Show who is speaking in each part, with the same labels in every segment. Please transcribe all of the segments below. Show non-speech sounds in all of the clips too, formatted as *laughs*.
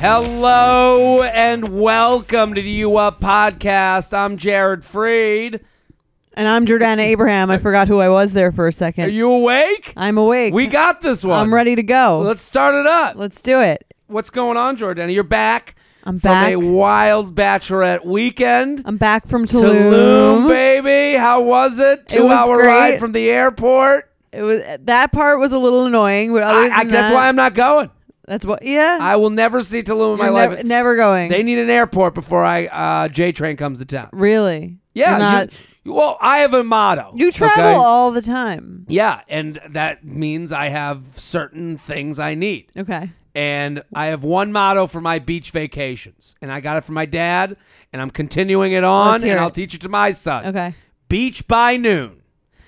Speaker 1: Hello and welcome to the U Up podcast. I'm Jared Freed.
Speaker 2: And I'm Jordana Abraham. I forgot who I was there for a second.
Speaker 1: Are you awake?
Speaker 2: I'm awake.
Speaker 1: We got this one.
Speaker 2: I'm ready to go.
Speaker 1: Let's start it up.
Speaker 2: Let's do it.
Speaker 1: What's going on, Jordana? You're back.
Speaker 2: I'm
Speaker 1: from
Speaker 2: back.
Speaker 1: a wild bachelorette weekend.
Speaker 2: I'm back from
Speaker 1: Tulum,
Speaker 2: Tulum.
Speaker 1: baby. How was it? Two
Speaker 2: was
Speaker 1: hour
Speaker 2: great.
Speaker 1: ride from the airport.
Speaker 2: It was that part was a little annoying, but other
Speaker 1: I,
Speaker 2: than
Speaker 1: I, that's
Speaker 2: that-
Speaker 1: why I'm not going.
Speaker 2: That's what. Yeah.
Speaker 1: I will never see Tulum in my
Speaker 2: You're
Speaker 1: life.
Speaker 2: never, never going.
Speaker 1: they need an airport before I uh, J train comes to town.
Speaker 2: really.
Speaker 1: Yeah.
Speaker 2: You're not.
Speaker 1: you- you- well, I have a motto.
Speaker 2: You, travel
Speaker 1: okay?
Speaker 2: all the time.
Speaker 1: Yeah, and that means I have certain things I need.
Speaker 2: Okay.
Speaker 1: And I have one motto for my beach vacations, and I got it from my dad, and I'm continuing it on,
Speaker 2: Let's hear
Speaker 1: and I'll
Speaker 2: it.
Speaker 1: teach it to my son.
Speaker 2: Okay.
Speaker 1: Beach by noon.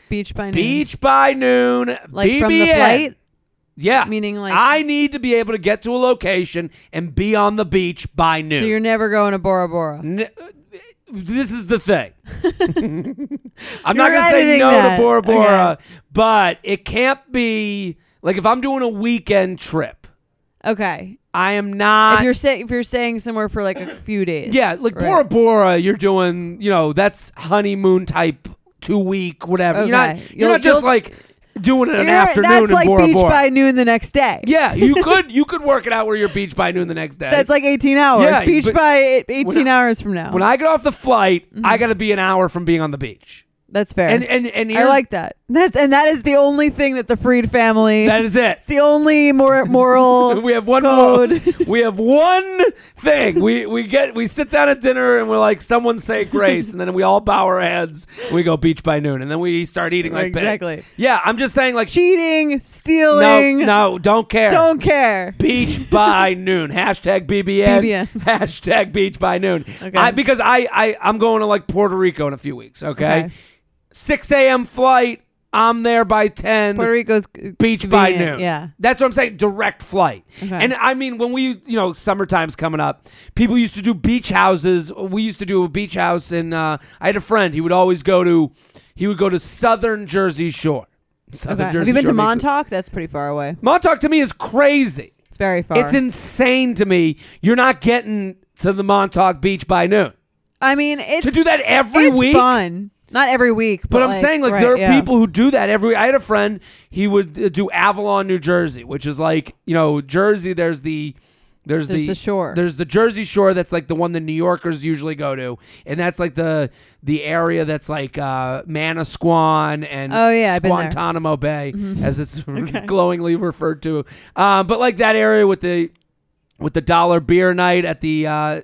Speaker 2: Beach by noon.
Speaker 1: Beach by noon.
Speaker 2: Like
Speaker 1: BBN.
Speaker 2: from the flight.
Speaker 1: Yeah.
Speaker 2: Meaning like-
Speaker 1: I need to be able to get to a location and be on the beach by noon.
Speaker 2: So you're never going to Bora Bora.
Speaker 1: N- uh, this is the
Speaker 2: *laughs*
Speaker 1: thing. I'm not
Speaker 2: You're
Speaker 1: going to say
Speaker 2: editing
Speaker 1: no
Speaker 2: that.
Speaker 1: to Bora Bora,
Speaker 2: Okay.
Speaker 1: but it can't be like if I'm doing a weekend trip,
Speaker 2: Okay.
Speaker 1: I am not.
Speaker 2: if you're stay, if you're staying somewhere for like a few days.
Speaker 1: yeah, like
Speaker 2: right.
Speaker 1: Bora Bora, you're doing, you know, that's honeymoon type two week, whatever. You're not,
Speaker 2: Okay.
Speaker 1: you're
Speaker 2: You'll-
Speaker 1: not just
Speaker 2: you'll-
Speaker 1: like doing it an
Speaker 2: You're-
Speaker 1: afternoon
Speaker 2: That's
Speaker 1: in
Speaker 2: like
Speaker 1: Bora
Speaker 2: beach
Speaker 1: Bora.
Speaker 2: by noon the next day.
Speaker 1: yeah, you could you could work it out where you're beach by noon the next day.
Speaker 2: That's like 18 hours.
Speaker 1: Yeah,
Speaker 2: Beach
Speaker 1: but
Speaker 2: by eight- 18
Speaker 1: when I-
Speaker 2: hours from now.
Speaker 1: when I get off the flight, I got to be an hour from being on the beach.
Speaker 2: That's fair.
Speaker 1: And and and
Speaker 2: Mm-hmm. I
Speaker 1: here's-
Speaker 2: like that. That's and that is the only thing that the Freed family.
Speaker 1: that is it.
Speaker 2: it's the
Speaker 1: *laughs*
Speaker 2: only mor- moral.
Speaker 1: we have one
Speaker 2: code.
Speaker 1: more. *laughs* We have one thing. We we get we sit down at dinner and we're like, someone say grace, and then we all bow our heads. And we go beach by noon, and then we start eating like pigs.
Speaker 2: Exactly.
Speaker 1: Yeah, I'm just saying like
Speaker 2: Cheating,
Speaker 1: no,
Speaker 2: stealing.
Speaker 1: no, don't care.
Speaker 2: Don't care.
Speaker 1: Beach by noon. Hashtag BBN.
Speaker 2: BBN.
Speaker 1: *laughs* Hashtag beach by noon.
Speaker 2: Okay.
Speaker 1: I, because I, I I'm going to like Puerto Rico in a few weeks. Okay.
Speaker 2: Okay.
Speaker 1: 6 a.m. flight. I'm there by 10
Speaker 2: Puerto Rico's
Speaker 1: beach by noon.
Speaker 2: Yeah.
Speaker 1: That's what I'm saying. Direct flight.
Speaker 2: Okay.
Speaker 1: And I mean, when we, you know, summertime's coming up, people used to do beach houses. We used to do a beach house, and uh, I had a friend. He would always go to, he would go to Southern Jersey Shore. Southern
Speaker 2: Okay.
Speaker 1: Jersey
Speaker 2: Have you been
Speaker 1: Shore
Speaker 2: to
Speaker 1: makes it-
Speaker 2: Montauk? That's pretty far away.
Speaker 1: Montauk to me is crazy.
Speaker 2: It's very far.
Speaker 1: It's insane to me. You're not getting to the Montauk Beach by noon.
Speaker 2: I mean, it's
Speaker 1: To do that every
Speaker 2: it's
Speaker 1: week.
Speaker 2: fun. Not every week, but,
Speaker 1: But I'm saying, like,
Speaker 2: right,
Speaker 1: there are
Speaker 2: yeah.
Speaker 1: people who do that every. I had a friend; he would uh, do Avalon, New Jersey, which is like, you know, Jersey. There's the, there's
Speaker 2: There's
Speaker 1: the,
Speaker 2: the shore.
Speaker 1: There's the Jersey Shore. That's like the one the New Yorkers usually go to, and that's like the the area that's like uh, Manasquan and
Speaker 2: Oh, yeah, I've been there. Mm-hmm.
Speaker 1: Guantanamo Bay, as
Speaker 2: *laughs*
Speaker 1: it's *laughs* glowingly referred to. Um, but like that area with the with the dollar beer night at the uh,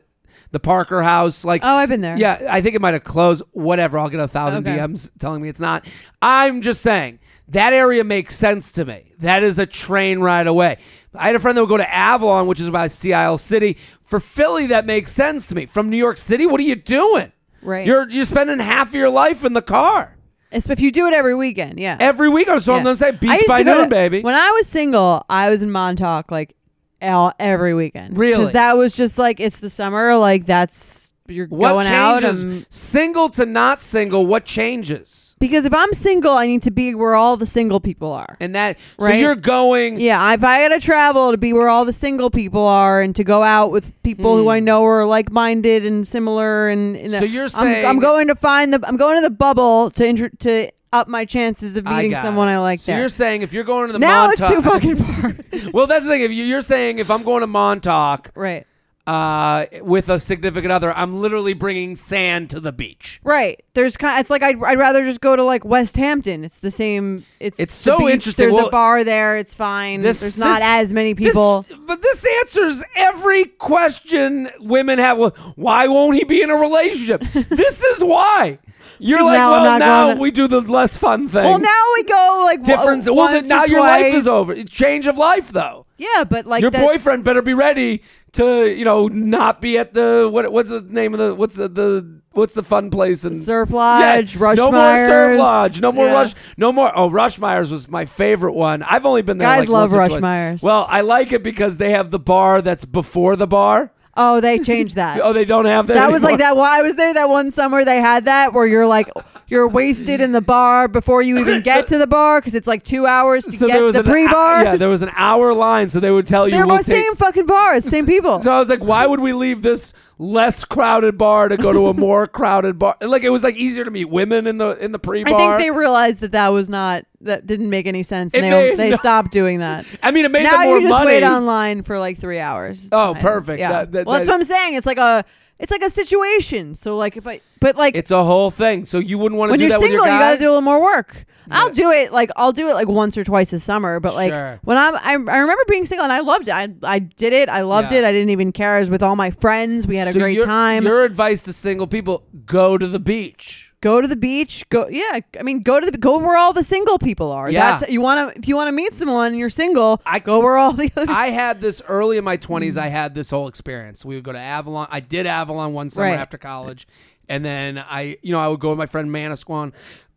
Speaker 1: the Parker House, like
Speaker 2: Oh, I've been there.
Speaker 1: yeah, I think it might have closed. Whatever. I'll get a thousand
Speaker 2: Okay.
Speaker 1: DMs telling me it's not. I'm just saying that area makes sense to me. That is a train ride away. I had a friend that would go to Avalon, which is by Sea Isle City. For Philly, that makes sense to me. From New York City, what are you doing?
Speaker 2: Right.
Speaker 1: You're you're spending half of your life in the car
Speaker 2: It's- if you do it every weekend, yeah.
Speaker 1: every week. I'm so
Speaker 2: Yeah.
Speaker 1: I'm gonna say
Speaker 2: I
Speaker 1: beach
Speaker 2: used
Speaker 1: by
Speaker 2: to go
Speaker 1: noon,
Speaker 2: to-
Speaker 1: baby.
Speaker 2: When I was single, I was in Montauk like all, every weekend.
Speaker 1: Really?
Speaker 2: Because that was just like it's the summer. Like that's you're
Speaker 1: What
Speaker 2: going out.
Speaker 1: changes?
Speaker 2: um,
Speaker 1: single to not single. What changes?
Speaker 2: because if I'm single, I need to be where all the single people are.
Speaker 1: And that so
Speaker 2: Right.
Speaker 1: you're going.
Speaker 2: yeah, if I gotta travel to be where all the single people are and to go out with people who I know are like minded and similar and, and
Speaker 1: Hmm. So you're
Speaker 2: I'm-
Speaker 1: saying-
Speaker 2: I'm, going to find the I'm going to the bubble to intro, to up my chances of
Speaker 1: I
Speaker 2: meeting
Speaker 1: got
Speaker 2: someone
Speaker 1: it.
Speaker 2: I like
Speaker 1: So
Speaker 2: there.
Speaker 1: you're saying if you're going to the
Speaker 2: now
Speaker 1: Montauk,
Speaker 2: it's too fucking far. *laughs*
Speaker 1: well, that's the thing. If you- you're saying if I'm going to Montauk
Speaker 2: right.
Speaker 1: uh, with a significant other, I'm literally bringing sand to the beach.
Speaker 2: Right. There's kind. it's like I'd, I'd rather just go to like West Hampton. It's the same. It's
Speaker 1: It's
Speaker 2: the
Speaker 1: so
Speaker 2: beach,
Speaker 1: interesting.
Speaker 2: There's
Speaker 1: Well,
Speaker 2: a bar there. It's fine.
Speaker 1: This,
Speaker 2: Mm, There's not
Speaker 1: this-
Speaker 2: as many
Speaker 1: this-
Speaker 2: people.
Speaker 1: but this answers every
Speaker 2: *laughs*
Speaker 1: question women have. Well, why won't he be in a relationship? this is why. You're
Speaker 2: He's
Speaker 1: like,
Speaker 2: now
Speaker 1: well,
Speaker 2: not
Speaker 1: now
Speaker 2: gonna-
Speaker 1: we do the less fun thing.
Speaker 2: Well, now we go like w-
Speaker 1: difference. Well, then
Speaker 2: once
Speaker 1: now
Speaker 2: or
Speaker 1: your life
Speaker 2: twice.
Speaker 1: is over. It's Change of life, though.
Speaker 2: Yeah, but like
Speaker 1: your
Speaker 2: that-
Speaker 1: boyfriend better be ready to, you know, not be at the what? What's the name of the? What's the, the what's the fun place? And
Speaker 2: Surf Lodge, Rush
Speaker 1: No more Surf
Speaker 2: Myers.
Speaker 1: Lodge. No more
Speaker 2: Yeah.
Speaker 1: Rush. No more. Oh, Rush Myers was my favorite one. I've only been there.
Speaker 2: Guys
Speaker 1: like
Speaker 2: love
Speaker 1: once or
Speaker 2: Rush
Speaker 1: twice.
Speaker 2: Myers.
Speaker 1: Well, I like it because they have the bar that's before the bar.
Speaker 2: Oh, they changed that.
Speaker 1: *laughs* Oh, they don't have that.
Speaker 2: That was like
Speaker 1: anymore.
Speaker 2: that. Well, I was there that one summer. They had that where you're like, you're wasted in the bar before
Speaker 1: *laughs*
Speaker 2: you even get to the bar because it's like two hours to get the
Speaker 1: an
Speaker 2: pre bar.
Speaker 1: hou- Yeah, there was an hour line, so they would tell you.
Speaker 2: They're
Speaker 1: we'll
Speaker 2: both
Speaker 1: take-
Speaker 2: same fucking
Speaker 1: *laughs*
Speaker 2: bars, same people.
Speaker 1: So I was like, why would we leave this less crowded bar to go to a
Speaker 2: *laughs*
Speaker 1: more crowded bar? Like it was like easier to meet women in the in the pre
Speaker 2: I
Speaker 1: bar.
Speaker 2: think they realized that that was not that didn't make any sense.
Speaker 1: It
Speaker 2: And
Speaker 1: made
Speaker 2: they they
Speaker 1: no-
Speaker 2: stopped doing
Speaker 1: *laughs*
Speaker 2: that.
Speaker 1: I mean, it made
Speaker 2: now
Speaker 1: them more
Speaker 2: you just
Speaker 1: money.
Speaker 2: wait online for like three hours. It's
Speaker 1: Oh,
Speaker 2: fine.
Speaker 1: perfect.
Speaker 2: Yeah.
Speaker 1: That- that-
Speaker 2: well, that's
Speaker 1: that-
Speaker 2: what I'm saying. It's like a it's like a situation. So like if I but like
Speaker 1: It's a whole thing. So you wouldn't want to
Speaker 2: when
Speaker 1: do
Speaker 2: you're
Speaker 1: that
Speaker 2: single,
Speaker 1: with your
Speaker 2: you
Speaker 1: guy.
Speaker 2: got to do a little more work. I'll
Speaker 1: Yeah.
Speaker 2: do it like I'll do it like once or twice a summer. But like
Speaker 1: Sure.
Speaker 2: when I'm, I, I remember being single and I loved it. I I did it. I loved
Speaker 1: Yeah.
Speaker 2: it. I didn't even care. I was with all my friends. We had
Speaker 1: So
Speaker 2: a great
Speaker 1: your-
Speaker 2: time.
Speaker 1: Your advice to single people: go to the beach.
Speaker 2: go to the beach. Go yeah. I mean, go to the go where all the single people are.
Speaker 1: Yeah.
Speaker 2: That's you want to if you want to meet someone and you're single.
Speaker 1: I-
Speaker 2: go where all the other.
Speaker 1: I had this early in my 20s.
Speaker 2: Mm.
Speaker 1: I had this whole experience. We would go to Avalon. I did Avalon one summer
Speaker 2: Right.
Speaker 1: after college. And then I, you know, I would go with my friend Manasquan.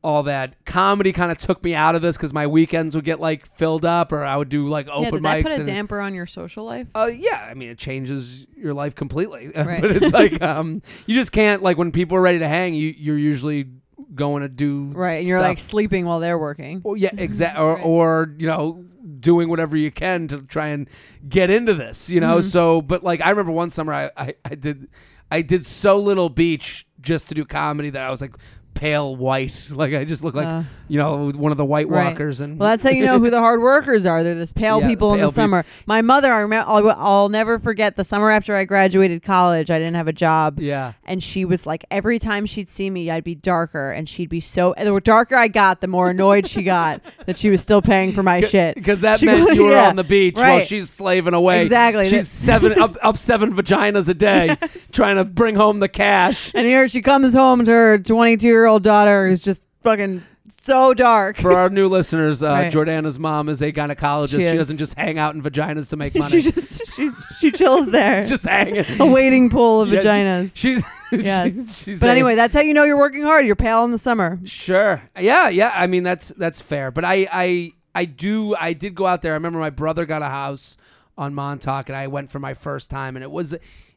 Speaker 1: All that comedy kind of took me out of this because my weekends would get like filled up, or I would do like
Speaker 2: yeah,
Speaker 1: open
Speaker 2: did that
Speaker 1: mics.
Speaker 2: put a
Speaker 1: and,
Speaker 2: damper on your social life?
Speaker 1: uh, yeah, I mean, it changes your life completely. *laughs*
Speaker 2: Right.
Speaker 1: but it's like
Speaker 2: *laughs*
Speaker 1: um, you just can't like when people are ready to hang, you you're usually going to do
Speaker 2: Right, and you're
Speaker 1: stuff
Speaker 2: like sleeping while they're working.
Speaker 1: well, yeah, exactly. Or, or you know, doing whatever you can to try and get into this. You
Speaker 2: Mm-hmm.
Speaker 1: know, so but like I remember one summer I, I I did I did so little beach just to do comedy that I was like pale white, *laughs* like I just looked like
Speaker 2: Uh.
Speaker 1: you know one of the White
Speaker 2: Right.
Speaker 1: Walkers. And
Speaker 2: Well, that's how you know who the hard workers are. They're the pale
Speaker 1: Yeah,
Speaker 2: people in
Speaker 1: pale
Speaker 2: the
Speaker 1: people.
Speaker 2: summer. My mother, I remember, I'll, I'll never forget the summer after I graduated college. I didn't have a job.
Speaker 1: yeah.
Speaker 2: And she was like, every time she'd see me, I'd be darker. And she'd be so, and the darker I got, the more annoyed
Speaker 1: *laughs*
Speaker 2: she got that she was still paying for my shit.
Speaker 1: Because that
Speaker 2: She
Speaker 1: meant
Speaker 2: was-
Speaker 1: you were
Speaker 2: yeah,
Speaker 1: on the beach while
Speaker 2: right.
Speaker 1: she's slaving away.
Speaker 2: Exactly.
Speaker 1: She's
Speaker 2: *laughs*
Speaker 1: seven up, up seven vaginas a day, trying to bring home the cash
Speaker 2: And here she comes home to her 22 year old daughter who's just fucking so dark.
Speaker 1: For our new listeners, uh,
Speaker 2: Right.
Speaker 1: Jordana's mom is a gynecologist. She,
Speaker 2: She is.
Speaker 1: doesn't just hang out in vaginas to
Speaker 2: *laughs*
Speaker 1: make money.
Speaker 2: she just, she, she chills there.
Speaker 1: just
Speaker 2: *laughs*
Speaker 1: hanging.
Speaker 2: a waiting pool of
Speaker 1: Yeah, she-
Speaker 2: vaginas.
Speaker 1: she's, *laughs*
Speaker 2: Yes.
Speaker 1: she's, she's
Speaker 2: but
Speaker 1: a-
Speaker 2: anyway, that's how you know you're working hard. You're pale in the summer.
Speaker 1: Sure. Yeah, yeah. I mean, that's that's fair. But I, I, I do. I did go out there. I remember my brother got a house on Montauk, and I went for my first time, and it was,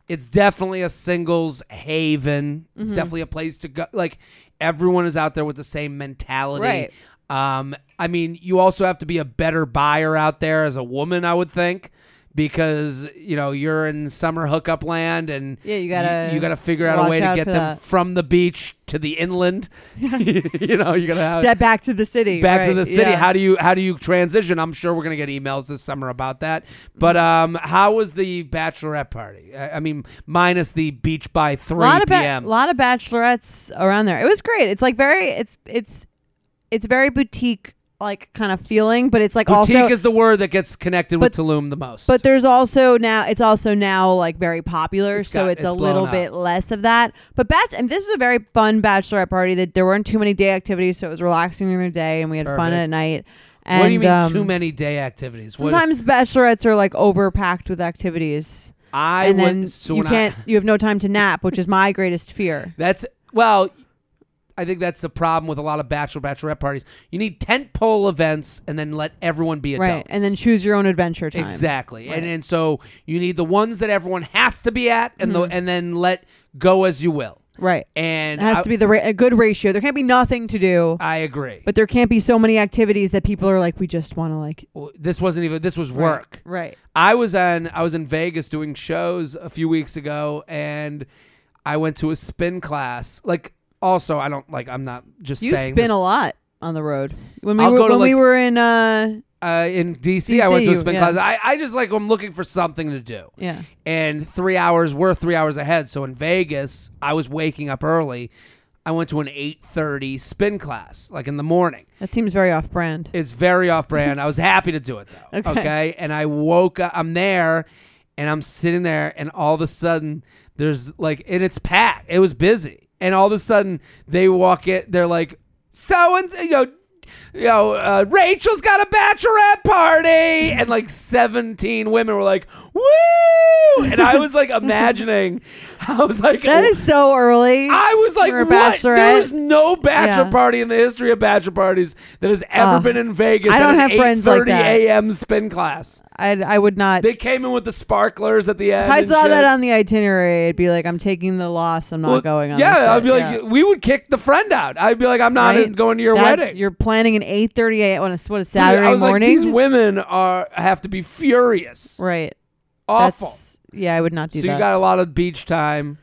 Speaker 1: it's definitely a singles haven. It's
Speaker 2: Mm-hmm.
Speaker 1: definitely a place to go. Like everyone is out there with the same mentality.
Speaker 2: Right.
Speaker 1: Um, I mean, you also have to be a better buyer out there as a woman, I would think, because you know you're in summer hookup land, and
Speaker 2: Yeah, you gotta
Speaker 1: you, gotta figure out a
Speaker 2: watch
Speaker 1: way to
Speaker 2: out
Speaker 1: get
Speaker 2: for
Speaker 1: them
Speaker 2: that.
Speaker 1: from the beach to the inland. *laughs* you know, you gotta have
Speaker 2: That back to the city.
Speaker 1: Uh, back to
Speaker 2: right,
Speaker 1: the city.
Speaker 2: yeah.
Speaker 1: How do you how do you transition? I'm sure we're gonna get emails this summer about that.
Speaker 2: Mm.
Speaker 1: But um, how was the bachelorette party? I, I mean, minus the beach by three
Speaker 2: lot of ba-
Speaker 1: p.m.
Speaker 2: lot of bachelorettes around there. It was great. It's like very it's it's it's very boutique like kind of feeling, but it's like
Speaker 1: Boutique
Speaker 2: also
Speaker 1: is the word that gets connected with
Speaker 2: But-
Speaker 1: Tulum the most.
Speaker 2: but there's also now it's also now like very popular,
Speaker 1: It's
Speaker 2: so
Speaker 1: got-
Speaker 2: it's,
Speaker 1: it's
Speaker 2: a
Speaker 1: blown
Speaker 2: little
Speaker 1: up.
Speaker 2: bit less of that. But batch and this is a very fun bachelorette party that there weren't too many day activities, so it was relaxing during the day and we had fun
Speaker 1: Perfect.
Speaker 2: at night. And
Speaker 1: what do you mean
Speaker 2: um,
Speaker 1: too many day activities? What-
Speaker 2: Sometimes bachelorettes are like overpacked with activities.
Speaker 1: I
Speaker 2: and
Speaker 1: would
Speaker 2: then
Speaker 1: so
Speaker 2: you
Speaker 1: when I-
Speaker 2: can't you have no time to nap which is my greatest fear
Speaker 1: *laughs* That's well, I think that's the problem with a lot of bachelor bachelorette parties. You need tent pole events and then let everyone be adults.
Speaker 2: right and then choose your own adventure time
Speaker 1: exactly,
Speaker 2: Right.
Speaker 1: and and so you need the ones that everyone has to be at, and the and then let go as you will.
Speaker 2: right
Speaker 1: And
Speaker 2: Mm-hmm. it has
Speaker 1: I,
Speaker 2: to be the ra- a good ratio there can't be nothing to do
Speaker 1: I agree. But
Speaker 2: but there can't be so many activities that people are like we just want to like
Speaker 1: this wasn't even this was work.
Speaker 2: right
Speaker 1: I was on I was in Vegas doing shows a few weeks ago and I went to a spin class. Like also I don't like I'm not just
Speaker 2: you
Speaker 1: saying
Speaker 2: spin
Speaker 1: this.
Speaker 2: a lot on the road when we
Speaker 1: I'll
Speaker 2: were
Speaker 1: go
Speaker 2: when
Speaker 1: to,
Speaker 2: we
Speaker 1: like-
Speaker 2: were in uh
Speaker 1: uh, in DC, I went to a
Speaker 2: DC,
Speaker 1: spin
Speaker 2: yeah.
Speaker 1: class. I, I just like I'm looking for something to do.
Speaker 2: yeah
Speaker 1: And three hours were three hours ahead. So in Vegas, I was waking up early. I went to an eight thirty spin class, like in the morning.
Speaker 2: that seems very off brand
Speaker 1: It's very off brand. I was happy to do it though.
Speaker 2: *laughs* Okay.
Speaker 1: And I woke up I'm there and I'm sitting there and all of a sudden there's like and it's packed. It was busy. and all of a sudden they walk in. They're like, so and you know. You know, uh, Rachel's got a bachelorette party, and like 17 women were like, Woo! And I
Speaker 2: *laughs*
Speaker 1: was like, imagining, I was like,
Speaker 2: That is so early.
Speaker 1: I was like,
Speaker 2: for a
Speaker 1: what?
Speaker 2: bachelorette.
Speaker 1: There's no bachelor
Speaker 2: Yeah.
Speaker 1: party in the history of bachelor parties that has ever
Speaker 2: Ugh.
Speaker 1: been in Vegas.
Speaker 2: I
Speaker 1: at
Speaker 2: don't
Speaker 1: an
Speaker 2: have friends like
Speaker 1: 8:30
Speaker 2: that.
Speaker 1: a.m. spin class.
Speaker 2: I'd, I would not.
Speaker 1: They came in with the sparklers at the end.
Speaker 2: if I
Speaker 1: and
Speaker 2: saw
Speaker 1: shit.
Speaker 2: that on the itinerary, I'd be like, I'm taking the loss. I'm not
Speaker 1: Well,
Speaker 2: going on.
Speaker 1: Yeah,
Speaker 2: this
Speaker 1: I'd
Speaker 2: shit.
Speaker 1: be like,
Speaker 2: Yeah.
Speaker 1: we would kick the friend out. I'd be like, I'm not
Speaker 2: Right?
Speaker 1: going to your
Speaker 2: That-
Speaker 1: wedding.
Speaker 2: You're planning an 8:30 a.m. on a what a Saturday
Speaker 1: I was
Speaker 2: morning.
Speaker 1: like, these women are have to be furious.
Speaker 2: right.
Speaker 1: Awful.
Speaker 2: That's, yeah, I would not do
Speaker 1: so
Speaker 2: that.
Speaker 1: you got a lot of beach time,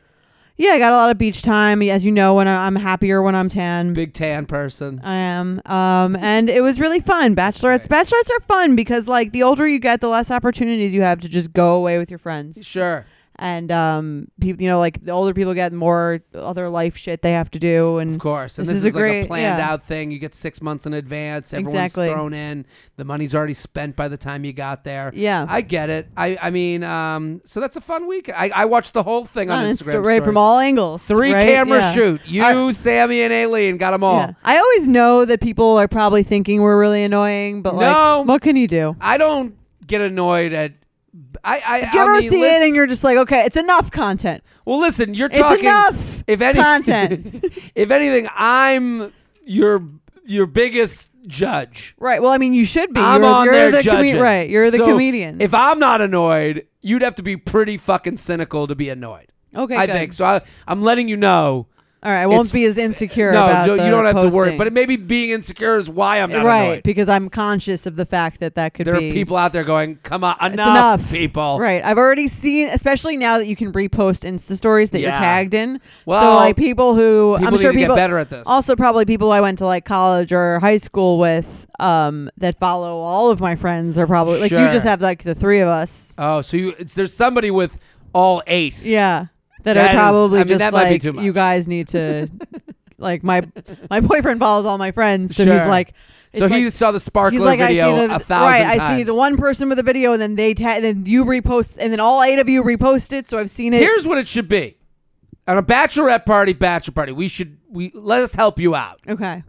Speaker 2: yeah, I got a lot of beach time. As you know, when I, I'm happier when I'm tan.
Speaker 1: big tan person.
Speaker 2: I am. Um, and it was really fun. Bachelorettes. Bachelorettes are fun because like the older you get, the less opportunities you have to just go away with your friends.
Speaker 1: sure.
Speaker 2: And um, people, you know, like the older people get, the more other life shit they have to do.
Speaker 1: Of
Speaker 2: And
Speaker 1: course. And this,
Speaker 2: This
Speaker 1: is,
Speaker 2: is a
Speaker 1: like a
Speaker 2: great-
Speaker 1: planned
Speaker 2: yeah.
Speaker 1: out thing. You get six months in advance. Everyone's
Speaker 2: Exactly.
Speaker 1: thrown in. The money's already spent by the time you got there.
Speaker 2: yeah,
Speaker 1: I get it. I, I mean, um, so that's a fun week. I, I watched the whole thing on
Speaker 2: Yeah,
Speaker 1: Instagram.
Speaker 2: it's right from
Speaker 1: stories.
Speaker 2: all angles.
Speaker 1: Three
Speaker 2: right?
Speaker 1: camera
Speaker 2: Yeah.
Speaker 1: shoot. You, Sammy, and Aileen got them all.
Speaker 2: Yeah. I always know that people are probably thinking we're really annoying, but
Speaker 1: No.
Speaker 2: like, what can you do?
Speaker 1: I don't get annoyed at. I, I,
Speaker 2: You
Speaker 1: I
Speaker 2: ever
Speaker 1: mean,
Speaker 2: see
Speaker 1: listen-
Speaker 2: it and you're just like, okay, it's enough content.
Speaker 1: Well, listen, you're
Speaker 2: It's
Speaker 1: talking.
Speaker 2: enough
Speaker 1: if any,
Speaker 2: content.
Speaker 1: *laughs* if anything, I'm your your biggest judge.
Speaker 2: Right. Well, I mean, you should be.
Speaker 1: I'm
Speaker 2: you're
Speaker 1: on
Speaker 2: you're
Speaker 1: there
Speaker 2: the comed-
Speaker 1: judging.
Speaker 2: Right. You're the
Speaker 1: So,
Speaker 2: comedian.
Speaker 1: If I'm not annoyed, you'd have to be pretty fucking cynical to be annoyed.
Speaker 2: okay,
Speaker 1: I
Speaker 2: good.
Speaker 1: think so. I, I'm letting you know.
Speaker 2: All right. I
Speaker 1: It's-
Speaker 2: won't be as insecure
Speaker 1: no,
Speaker 2: about
Speaker 1: Joe,
Speaker 2: the
Speaker 1: you don't have to worry.
Speaker 2: posting.
Speaker 1: But it, maybe being insecure is why I'm not
Speaker 2: right,
Speaker 1: annoyed.
Speaker 2: because I'm conscious of the fact that that could
Speaker 1: There
Speaker 2: be
Speaker 1: are people out there going, "Come on, enough,
Speaker 2: enough.
Speaker 1: people."
Speaker 2: Right. I've already seen, especially now that you can repost Insta stories that
Speaker 1: Yeah.
Speaker 2: you're tagged in.
Speaker 1: Well,
Speaker 2: so like people who
Speaker 1: people
Speaker 2: I'm sure
Speaker 1: need to get
Speaker 2: people
Speaker 1: better at this.
Speaker 2: Also, probably people I went to like college or high school with, um, that follow all of my friends are probably like
Speaker 1: Sure.
Speaker 2: you just have like the three of us.
Speaker 1: Oh, so you, it's, there's somebody with all eight.
Speaker 2: Yeah. That,
Speaker 1: That is-
Speaker 2: are probably
Speaker 1: I mean,
Speaker 2: just
Speaker 1: that might
Speaker 2: like
Speaker 1: be too much.
Speaker 2: you guys need
Speaker 1: *laughs*
Speaker 2: to, like my my boyfriend follows all my friends and
Speaker 1: Sure.
Speaker 2: he's like.
Speaker 1: so
Speaker 2: it's
Speaker 1: he
Speaker 2: like-
Speaker 1: saw the sparkler
Speaker 2: He's like,
Speaker 1: video
Speaker 2: I see the,
Speaker 1: a thousand
Speaker 2: right,
Speaker 1: times.
Speaker 2: I see the one person with the video, and then they tag, then you repost, and then all eight of you repost it. So I've seen it.
Speaker 1: Here's what it should be: on a bachelorette party, bachelor party, we should we let us help you out.
Speaker 2: okay,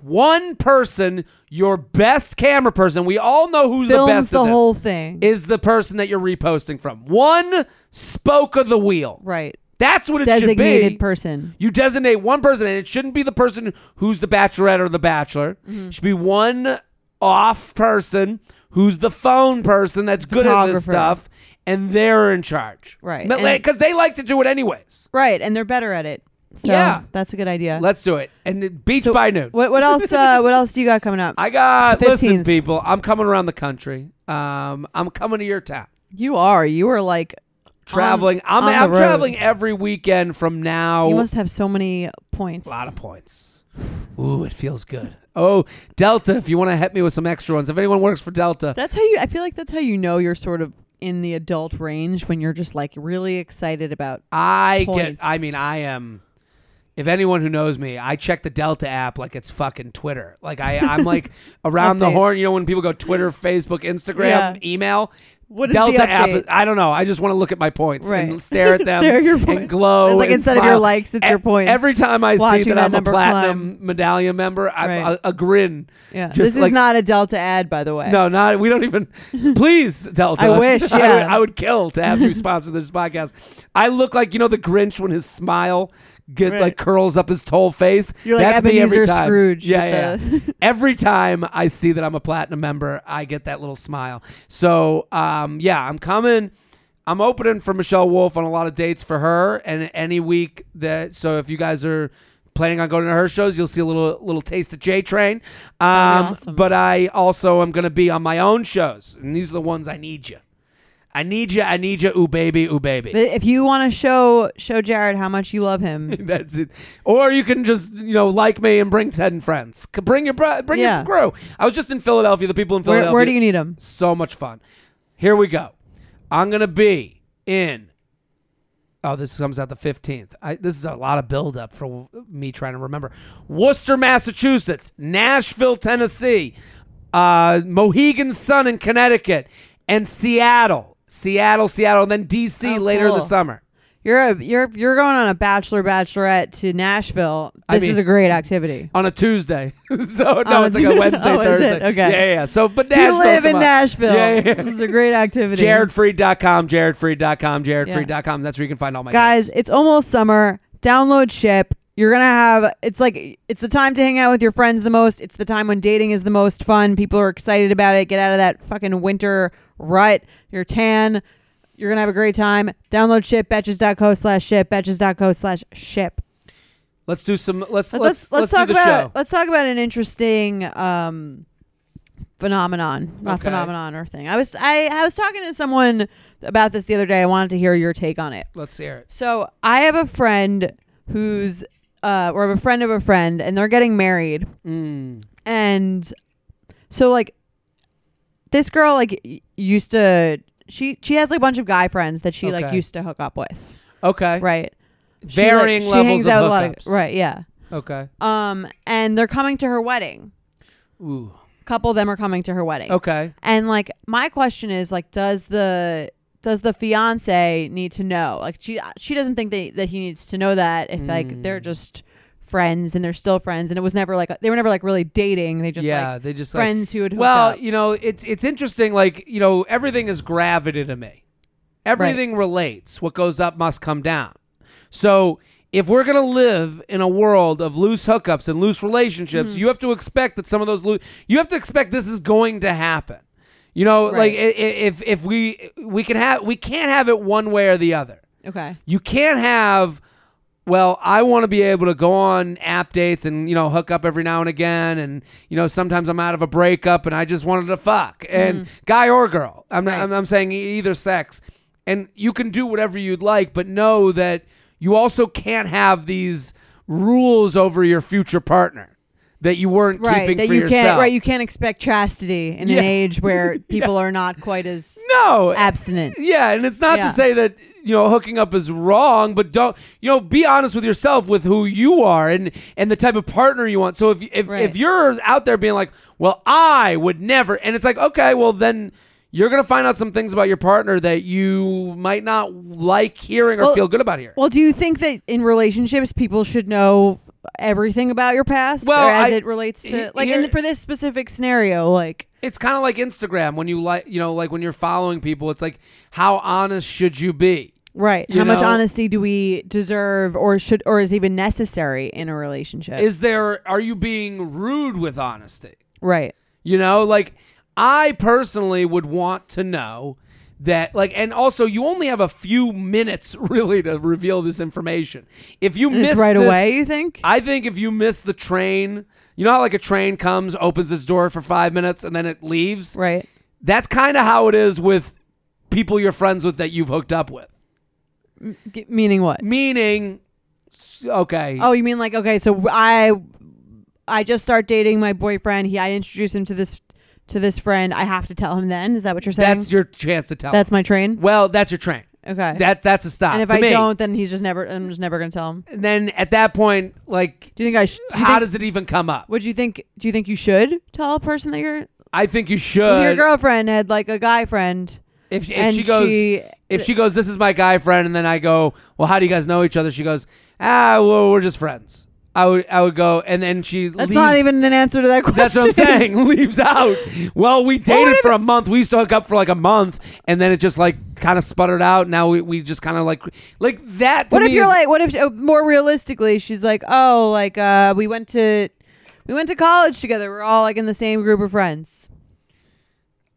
Speaker 1: One person, your best camera person, we all know who's
Speaker 2: films
Speaker 1: the best
Speaker 2: the
Speaker 1: at this,
Speaker 2: whole thing.
Speaker 1: is the person that you're reposting from. One spoke of the wheel.
Speaker 2: right,
Speaker 1: That's what it should be.
Speaker 2: designated person.
Speaker 1: You designate one person, and it shouldn't be the person who's the bachelorette or the bachelor.
Speaker 2: Mm-hmm.
Speaker 1: It should be one off person who's the phone person that's good at this
Speaker 2: Photographer.
Speaker 1: stuff, and they're in charge.
Speaker 2: Right, and-
Speaker 1: Because they like to do it anyways.
Speaker 2: Right, and they're better at it. So
Speaker 1: Yeah.
Speaker 2: that's a good idea.
Speaker 1: Let's do it. And the beach
Speaker 2: So
Speaker 1: by noon.
Speaker 2: What what else?
Speaker 1: *laughs*
Speaker 2: Uh, what else do you got coming up?
Speaker 1: I got,
Speaker 2: It's the
Speaker 1: listen,
Speaker 2: 15th.
Speaker 1: people, I'm coming around the country. Um, I'm coming to your town.
Speaker 2: you are you are like
Speaker 1: Traveling. I'm,
Speaker 2: on the
Speaker 1: I'm
Speaker 2: road.
Speaker 1: traveling every weekend from now.
Speaker 2: you must have so many points.
Speaker 1: A oh. lot of points. Ooh, it feels good. Oh, Delta, if you want to hit me with some extra ones. If anyone works for Delta,
Speaker 2: That's how you. I feel like that's how you know you're sort of in the adult range when you're just like really excited about.
Speaker 1: I
Speaker 2: Points.
Speaker 1: get I mean, I am if anyone who knows me, I check the Delta app like it's fucking Twitter. Like I
Speaker 2: *laughs*
Speaker 1: I'm like around the
Speaker 2: Updates.
Speaker 1: horn, you know when people go Twitter, Facebook, Instagram,
Speaker 2: Yeah.
Speaker 1: email.
Speaker 2: What is the
Speaker 1: Delta
Speaker 2: update?
Speaker 1: app
Speaker 2: *laughs*
Speaker 1: I don't know. I just want to look at my points and
Speaker 2: Right.
Speaker 1: stare
Speaker 2: *laughs*
Speaker 1: at them
Speaker 2: Stare at your
Speaker 1: and
Speaker 2: points.
Speaker 1: glow.
Speaker 2: It's like
Speaker 1: and
Speaker 2: instead of your
Speaker 1: smile.
Speaker 2: likes, it's
Speaker 1: E-
Speaker 2: your points.
Speaker 1: Every time I see that,
Speaker 2: Watching that
Speaker 1: I'm a
Speaker 2: number
Speaker 1: platinum
Speaker 2: climb.
Speaker 1: medallion member, I,
Speaker 2: Right.
Speaker 1: a, a grin.
Speaker 2: Yeah,
Speaker 1: Just
Speaker 2: this
Speaker 1: like-
Speaker 2: is not a Delta ad, by the way.
Speaker 1: No, not we don't
Speaker 2: *laughs*
Speaker 1: even. Please, Delta.
Speaker 2: I wish,
Speaker 1: I, would,
Speaker 2: yeah.
Speaker 1: I would kill to have you sponsor this podcast. I look like you know the Grinch when his smile get
Speaker 2: Right.
Speaker 1: like curls up his tall face.
Speaker 2: You're like
Speaker 1: That's me every
Speaker 2: Ebenezer
Speaker 1: time.
Speaker 2: Scrooge
Speaker 1: Yeah, yeah.
Speaker 2: with
Speaker 1: yeah. every time I see that I'm a platinum member, I get that little smile. So, um, yeah, I'm coming. I'm opening for Michelle Wolf on a lot of dates for her, and any week that. So if you guys are planning on going to her shows, you'll see a little little taste of J Train.
Speaker 2: That'd
Speaker 1: Um,
Speaker 2: be awesome.
Speaker 1: But I also am going to be on my own shows, and these are the ones I need you. I need you. I need you. Ooh baby, ooh baby.
Speaker 2: But *laughs* if you want to show show Jared how much you
Speaker 1: *laughs*
Speaker 2: love him,
Speaker 1: That's it. Or you can just you know like me and bring ten friends. C- Bring your bro- bring
Speaker 2: Yeah.
Speaker 1: your crew. I was just in Philadelphia. The people in Philadelphia.
Speaker 2: where, where do you need him?
Speaker 1: So much fun. Here we go. I'm gonna be in. Oh, this comes out the 15th. I, this is a lot of buildup for me trying to remember. Worcester, Massachusetts, Nashville, Tennessee, uh, Mohegan Sun in Connecticut, and Seattle, Seattle, Seattle, and then D.C.
Speaker 2: Oh,
Speaker 1: later in the
Speaker 2: cool.
Speaker 1: summer.
Speaker 2: You're a, you're you're going on a bachelor bachelorette to Nashville. This
Speaker 1: I
Speaker 2: is
Speaker 1: mean-
Speaker 2: a great activity.
Speaker 1: on a Tuesday. *laughs* so no,
Speaker 2: On a
Speaker 1: it's like a
Speaker 2: *laughs* Tu-
Speaker 1: Wednesday,
Speaker 2: Oh, is it?
Speaker 1: Thursday.
Speaker 2: Okay.
Speaker 1: Yeah, yeah, yeah. So, but
Speaker 2: You
Speaker 1: Nashville,
Speaker 2: live in
Speaker 1: come on.
Speaker 2: Nashville.
Speaker 1: Yeah, yeah, yeah.
Speaker 2: This is a great activity.
Speaker 1: JaredFreed.com, JaredFreed.com,
Speaker 2: Yeah.
Speaker 1: JaredFreed.com. That's where you can find all my
Speaker 2: guys, it's almost summer. Download Ship. You're gonna have. It's like it's the time to hang out with your friends the most. It's the time when dating is the most fun. People are excited about it. Get out of that fucking winter rut. You're tan. You're gonna have a great time. Download Ship. Betches.co slash ship. Betches.co slash ship.
Speaker 1: Let's do some. Let's let's
Speaker 2: Let's let's,
Speaker 1: do
Speaker 2: talk
Speaker 1: the
Speaker 2: about
Speaker 1: show.
Speaker 2: let's talk about an interesting um phenomenon, not
Speaker 1: Okay.
Speaker 2: phenomenon or thing. I was I, I was talking to someone about this the other day. I wanted to hear your take on it.
Speaker 1: Let's hear it.
Speaker 2: So I have a friend who's uh or a friend of a friend and they're getting married
Speaker 1: Mm.
Speaker 2: and so like this girl like y- used to she she has like a bunch of guy friends that she like
Speaker 1: Okay.
Speaker 2: used to hook up with.
Speaker 1: Okay.
Speaker 2: Right. She, like-
Speaker 1: Varying
Speaker 2: she
Speaker 1: levels
Speaker 2: hangs
Speaker 1: of
Speaker 2: out with a lot of
Speaker 1: hookups.
Speaker 2: right, yeah.
Speaker 1: Okay.
Speaker 2: Um and they're coming to her wedding.
Speaker 1: Ooh.
Speaker 2: couple of them are coming to her wedding.
Speaker 1: Okay.
Speaker 2: And like my question is like does the does the fiance need to know? Like she she doesn't think that that he needs to know that if like they're
Speaker 1: Mm.
Speaker 2: just friends and they're still friends and it was never like they were never like really dating. They just
Speaker 1: yeah.
Speaker 2: like
Speaker 1: they just like.
Speaker 2: friends who had hooked
Speaker 1: Well,
Speaker 2: up.
Speaker 1: you know, it's it's interesting. Like you know, everything is gravity to me. Everything relates. What goes up must come down. So if we're gonna live in a world of loose hookups and loose relationships,
Speaker 2: Mm-hmm.
Speaker 1: you have to expect that some of those loose. You have to expect this is going to happen. You know, like
Speaker 2: Right.
Speaker 1: i- i- if if we we can have we can't have it one way or the other.
Speaker 2: Okay.
Speaker 1: You can't have. Well, I want to be able to go on app dates and you know hook up every now and again, and you know sometimes I'm out of a breakup and I just wanted to fuck, and guy or girl, I'm not,
Speaker 2: Mm-hmm. Right.
Speaker 1: I'm, I'm saying e- either sex, and you can do whatever you'd like, but know that you also can't have these rules over your future partner that you weren't
Speaker 2: Right.
Speaker 1: keeping
Speaker 2: That
Speaker 1: for
Speaker 2: you
Speaker 1: yourself.
Speaker 2: can't right, you can't expect chastity in
Speaker 1: *laughs* Yeah.
Speaker 2: an age where people are not quite as
Speaker 1: no,
Speaker 2: abstinent.
Speaker 1: Yeah, and it's not
Speaker 2: Yeah.
Speaker 1: to say that you know hooking up is wrong, but don't you know be honest with yourself with who you are and and the type of partner you want. So if if
Speaker 2: Right.
Speaker 1: if you're out there being like, well, I would never, and it's like, okay, well then. You're gonna find out some things about your partner that you might not like hearing or
Speaker 2: Well-
Speaker 1: feel good about hearing.
Speaker 2: Well, do you think that in relationships people should know everything about your past
Speaker 1: Well,
Speaker 2: or as
Speaker 1: I-
Speaker 2: it relates to
Speaker 1: he-
Speaker 2: like in
Speaker 1: here-
Speaker 2: the, for this specific scenario like
Speaker 1: it's kind of like Instagram when you like, you know, like when you're following people. It's like, how honest should you be?
Speaker 2: right
Speaker 1: You
Speaker 2: how much
Speaker 1: know-
Speaker 2: honesty do we deserve or should or is even necessary in a relationship
Speaker 1: Is there are you being rude with honesty?
Speaker 2: right
Speaker 1: You know, like I personally would want to know that like and also you only have a few minutes *laughs* really to reveal this information. If you
Speaker 2: it's
Speaker 1: miss
Speaker 2: right
Speaker 1: this-
Speaker 2: away you think
Speaker 1: I think if you miss the train, you know how like a train comes, opens its door for 5 minutes and then it leaves?
Speaker 2: right
Speaker 1: That's kind of how it is with people you're friends with that you've hooked up with.
Speaker 2: G- meaning what
Speaker 1: Meaning s- okay.
Speaker 2: oh you mean like okay so i i just start dating my boyfriend he i introduce him to this to this friend i have to tell him then is that what you're saying
Speaker 1: that's your chance to tell.
Speaker 2: that's my train
Speaker 1: well, that's your train.
Speaker 2: okay
Speaker 1: That that's a stop.
Speaker 2: and if
Speaker 1: to
Speaker 2: i
Speaker 1: me.
Speaker 2: don't then he's just never i'm just never gonna tell him
Speaker 1: then at that point like
Speaker 2: Do you think I? Sh- do you
Speaker 1: how
Speaker 2: think-
Speaker 1: does it even come up?
Speaker 2: Would you think? Do you think you should tell a person that your
Speaker 1: I think you
Speaker 2: if your
Speaker 1: should.
Speaker 2: girlfriend had like a guy friend?
Speaker 1: if if
Speaker 2: and
Speaker 1: she goes,
Speaker 2: she-
Speaker 1: if she goes, this is my guy friend, and then I go, well, how do you guys know each other? She goes, ah, well, we're just friends. I would, I would go, and then she
Speaker 2: That's
Speaker 1: leaves.
Speaker 2: not even an answer to that question. *laughs*
Speaker 1: that's what I'm saying. *laughs* Leaves out. Well, we dated
Speaker 2: if-
Speaker 1: for a month. We used to hook up for like a month, and then it just like kind of sputtered out. Now we, we just kind of like like that. To
Speaker 2: What if
Speaker 1: me
Speaker 2: you're
Speaker 1: is-
Speaker 2: like? What if uh, more realistically, she's like, oh, like uh, we went to, we went to college together. We're all like in the same group of friends.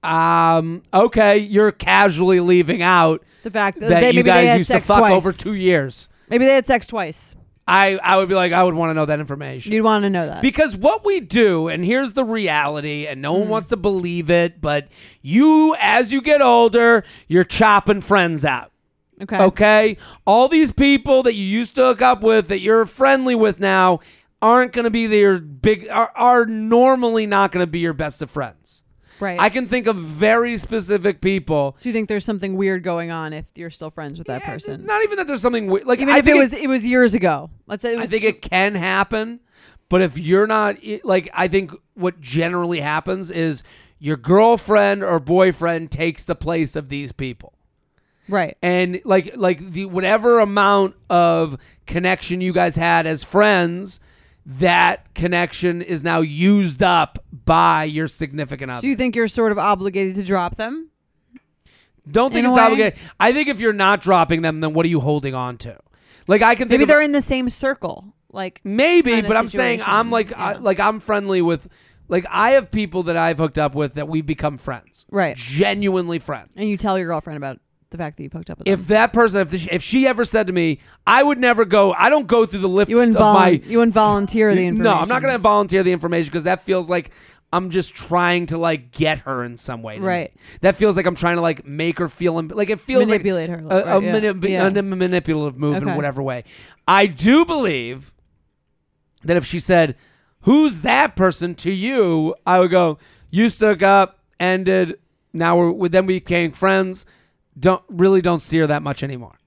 Speaker 1: um, okay, you're casually leaving out
Speaker 2: The fact that,
Speaker 1: that
Speaker 2: they,
Speaker 1: you
Speaker 2: maybe they
Speaker 1: guys
Speaker 2: had
Speaker 1: used to
Speaker 2: sex
Speaker 1: fuck
Speaker 2: twice.
Speaker 1: over two years.
Speaker 2: Maybe they had sex twice.
Speaker 1: I I would be like I would want to know that information.
Speaker 2: You'd want to know that.
Speaker 1: Because what we do, and here's the reality, and no one
Speaker 2: Hmm.
Speaker 1: wants to believe it, but you, as you get older, you're chopping friends out.
Speaker 2: okay.
Speaker 1: Okay? All these people that you used to hook up with, that you're friendly with now, aren't going to be your big, are, are normally not going to be your best of friends.
Speaker 2: Right.
Speaker 1: I can think of very specific people.
Speaker 2: so you think there's something weird going on if you're still friends with that
Speaker 1: Yeah,
Speaker 2: person?
Speaker 1: Not even that there's something weird. Like,
Speaker 2: Even
Speaker 1: I
Speaker 2: if
Speaker 1: think
Speaker 2: it was it was years ago. Let's say it
Speaker 1: I
Speaker 2: was
Speaker 1: think it can happen, but if you're not i- like, I think what generally happens is your girlfriend or boyfriend takes the place of these people.
Speaker 2: Right.
Speaker 1: and like like the whatever amount of connection you guys had as friends that connection is now used up by your significant other
Speaker 2: So you think you're sort of obligated to drop them?
Speaker 1: don't think
Speaker 2: in a
Speaker 1: it's
Speaker 2: way?
Speaker 1: obligated i think if you're not dropping them then what are you holding on to like i can think
Speaker 2: Maybe
Speaker 1: of-
Speaker 2: they're in the same circle. Like
Speaker 1: maybe
Speaker 2: kinda
Speaker 1: but i'm saying i'm
Speaker 2: situation,
Speaker 1: like I,
Speaker 2: yeah.
Speaker 1: like i'm friendly with like i have people that i've hooked up with that we've become friends
Speaker 2: right.
Speaker 1: genuinely friends
Speaker 2: And you tell your girlfriend about the fact that you hooked up with
Speaker 1: if
Speaker 2: them.
Speaker 1: that person if, if she ever said to me i would never go i don't go through the list
Speaker 2: You wouldn't,
Speaker 1: of
Speaker 2: vol-
Speaker 1: my
Speaker 2: you wouldn't volunteer the information.
Speaker 1: *laughs* No, I'm not going to volunteer the information because that feels like I'm just trying to like get her in some way. to me.
Speaker 2: Right.
Speaker 1: That feels like I'm trying to like make her feel im- like it feels like
Speaker 2: manipulate her.
Speaker 1: a,
Speaker 2: like,
Speaker 1: a
Speaker 2: right, yeah.
Speaker 1: manip-
Speaker 2: Yeah.
Speaker 1: a manipulative move in
Speaker 2: Okay.
Speaker 1: whatever way. I do believe that if she said, "Who's that person?" to you, I would go, "You stuck up, ended. Now we're we- then we became friends. Don't really don't see her that much anymore."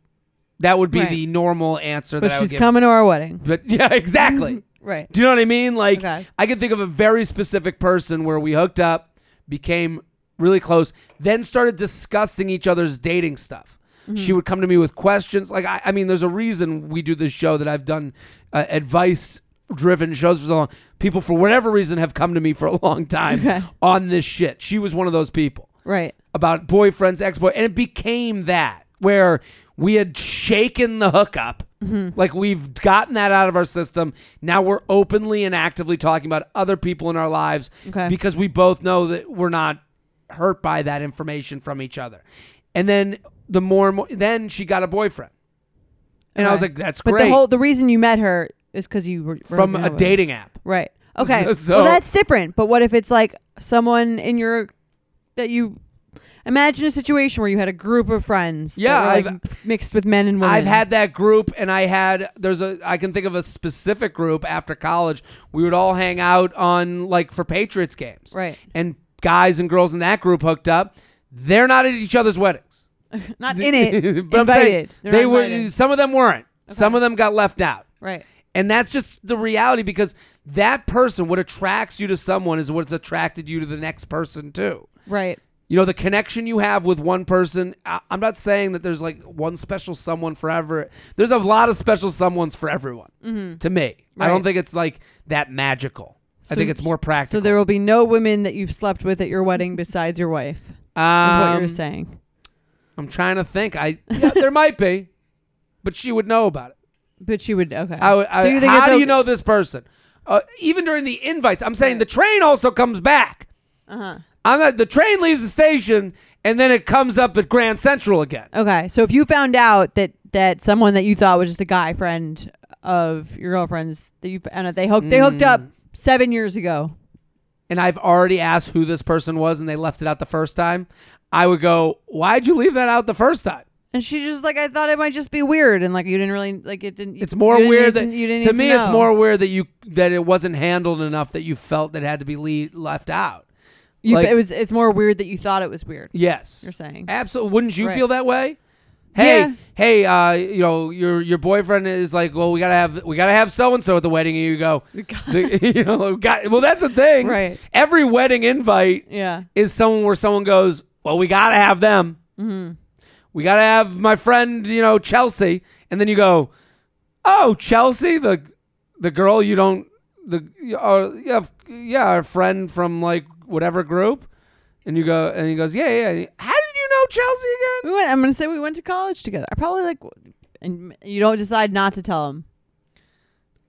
Speaker 1: That would be
Speaker 2: Right.
Speaker 1: the normal answer
Speaker 2: but
Speaker 1: that I would
Speaker 2: she's
Speaker 1: give.
Speaker 2: coming to our wedding.
Speaker 1: but yeah, *laughs* exactly.
Speaker 2: Right.
Speaker 1: Do you know what I mean? Like
Speaker 2: Okay.
Speaker 1: I can think of a very specific person where we hooked up, became really close, then started discussing each other's dating stuff. She
Speaker 2: Mm-hmm.
Speaker 1: would come to me with questions. Like I, I mean, there's a reason we do this show that I've done uh, advice driven shows for so long. People for whatever reason have come to me for a long time
Speaker 2: Okay.
Speaker 1: on this shit. She was one of those people
Speaker 2: Right.
Speaker 1: about boyfriends, ex boy, and it became that where we had shaken the hookup.
Speaker 2: Mm-hmm.
Speaker 1: Like we've gotten that out of our system. Now we're openly and actively talking about other people in our lives
Speaker 2: Okay.
Speaker 1: because we both know that we're not hurt by that information from each other. And then the more and more, then she got a boyfriend, and I was
Speaker 2: Okay.
Speaker 1: like, "That's
Speaker 2: But
Speaker 1: great."
Speaker 2: the whole the reason you met her is because you were were
Speaker 1: from
Speaker 2: hooking
Speaker 1: a
Speaker 2: up with-
Speaker 1: dating app.
Speaker 2: Right. Okay.
Speaker 1: *laughs* So-
Speaker 2: well, that's different. But what if it's like someone in your that you imagine a situation where you had a group of friends? that
Speaker 1: Yeah,
Speaker 2: were, like,
Speaker 1: I've-
Speaker 2: mixed with men and women.
Speaker 1: I've had that group, and I had there's a I can think of a specific group after college. We would all hang out on like for Patriots games,
Speaker 2: Right.
Speaker 1: And guys and girls in that group hooked up. They're not at each other's weddings,
Speaker 2: not in
Speaker 1: *laughs*
Speaker 2: it,
Speaker 1: but I'm saying
Speaker 2: invited. They're
Speaker 1: they
Speaker 2: not
Speaker 1: were.
Speaker 2: invited.
Speaker 1: Some of them weren't. Some of them got left out.
Speaker 2: right.
Speaker 1: And that's just the reality because that person, what attracts you to someone, is what's attracted you to the next person too.
Speaker 2: Right.
Speaker 1: You know, the connection you have with one person, I- I'm not saying that there's like one special someone forever. There's a lot of special someones for everyone to me. I don't
Speaker 2: Mm-hmm. Right.
Speaker 1: think it's like that magical. I
Speaker 2: So-
Speaker 1: think it's more practical.
Speaker 2: So there will be no women that you've slept with at your wedding besides your wife. Is what
Speaker 1: Um,
Speaker 2: you're saying.
Speaker 1: I'm trying to think. I yeah, There might be, but she would know about it.
Speaker 2: But she would okay.
Speaker 1: I, would- I,
Speaker 2: so you think
Speaker 1: how
Speaker 2: it's
Speaker 1: do
Speaker 2: okay-
Speaker 1: you know this person? Uh, even during the invites, I'm saying the train also comes back.
Speaker 2: Uh-huh.
Speaker 1: I'm not, the train leaves the station and then it comes up at Grand Central again.
Speaker 2: Okay, so if you found out that that someone that you thought was just a guy friend of your girlfriend's that you found out they hooked they hooked
Speaker 1: Mm.
Speaker 2: up seven years ago.
Speaker 1: and I've already asked who this person was and they left it out the first time, I would go, "Why'd you leave that out the first time?"
Speaker 2: And she just like I thought it might just be weird and like you didn't really like it didn't.
Speaker 1: It's more
Speaker 2: you didn't
Speaker 1: weird
Speaker 2: need
Speaker 1: that
Speaker 2: to, you didn't
Speaker 1: to
Speaker 2: need
Speaker 1: me it's
Speaker 2: know.
Speaker 1: more weird that you that it wasn't handled enough that you felt that it had to be le- left out.
Speaker 2: You,
Speaker 1: like-
Speaker 2: it was it's more weird that you thought it was weird.
Speaker 1: Yes. *laughs*
Speaker 2: You're saying
Speaker 1: Absolutely. Wouldn't you
Speaker 2: Right.
Speaker 1: feel that way? Hey,
Speaker 2: Yeah.
Speaker 1: hey, uh, you know, your your boyfriend is like, "Well, we got to have we got to have so and so at the wedding." And you go, *laughs* the- you know, got, well, that's the thing.
Speaker 2: Right.
Speaker 1: Every wedding invite
Speaker 2: yeah
Speaker 1: is someone where someone goes, "Well, we gotta have them.
Speaker 2: Mm-hmm.
Speaker 1: We gotta have my friend, you know, Chelsea." And then you go, "Oh, Chelsea, the the girl you don't the uh, yeah f- yeah our friend from like whatever group." And you go, and he goes, "Yeah, yeah. yeah. How did you know Chelsea again?"
Speaker 2: we went. I'm gonna say we went to college together. I probably like and you don't decide not to tell him. You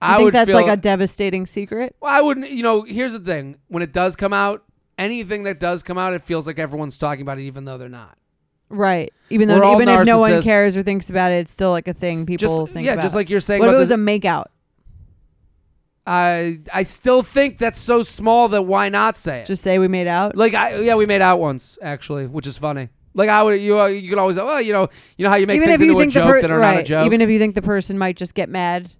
Speaker 1: I
Speaker 2: think
Speaker 1: would
Speaker 2: that's
Speaker 1: feel,
Speaker 2: like a devastating secret.
Speaker 1: Well, I wouldn't. You know, here's the thing: when it does come out, anything that does come out, it feels like everyone's talking about it, even though they're not.
Speaker 2: Right. Even though
Speaker 1: We're all
Speaker 2: even if no one
Speaker 1: narcissists.
Speaker 2: cares or thinks about it, it's still like a thing people
Speaker 1: just
Speaker 2: think
Speaker 1: yeah,
Speaker 2: about.
Speaker 1: just like you're saying
Speaker 2: what if
Speaker 1: about
Speaker 2: it
Speaker 1: this-
Speaker 2: was a makeout?
Speaker 1: I I still think that's so small that why not say it?
Speaker 2: Just say we made out.
Speaker 1: like I yeah, we made out once actually, which is funny. Like I would you uh, you could always well you know you know how you make
Speaker 2: even
Speaker 1: things
Speaker 2: if you
Speaker 1: into a
Speaker 2: think
Speaker 1: joke
Speaker 2: the per-
Speaker 1: that are
Speaker 2: right,
Speaker 1: not a joke.
Speaker 2: Even if you think the person might just get mad.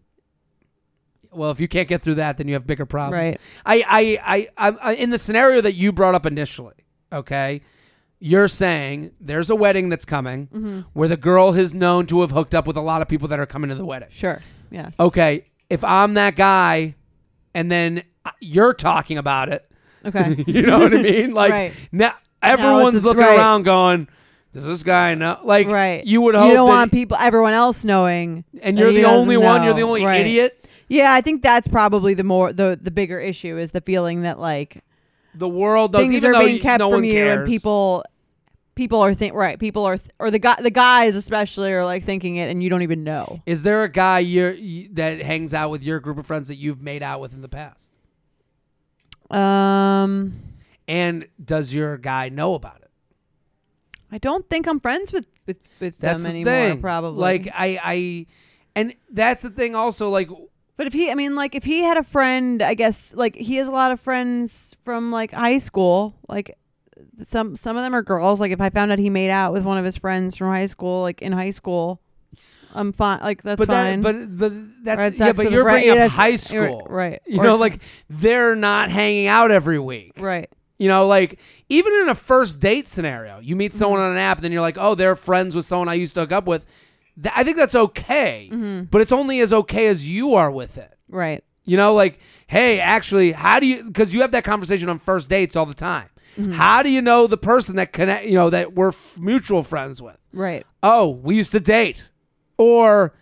Speaker 1: well, if you can't get through that, then you have bigger problems.
Speaker 2: Right.
Speaker 1: I I I, I, I in the scenario that you brought up initially, okay. You're saying there's a wedding that's coming
Speaker 2: Mm-hmm.
Speaker 1: where the girl is known to have hooked up with a lot of people that are coming to the wedding.
Speaker 2: Sure. Yes.
Speaker 1: Okay, if I'm that guy, and then uh, you're talking about it,
Speaker 2: Okay.
Speaker 1: *laughs* you know what I mean? Like
Speaker 2: *laughs* Right.
Speaker 1: now,
Speaker 2: Now
Speaker 1: everyone's
Speaker 2: it's a-
Speaker 1: looking
Speaker 2: right.
Speaker 1: around going, Does this guy know? Like,
Speaker 2: right.
Speaker 1: you would hope
Speaker 2: you don't
Speaker 1: that-
Speaker 2: want people, everyone else knowing,
Speaker 1: and
Speaker 2: that
Speaker 1: you're
Speaker 2: he
Speaker 1: the
Speaker 2: doesn't
Speaker 1: only one. You're the
Speaker 2: know.
Speaker 1: only
Speaker 2: Right.
Speaker 1: idiot.
Speaker 2: Yeah, I think that's probably the more the the bigger issue is the feeling that like
Speaker 1: The world doesn't.
Speaker 2: things
Speaker 1: even
Speaker 2: are
Speaker 1: though
Speaker 2: being
Speaker 1: you-
Speaker 2: kept
Speaker 1: no
Speaker 2: from
Speaker 1: one
Speaker 2: you and
Speaker 1: cares.
Speaker 2: people people are think right people are th- or the guy the guys especially are like thinking it and you don't even know
Speaker 1: Is there a guy you're, you, that hangs out with your group of friends that you've made out with in the past?
Speaker 2: um
Speaker 1: And does your guy know about it?
Speaker 2: i don't think i'm friends with with, with
Speaker 1: That's
Speaker 2: them
Speaker 1: the
Speaker 2: anymore
Speaker 1: thing.
Speaker 2: probably
Speaker 1: Like I, I, and that's the thing. Also, like
Speaker 2: but if he i mean like if he had a friend i guess like he has a lot of friends from like high school like some some of them are girls like if i found out he made out with one of his friends from high school like in high school i'm fine like that's
Speaker 1: but
Speaker 2: fine
Speaker 1: That, but but
Speaker 2: Or had
Speaker 1: that's yeah.
Speaker 2: sex
Speaker 1: But
Speaker 2: with a
Speaker 1: you're
Speaker 2: friend.
Speaker 1: bringing
Speaker 2: Yeah,
Speaker 1: up
Speaker 2: that's-
Speaker 1: high
Speaker 2: you're-
Speaker 1: school,
Speaker 2: right
Speaker 1: You
Speaker 2: Or-
Speaker 1: know, like they're not hanging out every week.
Speaker 2: right
Speaker 1: You know, like even in a first date scenario, you
Speaker 2: Mm-hmm.
Speaker 1: meet someone on an app, and then you're like, oh, they're friends with someone I used to hook up with. Th- I think that's okay,
Speaker 2: Mm-hmm.
Speaker 1: but it's only as okay as you are with it.
Speaker 2: right
Speaker 1: You know, like, hey, actually, how do you? Because you have that conversation on first dates all the time.
Speaker 2: Mm-hmm.
Speaker 1: How do you know the person that connect? You know that we're f- mutual friends with.
Speaker 2: right
Speaker 1: Oh, we used to date, or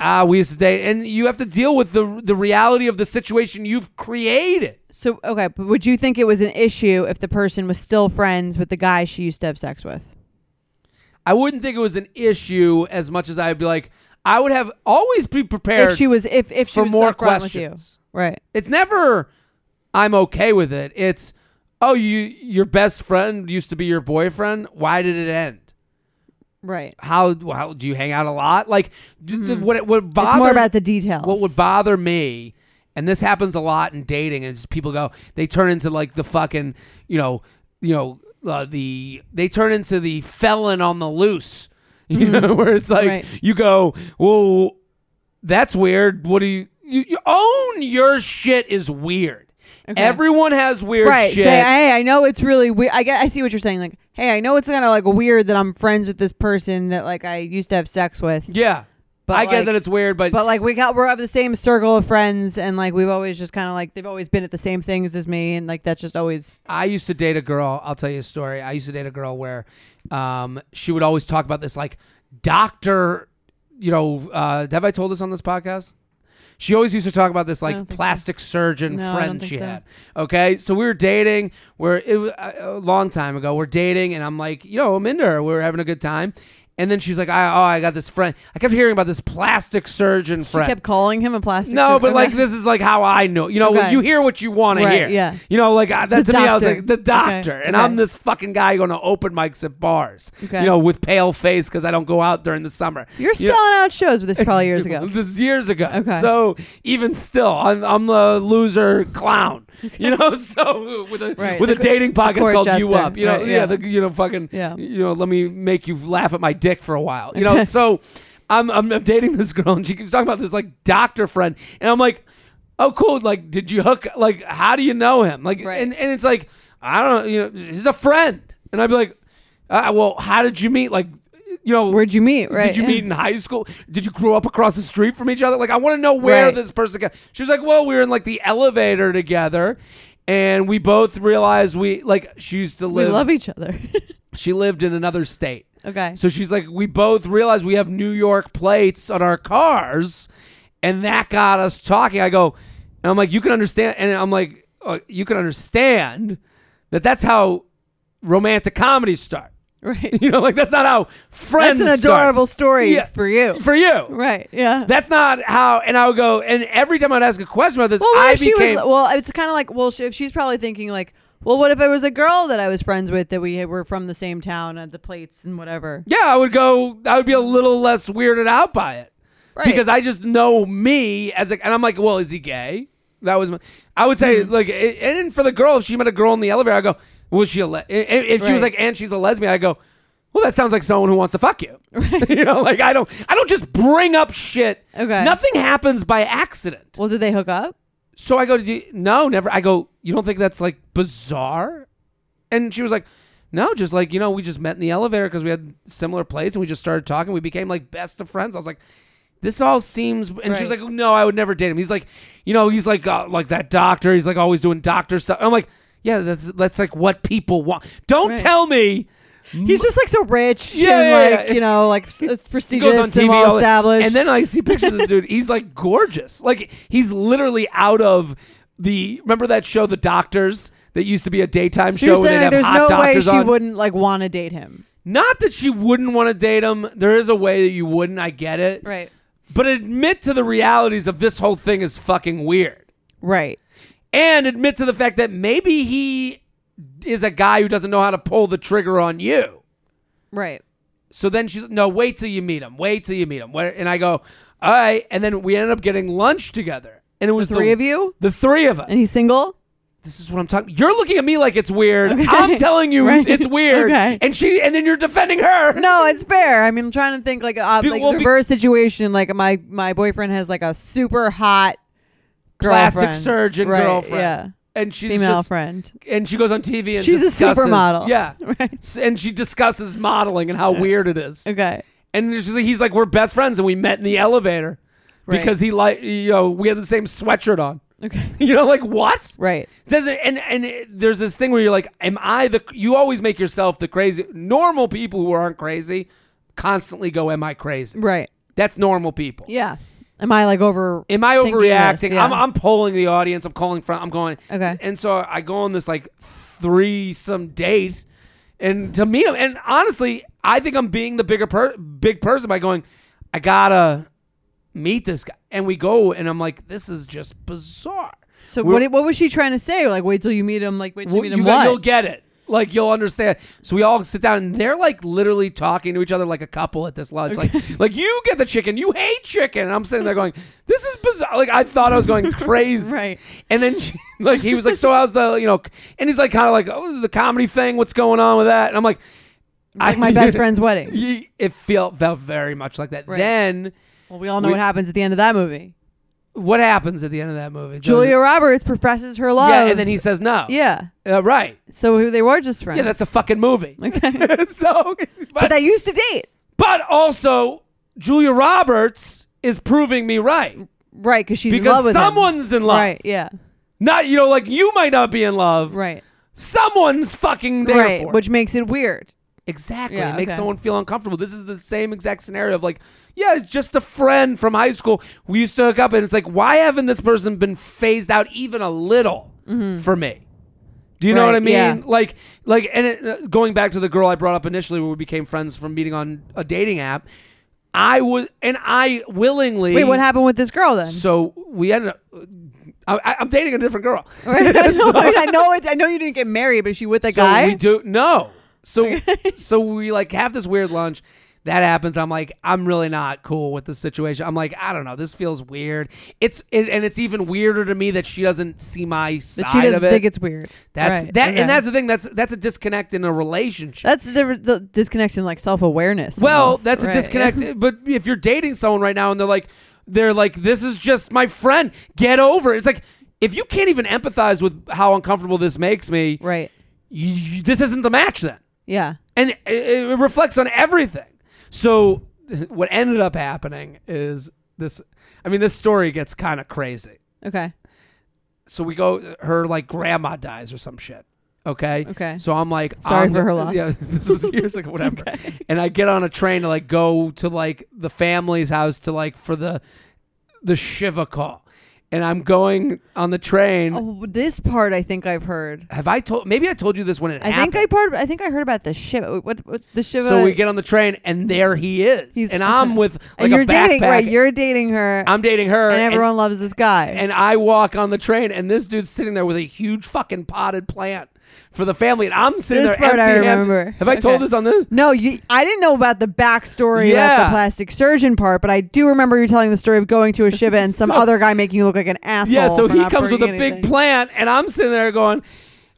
Speaker 1: ah, we used to date, and you have to deal with the the reality of the situation you've created.
Speaker 2: So okay, but would you think it was an issue if the person was still friends with the guy she used to have sex with?
Speaker 1: I wouldn't think it was an issue as much as I'd be like, I would have always be prepared
Speaker 2: if she was, if if she
Speaker 1: for
Speaker 2: was
Speaker 1: more
Speaker 2: upfront
Speaker 1: questions.
Speaker 2: with you, right?
Speaker 1: It's never I'm okay with it. It's oh you your best friend used to be your boyfriend. Why did it end?
Speaker 2: Right.
Speaker 1: How, how do you hang out a lot? Like d- the, what would bother
Speaker 2: Mm-hmm. it's more about the details.
Speaker 1: what would bother me and this happens a lot in dating is people go they turn into like the fucking you know you know uh, the they turn into the felon on the loose *laughs* you know where it's like
Speaker 2: Mm-hmm. Right.
Speaker 1: you go well that's weird what do you, you you own your shit is weird
Speaker 2: Okay.
Speaker 1: everyone has weird
Speaker 2: right?
Speaker 1: shit
Speaker 2: Say, hey, I know it's really weird. I get, I see what you're saying. Like, hey, I know it's kind of like weird that I'm friends with this person that like I used to have sex with.
Speaker 1: yeah
Speaker 2: But,
Speaker 1: i
Speaker 2: like-
Speaker 1: get that it's weird but,
Speaker 2: But like we got, we're of the same circle of friends, and like we've always just kind of like they've always been at the same things as me, and like that's just always
Speaker 1: I used to date a girl. I'll tell you a story. I used to date a girl where um, she would always talk about this like doctor. You know, uh, have I told this on this podcast? She always used to talk about this
Speaker 2: don't
Speaker 1: like
Speaker 2: think so.
Speaker 1: plastic surgeon
Speaker 2: No, I don't
Speaker 1: friend
Speaker 2: think
Speaker 1: she
Speaker 2: so.
Speaker 1: had. Okay, so we were dating. We're it was uh, a long time ago. We're dating, and I'm like, you know, I'm into her. We're having a good time. And then she's like, I, oh, I got this friend. I kept hearing about this plastic surgeon
Speaker 2: she
Speaker 1: friend.
Speaker 2: kept calling him a plastic.
Speaker 1: No,
Speaker 2: surgeon.
Speaker 1: but like
Speaker 2: Okay.
Speaker 1: this is like how I know. You know,
Speaker 2: Okay.
Speaker 1: you hear what you want to
Speaker 2: Right,
Speaker 1: hear.
Speaker 2: yeah.
Speaker 1: You know, like I, that
Speaker 2: The
Speaker 1: to me, I was
Speaker 2: doctor.
Speaker 1: like the
Speaker 2: Okay,
Speaker 1: doctor, and
Speaker 2: okay.
Speaker 1: I'm this fucking guy going to open mics at bars.
Speaker 2: Okay.
Speaker 1: You know, with pale face because I don't go out during the summer.
Speaker 2: you're
Speaker 1: You know-
Speaker 2: selling out shows, but this is probably years ago.
Speaker 1: *laughs* this is years ago.
Speaker 2: Okay.
Speaker 1: So even still, I'm I'm the loser clown.
Speaker 2: *laughs*
Speaker 1: You know, so with a
Speaker 2: Right.
Speaker 1: with
Speaker 2: The
Speaker 1: a dating podcast
Speaker 2: court
Speaker 1: called "You
Speaker 2: jester.
Speaker 1: Up." You know,
Speaker 2: Right,
Speaker 1: yeah,
Speaker 2: yeah.
Speaker 1: the, you know, fucking,
Speaker 2: Yeah.
Speaker 1: you know, let me make you laugh at my dick for a while. You know, so I'm, I'm I'm dating this girl and she keeps talking about this like doctor friend, and I'm like, oh cool, like did you hook? Like how do you know him? Like
Speaker 2: Right.
Speaker 1: and and it's like I don't know, you know, he's a friend, and I'd be like, uh, well, how did you meet? Like. You know,
Speaker 2: Where'd you meet? Right.
Speaker 1: did you
Speaker 2: yeah.
Speaker 1: meet in high school? Did you grow up across the street from each other? Like, I want to know where
Speaker 2: Right.
Speaker 1: this person got. She was like, well, we were in like the elevator together, and we both realized we like she used to
Speaker 2: *laughs* We
Speaker 1: live.
Speaker 2: love each other. *laughs*
Speaker 1: she lived in another state,
Speaker 2: okay.
Speaker 1: so she's like, we both realized we have New York plates on our cars, and that got us talking. I go, and I'm like, you can understand, and I'm like, uh, you can understand that that's how romantic comedies start. *laughs*
Speaker 2: Right. *laughs*
Speaker 1: You know, like that's not how friends.
Speaker 2: That's an adorable
Speaker 1: starts.
Speaker 2: story
Speaker 1: Yeah. *laughs*
Speaker 2: for you.
Speaker 1: For you,
Speaker 2: right. Yeah.
Speaker 1: that's not how. And I would go, and every time I'd ask a question about this,
Speaker 2: well, what
Speaker 1: I
Speaker 2: if she
Speaker 1: became.
Speaker 2: was? Well, it's kind of like well, she, if she's probably thinking like, well, what if it was a girl that I was friends with that we had- were from the same town at the plates and whatever.
Speaker 1: yeah, I would go. I would be a little less weirded out by it
Speaker 2: Right.
Speaker 1: because I just know me as a. And I'm like, well, is he gay? That was. My, I would say
Speaker 2: Hmm.
Speaker 1: like, a- and for the girl, if she met a girl in the elevator, I go, was she a? Le-? and- and If she was
Speaker 2: Right.
Speaker 1: like, and she's a lesbian, I go. Well, that sounds like someone who wants to fuck you. *laughs* you know, like I don't, I don't just bring up shit.
Speaker 2: Okay.
Speaker 1: Nothing happens by accident.
Speaker 2: well, did they hook up?
Speaker 1: So I go, "Do you- no, never. I go, you don't think that's like bizarre? And she was like, no, just like, you know, we just met in the elevator because we had similar plates and we just started talking. We became like best of friends. I was like, this all seems. And she was
Speaker 2: Right.
Speaker 1: like, no, I would never date him. He's like, you know, he's like, uh, like that doctor. He's like always doing doctor stuff. I'm like, yeah, that's, that's like what people want. Don't
Speaker 2: Right.
Speaker 1: tell me
Speaker 2: He's just like so rich.
Speaker 1: Mm. Yeah,
Speaker 2: and,
Speaker 1: yeah,
Speaker 2: like
Speaker 1: yeah.
Speaker 2: you know, like s- it's
Speaker 1: He
Speaker 2: prestigious
Speaker 1: goes on
Speaker 2: and
Speaker 1: TV,
Speaker 2: well
Speaker 1: all that.
Speaker 2: established.
Speaker 1: and then I see pictures of this dude. He's like gorgeous. Like he's literally out of the. Remember that show, The Doctors, that used to be a daytime
Speaker 2: So you're
Speaker 1: show where
Speaker 2: saying
Speaker 1: they'd have
Speaker 2: there's
Speaker 1: hot
Speaker 2: no way
Speaker 1: doctors
Speaker 2: she
Speaker 1: on.
Speaker 2: wouldn't like want to date him,
Speaker 1: Not that she wouldn't want to date him. There is a way that you wouldn't. I get it.
Speaker 2: right?
Speaker 1: But admit to the realities of this whole thing is fucking weird.
Speaker 2: Right.
Speaker 1: and admit to the fact that maybe he is a guy who doesn't know how to pull the trigger on you.
Speaker 2: Right.
Speaker 1: So then she's no, wait till you meet him. Wait till you meet him. Where- And I go, all right. And then we ended up getting lunch together, and it was
Speaker 2: Three of you,
Speaker 1: the three of us.
Speaker 2: and he's single.
Speaker 1: this is what I'm talking. You're looking at me like it's weird.
Speaker 2: Okay.
Speaker 1: I'm telling you,
Speaker 2: *laughs* Right.
Speaker 1: it's weird.
Speaker 2: Okay.
Speaker 1: And she, and then you're defending her.
Speaker 2: No, it's fair. I mean, I'm trying to think like uh,
Speaker 1: Be-
Speaker 2: like
Speaker 1: well, be-
Speaker 2: reverse situation. Like my my boyfriend has like a super hot girlfriend,
Speaker 1: Plastic surgeon
Speaker 2: Right,
Speaker 1: girlfriend.
Speaker 2: yeah,
Speaker 1: And she's
Speaker 2: female
Speaker 1: just,
Speaker 2: friend. *laughs*
Speaker 1: and she goes on TV and
Speaker 2: She's a
Speaker 1: discusses-
Speaker 2: supermodel.
Speaker 1: Yeah.
Speaker 2: Right.
Speaker 1: S- And she discusses modeling and how weird it is.
Speaker 2: Okay,
Speaker 1: And it's just like- he's like, we're best friends, and we met in the elevator
Speaker 2: Right.
Speaker 1: because he like, you know, we had the same sweatshirt on. *laughs*
Speaker 2: okay,
Speaker 1: You know, like what?
Speaker 2: right,
Speaker 1: Doesn't and and it- there's this thing where you're like, am I the? You always make yourself the crazy. Normal people who aren't crazy constantly go, am I crazy?
Speaker 2: right.
Speaker 1: That's normal people.
Speaker 2: Yeah. Am I like over?
Speaker 1: Am I
Speaker 2: thinking this?
Speaker 1: overreacting?
Speaker 2: Yeah.
Speaker 1: I'm, I'm polling the audience. I'm calling from. I'm going.
Speaker 2: Okay.
Speaker 1: And so I go on this like threesome date, and to me, and honestly, I think I'm being the bigger per- big person by going. I gotta meet this guy, and we go, and I'm like, this is just bizarre.
Speaker 2: so
Speaker 1: we're-
Speaker 2: what? What was she trying to say? Like, wait till you meet him. Like, wait till you meet him.
Speaker 1: you
Speaker 2: what?
Speaker 1: will get it. Like you'll understand. So we all sit down, and they're like literally talking to each other like a couple at this lunch. Like, like you get the chicken, you hate chicken. And I'm sitting there going, "This is bizarre." Like I thought I was
Speaker 2: *laughs*
Speaker 1: going crazy.
Speaker 2: Right.
Speaker 1: And then she, like he was like, "So how's the you know?" And he's like, kind of like, "Oh, the comedy thing. What's going on with that?" And I'm like, *laughs*
Speaker 2: like my best friend's wedding.
Speaker 1: Ye- It felt felt very much like that.
Speaker 2: Right.
Speaker 1: Then
Speaker 2: Well, we all know
Speaker 1: We-
Speaker 2: what happens at the end of that movie.
Speaker 1: what happens at the end of that movie?
Speaker 2: Julia Roberts professes her love.
Speaker 1: Yeah, and then he says no.
Speaker 2: Yeah.
Speaker 1: Uh, right.
Speaker 2: So they were just friends.
Speaker 1: Yeah, that's a fucking movie. Okay. *laughs* so,
Speaker 2: But
Speaker 1: but,
Speaker 2: they used to date.
Speaker 1: but also, Julia Roberts is proving me right
Speaker 2: Right, because she's in love
Speaker 1: because
Speaker 2: with him.
Speaker 1: someone's in love.
Speaker 2: Right, yeah.
Speaker 1: Not you know, like you might not be in love.
Speaker 2: Right.
Speaker 1: Someone's fucking there
Speaker 2: right.
Speaker 1: for. it.
Speaker 2: Which makes it weird.
Speaker 1: exactly.
Speaker 2: Yeah,
Speaker 1: it makes
Speaker 2: okay.
Speaker 1: someone feel uncomfortable. This is the same exact scenario of like, yeah, it's just a friend from high school. We used to hook up, and it's like, why haven't this person been phased out even a little for me? Do you know
Speaker 2: Mm-hmm. Right,
Speaker 1: what I mean?
Speaker 2: yeah.
Speaker 1: Like, like, and it, uh, going back to the girl I brought up initially, where we became friends from meeting on a dating app. I would, and I willingly.
Speaker 2: Wait, what happened with this girl then?
Speaker 1: So we ended up. I, I- I'm dating a different girl.
Speaker 2: *laughs* *laughs*
Speaker 1: *laughs*
Speaker 2: Right? I, know, I know it. I know you didn't get married, but is she with a
Speaker 1: so
Speaker 2: guy.
Speaker 1: we do no.
Speaker 2: *laughs*
Speaker 1: So so we like have this weird lunch. That happens. I'm like, I'm really not cool with the situation. I'm like, I don't know. This feels weird. It's it, and it's even weirder to me that she doesn't see my side
Speaker 2: that she doesn't
Speaker 1: of it.
Speaker 2: think it's weird.
Speaker 1: that's
Speaker 2: Right,
Speaker 1: that,
Speaker 2: okay.
Speaker 1: and that's the thing. That's that's a disconnect in a relationship.
Speaker 2: that's the, difference- the disconnect in like self awareness.
Speaker 1: Well, that's a disconnect. *laughs* but if you're dating someone right now and they're like, they're like, this is just my friend. Get over it. It's like if you can't even empathize with how uncomfortable this makes me,
Speaker 2: *laughs* Right.
Speaker 1: you, you- this isn't the match then,
Speaker 2: Yeah.
Speaker 1: and it, it reflects on everything. So *laughs* what ended up happening is this. I mean, this story gets kind of crazy.
Speaker 2: Okay.
Speaker 1: So we go. Her like grandma dies or some shit. Okay.
Speaker 2: Okay.
Speaker 1: So I'm like,
Speaker 2: Sorry
Speaker 1: I'm
Speaker 2: for her
Speaker 1: gonna-
Speaker 2: loss.
Speaker 1: Yeah, *laughs* this was years ago,
Speaker 2: *laughs*
Speaker 1: whatever. And I get on a train to like go to like the family's house to like for the the shiva call, and I'm going on the train.
Speaker 2: Oh, this part I think I've heard.
Speaker 1: Have I told? Maybe I told you this when it
Speaker 2: I
Speaker 1: happened.
Speaker 2: think I part. I think I heard about the Shiva. What, what the Shiva?
Speaker 1: So we get on the train, and there he is,
Speaker 2: He's-
Speaker 1: and
Speaker 2: *laughs*
Speaker 1: I'm with like
Speaker 2: and you're
Speaker 1: a backpack.
Speaker 2: dating right. You're dating her,
Speaker 1: I'm dating her,
Speaker 2: and everyone loves this guy.
Speaker 1: and I walk on the train, and this dude's sitting there with a huge fucking potted plant for the family, and I'm sitting
Speaker 2: This
Speaker 1: there
Speaker 2: part I
Speaker 1: empty
Speaker 2: remember.
Speaker 1: Have I told
Speaker 2: Okay.
Speaker 1: this on this?
Speaker 2: No, you. I didn't know about the backstory about
Speaker 1: Yeah.
Speaker 2: the plastic surgeon part, but I do remember you telling the story of going to a shiva and some
Speaker 1: *laughs* So-
Speaker 2: other guy making you look like an asshole.
Speaker 1: Yeah, so
Speaker 2: for
Speaker 1: he
Speaker 2: not
Speaker 1: comes with a
Speaker 2: bringing
Speaker 1: big
Speaker 2: anything.
Speaker 1: plant, and I'm sitting there going,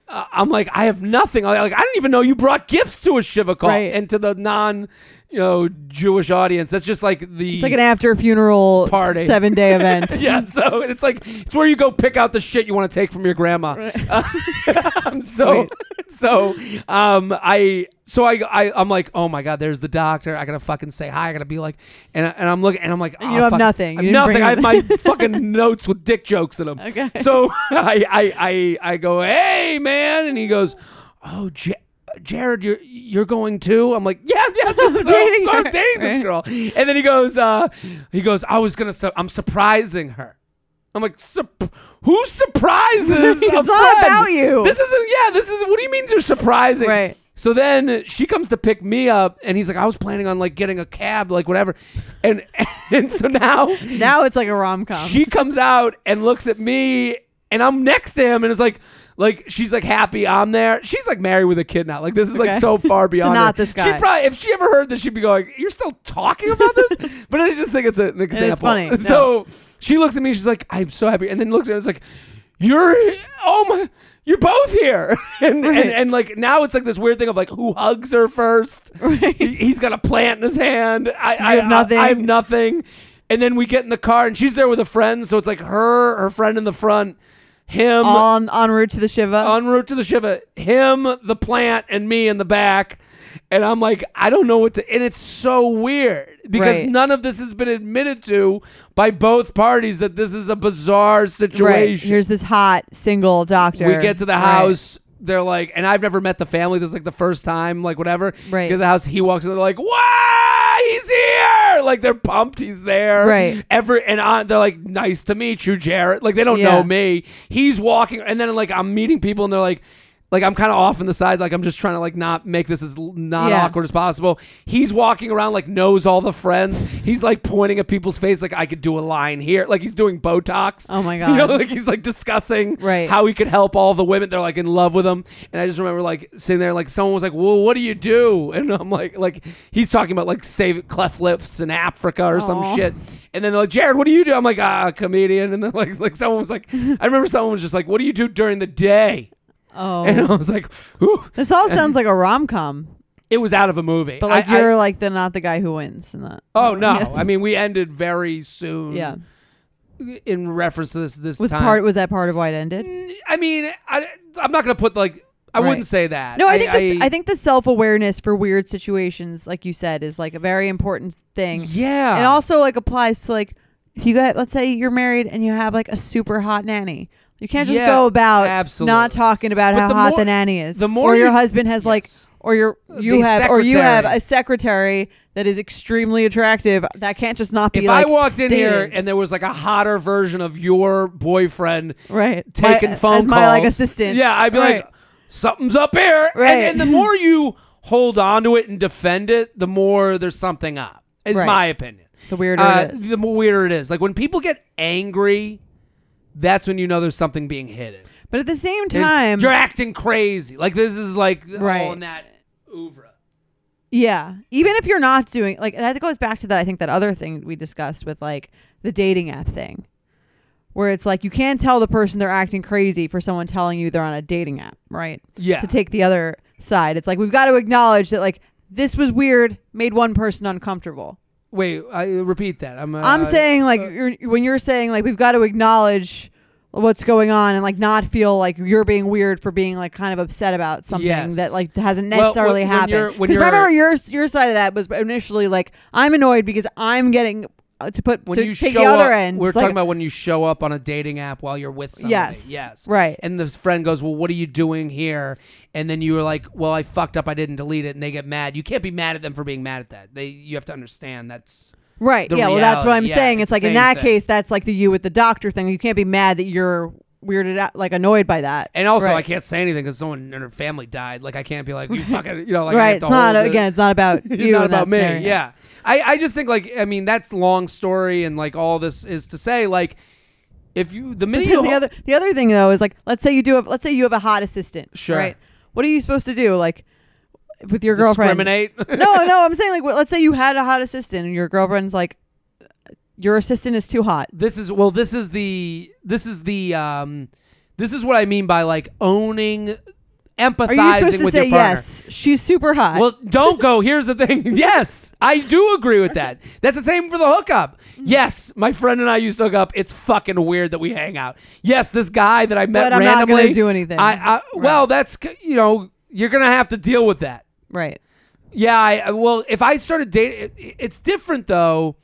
Speaker 1: uh, I'm like, I have nothing. I- Like, I didn't even know you brought gifts to a shiva call
Speaker 2: Right.
Speaker 1: and to the non, you know, Jewish audience. That's just like the
Speaker 2: It's like an after funeral
Speaker 1: Party. *laughs*
Speaker 2: seven day event.
Speaker 1: yeah, so it's like it's where you go pick out the shit you want to take from your grandma. *laughs* Uh, I'm so so um I so I, I I'm like oh my god there's the doctor I gotta fucking say hi I gotta be like and I- and I'm looking and I'm like
Speaker 2: And
Speaker 1: "Oh,
Speaker 2: you have
Speaker 1: fuck."
Speaker 2: nothing.
Speaker 1: I
Speaker 2: You
Speaker 1: have
Speaker 2: didn't bring
Speaker 1: nothing I have
Speaker 2: *laughs*
Speaker 1: my *laughs* fucking notes with dick jokes in them *laughs*
Speaker 2: Okay.
Speaker 1: so I I I I go hey man and he goes oh J- Jared, you're you're going too? I'm like, yeah,
Speaker 2: *laughs*
Speaker 1: yeah, this is-
Speaker 2: Dating
Speaker 1: I'm
Speaker 2: her.
Speaker 1: dating this girl. And then he goes, uh, he goes, I was gonna, su- I'm surprising her. I'm like, Sup- who surprises? a
Speaker 2: *laughs* It's all
Speaker 1: friend?
Speaker 2: about you.
Speaker 1: This isn't, yeah, this is. What do you mean you're surprising?
Speaker 2: Right.
Speaker 1: So then she comes to pick me up, and he's like, I was planning on like getting a cab, like whatever. And *laughs* and so now
Speaker 2: Now it's like a rom com.
Speaker 1: she comes out and looks at me and I'm next to him and it's like like she's like happy I'm there. She's like married with a kid now. Like this is like
Speaker 2: Okay.
Speaker 1: so
Speaker 2: *laughs*
Speaker 1: far beyond.
Speaker 2: not
Speaker 1: her.
Speaker 2: this guy.
Speaker 1: She probably if she ever heard this, she'd be going, "You're still talking about
Speaker 2: *laughs*
Speaker 1: this." but I just think it's a, an example.
Speaker 2: funny. No.
Speaker 1: So she looks at me. She's like, "I'm so happy," and then looks at us like, "You're oh my." You're both here, *laughs* and,
Speaker 2: Right.
Speaker 1: and and like now it's like this weird thing of like who hugs her first.
Speaker 2: Right.
Speaker 1: He, he's got a plant in his hand. I, I
Speaker 2: have nothing.
Speaker 1: I, I have nothing. And then we get in the car, and she's there with a friend. So it's like her, her friend in the front, him
Speaker 2: On en route to the Shiva.
Speaker 1: en route to the Shiva, him, the plant, and me in the back. And I'm like, I don't know what to. And it's so weird because
Speaker 2: Right.
Speaker 1: none of this has been admitted to by both parties that this is a bizarre
Speaker 2: right.
Speaker 1: situation.
Speaker 2: Here's this hot single doctor.
Speaker 1: We get to the
Speaker 2: Right.
Speaker 1: house. They're like, and I've never met the family. This is like the first time, like whatever.
Speaker 2: Right.
Speaker 1: Get to the house. He walks in. They're like, "Wow, he's here!" Like they're pumped. He's there.
Speaker 2: Right.
Speaker 1: Every and I, they're like, "Nice to meet you, Jared." Like they don't
Speaker 2: Yeah.
Speaker 1: know me. He's walking, and then like I'm meeting people, and they're like. Like I'm kind of off in the side, like I'm just trying to like not make this as l- not
Speaker 2: Yeah.
Speaker 1: awkward as possible. He's walking around like knows all the friends. He's like pointing at people's face, like I could do a line here, like he's doing Botox.
Speaker 2: Oh my
Speaker 1: *laughs* You know,
Speaker 2: God.
Speaker 1: like he's like discussing
Speaker 2: Right.
Speaker 1: how he could help all the women. They're like in love with him, and I just remember like sitting there, like someone was like, "Well, what do you do?" And I'm like, like he's talking about like save cleft lips in Africa or
Speaker 2: Aw.
Speaker 1: some shit. And then they're like, Jared, what do you do? I'm like, ah, comedian. And then like like someone was like, I remember someone was just like, "What do you do during the day?" And *laughs* I
Speaker 2: Oh.
Speaker 1: was like, Ooh.
Speaker 2: This all sounds like a rom com.
Speaker 1: it was out of a movie.
Speaker 2: But like
Speaker 1: I- I-
Speaker 2: you're like the not the guy who wins in that.
Speaker 1: oh no!
Speaker 2: Yeah.
Speaker 1: I mean, we ended very soon.
Speaker 2: *laughs* Yeah.
Speaker 1: In reference to this, this
Speaker 2: Was
Speaker 1: time.
Speaker 2: part was that part of why it ended?
Speaker 1: I mean, I, I'm not gonna put like I
Speaker 2: Right.
Speaker 1: wouldn't say that.
Speaker 2: No, I, think this, I, think the self awareness for weird situations, like you said, is like a very important thing.
Speaker 1: yeah,
Speaker 2: It also like applies to like if you got let's say you're married and you have like a super hot nanny. You can't just
Speaker 1: Yeah,
Speaker 2: go about
Speaker 1: absolutely.
Speaker 2: not talking about
Speaker 1: But
Speaker 2: how
Speaker 1: the
Speaker 2: hot
Speaker 1: more-
Speaker 2: the nanny is.
Speaker 1: the more
Speaker 2: or your
Speaker 1: you-
Speaker 2: husband has like
Speaker 1: Yes. Uh,
Speaker 2: or your you
Speaker 1: The
Speaker 2: have or you have
Speaker 1: secretary.
Speaker 2: a secretary that is extremely attractive. That can't just not be
Speaker 1: if
Speaker 2: like
Speaker 1: I walked in here
Speaker 2: stated.
Speaker 1: and there was like a hotter version of your boyfriend
Speaker 2: right
Speaker 1: taking
Speaker 2: my,
Speaker 1: phone calls,
Speaker 2: as my like assistant.
Speaker 1: yeah, I'd be
Speaker 2: Right.
Speaker 1: like, something's up here.
Speaker 2: Right.
Speaker 1: And, and
Speaker 2: *laughs*
Speaker 1: the more you hold on to it and defend it, the more there's something up. Is
Speaker 2: Right.
Speaker 1: my opinion.
Speaker 2: the weirder
Speaker 1: Uh,
Speaker 2: it is.
Speaker 1: the more weirder it is. Like when people get angry, that's when you know there's something being hidden.
Speaker 2: but at the same
Speaker 1: And
Speaker 2: time,
Speaker 1: You're acting crazy. Like this is like
Speaker 2: Right.
Speaker 1: all in that oeuvre.
Speaker 2: Yeah. Even if you're not doing like and that goes back to that I think that other thing we discussed with like the dating app thing. Where it's like you can't tell the person they're acting crazy for someone telling you they're on a dating app, right?
Speaker 1: Yeah.
Speaker 2: To take the other side. It's like we've got to acknowledge that like this was weird, made one person uncomfortable.
Speaker 1: Wait, I repeat that. I'm. Uh,
Speaker 2: I'm saying like
Speaker 1: uh,
Speaker 2: you're, when you're saying like we've got to acknowledge what's going on and like not feel like you're being weird for being like kind of upset about something
Speaker 1: Yes.
Speaker 2: that like hasn't
Speaker 1: Well, when-
Speaker 2: necessarily
Speaker 1: when you're-
Speaker 2: happened.
Speaker 1: when
Speaker 2: Because
Speaker 1: you're-
Speaker 2: remember your your side of that was initially like I'm annoyed because I'm getting uh, to put
Speaker 1: when
Speaker 2: to
Speaker 1: you
Speaker 2: take
Speaker 1: show
Speaker 2: the other
Speaker 1: up,
Speaker 2: end.
Speaker 1: We're
Speaker 2: It's
Speaker 1: talking
Speaker 2: like,
Speaker 1: about when you show up on a dating app while you're with somebody.
Speaker 2: Yes,
Speaker 1: Yes.
Speaker 2: right.
Speaker 1: And this friend goes, "Well, what are you doing here?" And then you were like, "Well, I fucked up. I didn't delete it." And they get mad. You can't be mad at them for being mad at that. They you have to understand that's
Speaker 2: right.
Speaker 1: the
Speaker 2: yeah, well that's what
Speaker 1: reality.
Speaker 2: I'm
Speaker 1: Yeah,
Speaker 2: saying.
Speaker 1: it's
Speaker 2: It's
Speaker 1: the
Speaker 2: like in
Speaker 1: same
Speaker 2: that
Speaker 1: thing.
Speaker 2: case that's like the you with the doctor thing. You can't be mad that you're weirded out like annoyed by that.
Speaker 1: and also
Speaker 2: Right.
Speaker 1: I can't say anything because someone in her family died. Like I can't be
Speaker 2: *laughs*
Speaker 1: like you fucking you know like I
Speaker 2: right.
Speaker 1: have
Speaker 2: It's
Speaker 1: to
Speaker 2: not
Speaker 1: hold it. *laughs*
Speaker 2: again, it's not about you
Speaker 1: It's not
Speaker 2: in
Speaker 1: about
Speaker 2: that
Speaker 1: me.
Speaker 2: scenario.
Speaker 1: Yeah. I, I just think like I mean that's long story and like all this is to say like if you the
Speaker 2: But
Speaker 1: minute
Speaker 2: then
Speaker 1: you
Speaker 2: the other the other thing though is like let's say you do have let's say you have a hot assistant.
Speaker 1: Sure.
Speaker 2: Right. What are you supposed to do like with your girlfriend?
Speaker 1: discriminate
Speaker 2: *laughs* no, no. I'm saying like what- let's say you had a hot assistant and your girlfriend's like your assistant is too hot.
Speaker 1: this is well this is the this is the um this is what i mean by like owning
Speaker 2: Are you supposed
Speaker 1: empathizing
Speaker 2: to
Speaker 1: with
Speaker 2: say
Speaker 1: your partner
Speaker 2: yes? She's super hot.
Speaker 1: well don't go here's the thing *laughs* yes i do agree with that that's the same for the hookup
Speaker 2: Mm-hmm.
Speaker 1: yes my friend and i used to hook up it's fucking weird that we hang out yes this guy that i met
Speaker 2: But I'm not gonna
Speaker 1: randomly
Speaker 2: do anything.
Speaker 1: i, I well that's c- you know you're gonna have to deal with that *laughs*
Speaker 2: right.
Speaker 1: yeah, I, I- well, if I started dating, it's different though.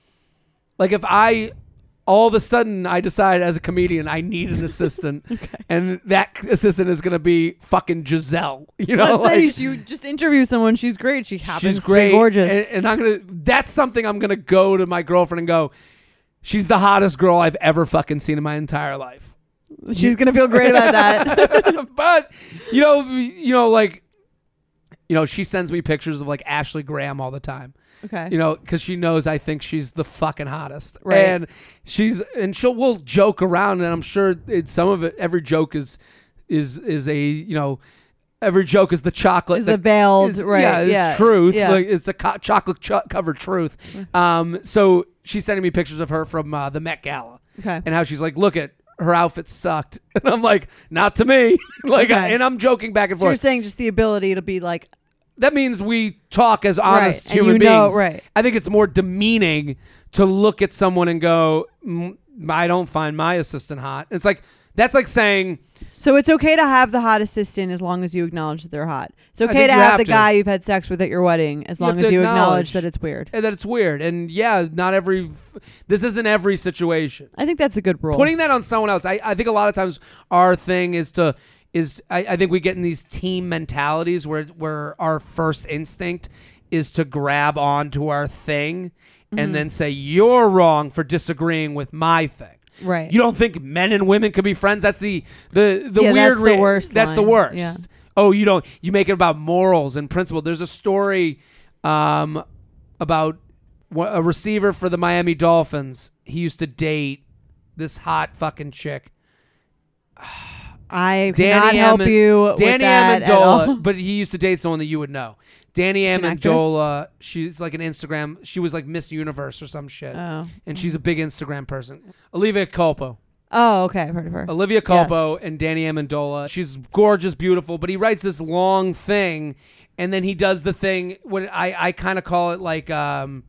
Speaker 1: Like if I all of a sudden I decide as a comedian I need an assistant, and that assistant is going to be fucking Giselle. You know,
Speaker 2: Let's
Speaker 1: like,
Speaker 2: say you just interview someone. She's great. She happens
Speaker 1: she's
Speaker 2: to be
Speaker 1: great,
Speaker 2: gorgeous.
Speaker 1: and, and I'm gonna. That's something I'm gonna go to my girlfriend and go. She's the hottest girl I've ever fucking seen in my entire life. *laughs*
Speaker 2: she's gonna feel great about that. *laughs*
Speaker 1: but you know, you know, like, you know, she sends me pictures of like Ashley Graham all the time.
Speaker 2: okay.
Speaker 1: You know, because she knows I think she's the fucking hottest,
Speaker 2: Right.
Speaker 1: and she's and she'll will joke around, and I'm sure it's some of it. Every joke is is is a you know, every joke is the chocolate.
Speaker 2: Is
Speaker 1: that-
Speaker 2: a veiled, right,
Speaker 1: Yeah, it's
Speaker 2: yeah,
Speaker 1: truth.
Speaker 2: yeah. Mm-hmm.
Speaker 1: Like it's a co- chocolate cho- covered truth. Um, so she's sending me pictures of her from uh, the Met Gala
Speaker 2: okay.
Speaker 1: and how she's like, look at her outfit sucked, *laughs* and I'm like, not to me, *laughs* like,
Speaker 2: Okay.
Speaker 1: and I'm joking back and
Speaker 2: so you're
Speaker 1: forth.
Speaker 2: saying just the ability to be like,
Speaker 1: That means we talk as honest
Speaker 2: Right, and
Speaker 1: human
Speaker 2: you know-
Speaker 1: beings.
Speaker 2: right.
Speaker 1: I think it's more demeaning to look at someone and go, "Mm, I don't find my assistant hot. It's like that's like saying,
Speaker 2: so it's okay to have the hot assistant as long as you acknowledge that they're hot. It's okay
Speaker 1: think
Speaker 2: to
Speaker 1: you
Speaker 2: have,
Speaker 1: have
Speaker 2: the
Speaker 1: to.
Speaker 2: guy you've had sex with at your wedding as
Speaker 1: You
Speaker 2: long
Speaker 1: have
Speaker 2: as
Speaker 1: to
Speaker 2: you
Speaker 1: acknowledge. Uh,
Speaker 2: acknowledge that it's weird.
Speaker 1: that it's weird, and yeah, not every, this isn't every situation.
Speaker 2: I think that's a good rule.
Speaker 1: putting that on someone else I, I think a lot of times our thing is to is I, I think we get in these team mentalities where where our first instinct is to grab onto our thing and then say you're wrong for disagreeing with my thing
Speaker 2: right.
Speaker 1: you don't think men and women could be friends that's the the the
Speaker 2: Yeah,
Speaker 1: weird
Speaker 2: that's the worst
Speaker 1: that's the
Speaker 2: line.
Speaker 1: worst
Speaker 2: Yeah.
Speaker 1: oh you don't you make it about morals and principle there's a story um about wh- a receiver for the Miami Dolphins he used to date this hot fucking chick
Speaker 2: I cannot
Speaker 1: Danny
Speaker 2: help
Speaker 1: Amen-
Speaker 2: you with
Speaker 1: Danny
Speaker 2: that at all.
Speaker 1: Amendola, but he used to date someone that you would know. Danny
Speaker 2: an actress?
Speaker 1: Amendola, she's like an Instagram. She was like Miss Universe or some shit,
Speaker 2: Oh.
Speaker 1: and she's a big Instagram person. Olivia Culpo.
Speaker 2: *laughs* Oh, okay. I've heard of her.
Speaker 1: Olivia Culpo and Danny Amendola. She's gorgeous, beautiful, but he writes this long thing, and then he does the thing. What I I kind of call it like um,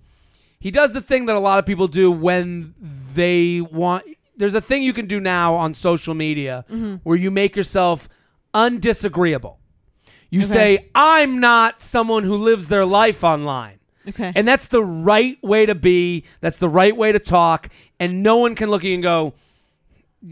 Speaker 1: he does the thing that a lot of people do when they want. There's a thing you can do now on social media where you make yourself undisagreeable. You say, "I'm not someone who lives their life online."
Speaker 2: Okay.
Speaker 1: And that's the right way to be. That's the right way to talk. And no one can look at you and go,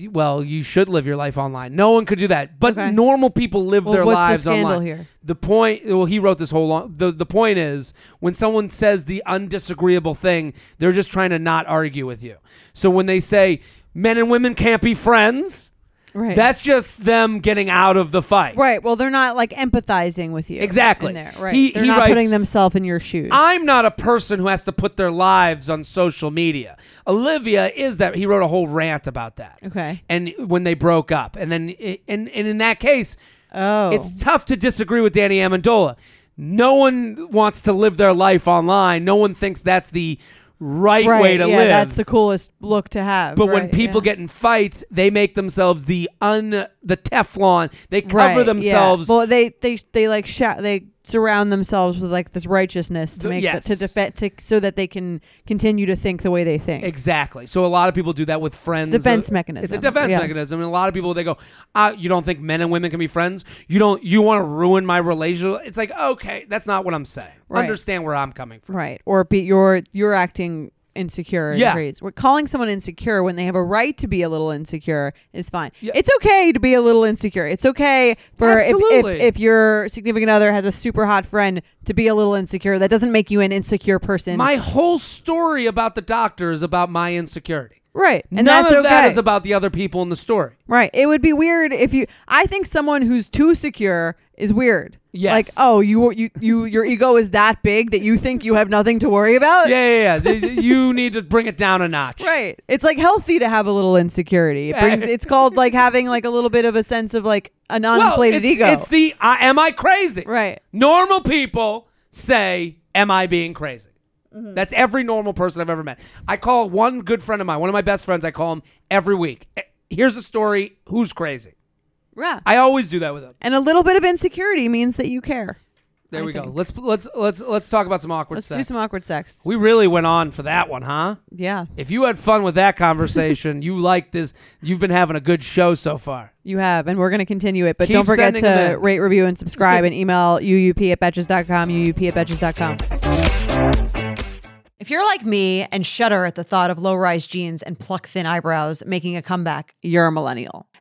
Speaker 1: well, you should live your life online. No one could do that. But
Speaker 2: Okay.
Speaker 1: normal people live
Speaker 2: Well,
Speaker 1: their
Speaker 2: what's the
Speaker 1: lives
Speaker 2: scandal
Speaker 1: online.
Speaker 2: here?
Speaker 1: The point, well, he wrote this whole long. The, the point is, when someone says the undisagreeable thing, they're just trying to not argue with you. So when they say men and women can't be friends,
Speaker 2: right.
Speaker 1: that's just them getting out of the fight.
Speaker 2: right. Well, they're not like empathizing with you.
Speaker 1: Exactly.
Speaker 2: In there. Right.
Speaker 1: He-
Speaker 2: they're
Speaker 1: he
Speaker 2: not
Speaker 1: writes-
Speaker 2: putting themselves in your shoes.
Speaker 1: I'm not a person who has to put their lives on social media. Olivia is that. He wrote a whole rant about that.
Speaker 2: Okay.
Speaker 1: And when they broke up, and then and and in that case,
Speaker 2: Oh.
Speaker 1: it's tough to disagree with Danny Amendola. No one wants to live their life online. No one thinks that's the right,
Speaker 2: right.
Speaker 1: way to
Speaker 2: yeah,
Speaker 1: live.
Speaker 2: That's the coolest look to have.
Speaker 1: but when
Speaker 2: right,
Speaker 1: people
Speaker 2: yeah.
Speaker 1: get in fights, they make themselves the un the Teflon. They cover
Speaker 2: Right, yeah.
Speaker 1: themselves.
Speaker 2: Well, they they they like sha- they surround themselves with like this righteousness to
Speaker 1: Th-
Speaker 2: make
Speaker 1: yes.
Speaker 2: the, to defend to so that they can continue to think the way they think.
Speaker 1: Exactly. So a lot of people do that with friends.
Speaker 2: defense
Speaker 1: Uh, It's a
Speaker 2: mechanism.
Speaker 1: defense
Speaker 2: Yes.
Speaker 1: mechanism, and a lot of people they go, uh, "You don't think men and women can be friends? You don't? You want to ruin my relationship?" It's like, okay, that's not what I'm saying.
Speaker 2: Right.
Speaker 1: Understand where I'm coming from.
Speaker 2: Right. Or be you're you're acting insecure and
Speaker 1: Yeah.
Speaker 2: crazy. We're calling someone insecure when they have a right to be a little insecure is fine.
Speaker 1: Yeah.
Speaker 2: It's okay to be a little insecure. It's okay for if, if
Speaker 1: Absolutely.
Speaker 2: if your significant other has a super hot friend to be a little insecure. That doesn't make you an insecure person.
Speaker 1: My whole story about the doctor is about my insecurity.
Speaker 2: right.
Speaker 1: None
Speaker 2: And that's
Speaker 1: of
Speaker 2: okay.
Speaker 1: that is about the other people in the story.
Speaker 2: right. It would be weird if you I think someone who's too secure is weird.
Speaker 1: Yes.
Speaker 2: Like, oh, you you you your ego is that big that you think you have nothing to worry about?
Speaker 1: Yeah, yeah, yeah. *laughs* Th- th- you need to bring it down a notch.
Speaker 2: Right. It's like healthy to have a little insecurity. It brings. It's called like having like a little bit of a sense of like an
Speaker 1: Well,
Speaker 2: uninflated
Speaker 1: it's,
Speaker 2: ego.
Speaker 1: it's the uh, am I crazy?
Speaker 2: right.
Speaker 1: Normal people say, Am I being crazy?
Speaker 2: Mm-hmm.
Speaker 1: That's every normal person I've ever met. I call one good friend of mine, one of my best friends, I call him every week. Eh, Here's a story who's crazy.
Speaker 2: Yeah.
Speaker 1: I always do that with him.
Speaker 2: and a little bit of insecurity means that you care.
Speaker 1: There
Speaker 2: I
Speaker 1: we go.
Speaker 2: think.
Speaker 1: Let's let's let's let's talk about some awkward
Speaker 2: Let's do
Speaker 1: sex.
Speaker 2: some awkward sex.
Speaker 1: we really went on for that one, huh?
Speaker 2: yeah.
Speaker 1: If you had fun with that conversation, *laughs* you like this, you've been having a good show so far.
Speaker 2: You have, and we're going to continue it. But
Speaker 1: Keep
Speaker 2: don't forget
Speaker 1: sending 'em
Speaker 2: to
Speaker 1: in.
Speaker 2: rate, review, and *laughs* subscribe and email uup at betches.com, uup at betches.com.
Speaker 3: If you're like me and shudder at the thought of low rise jeans and pluck thin eyebrows making a comeback, you're a millennial.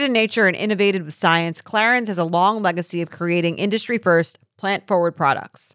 Speaker 3: in nature and innovated with science, Clarins has a long legacy of creating industry first, plant forward products.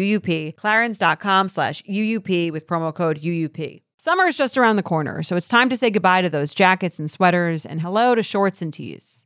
Speaker 3: UUP, clarins.com slash UUP with promo code UUP. Summer is just around the corner, so it's time to say goodbye to those jackets and sweaters and hello to shorts and tees.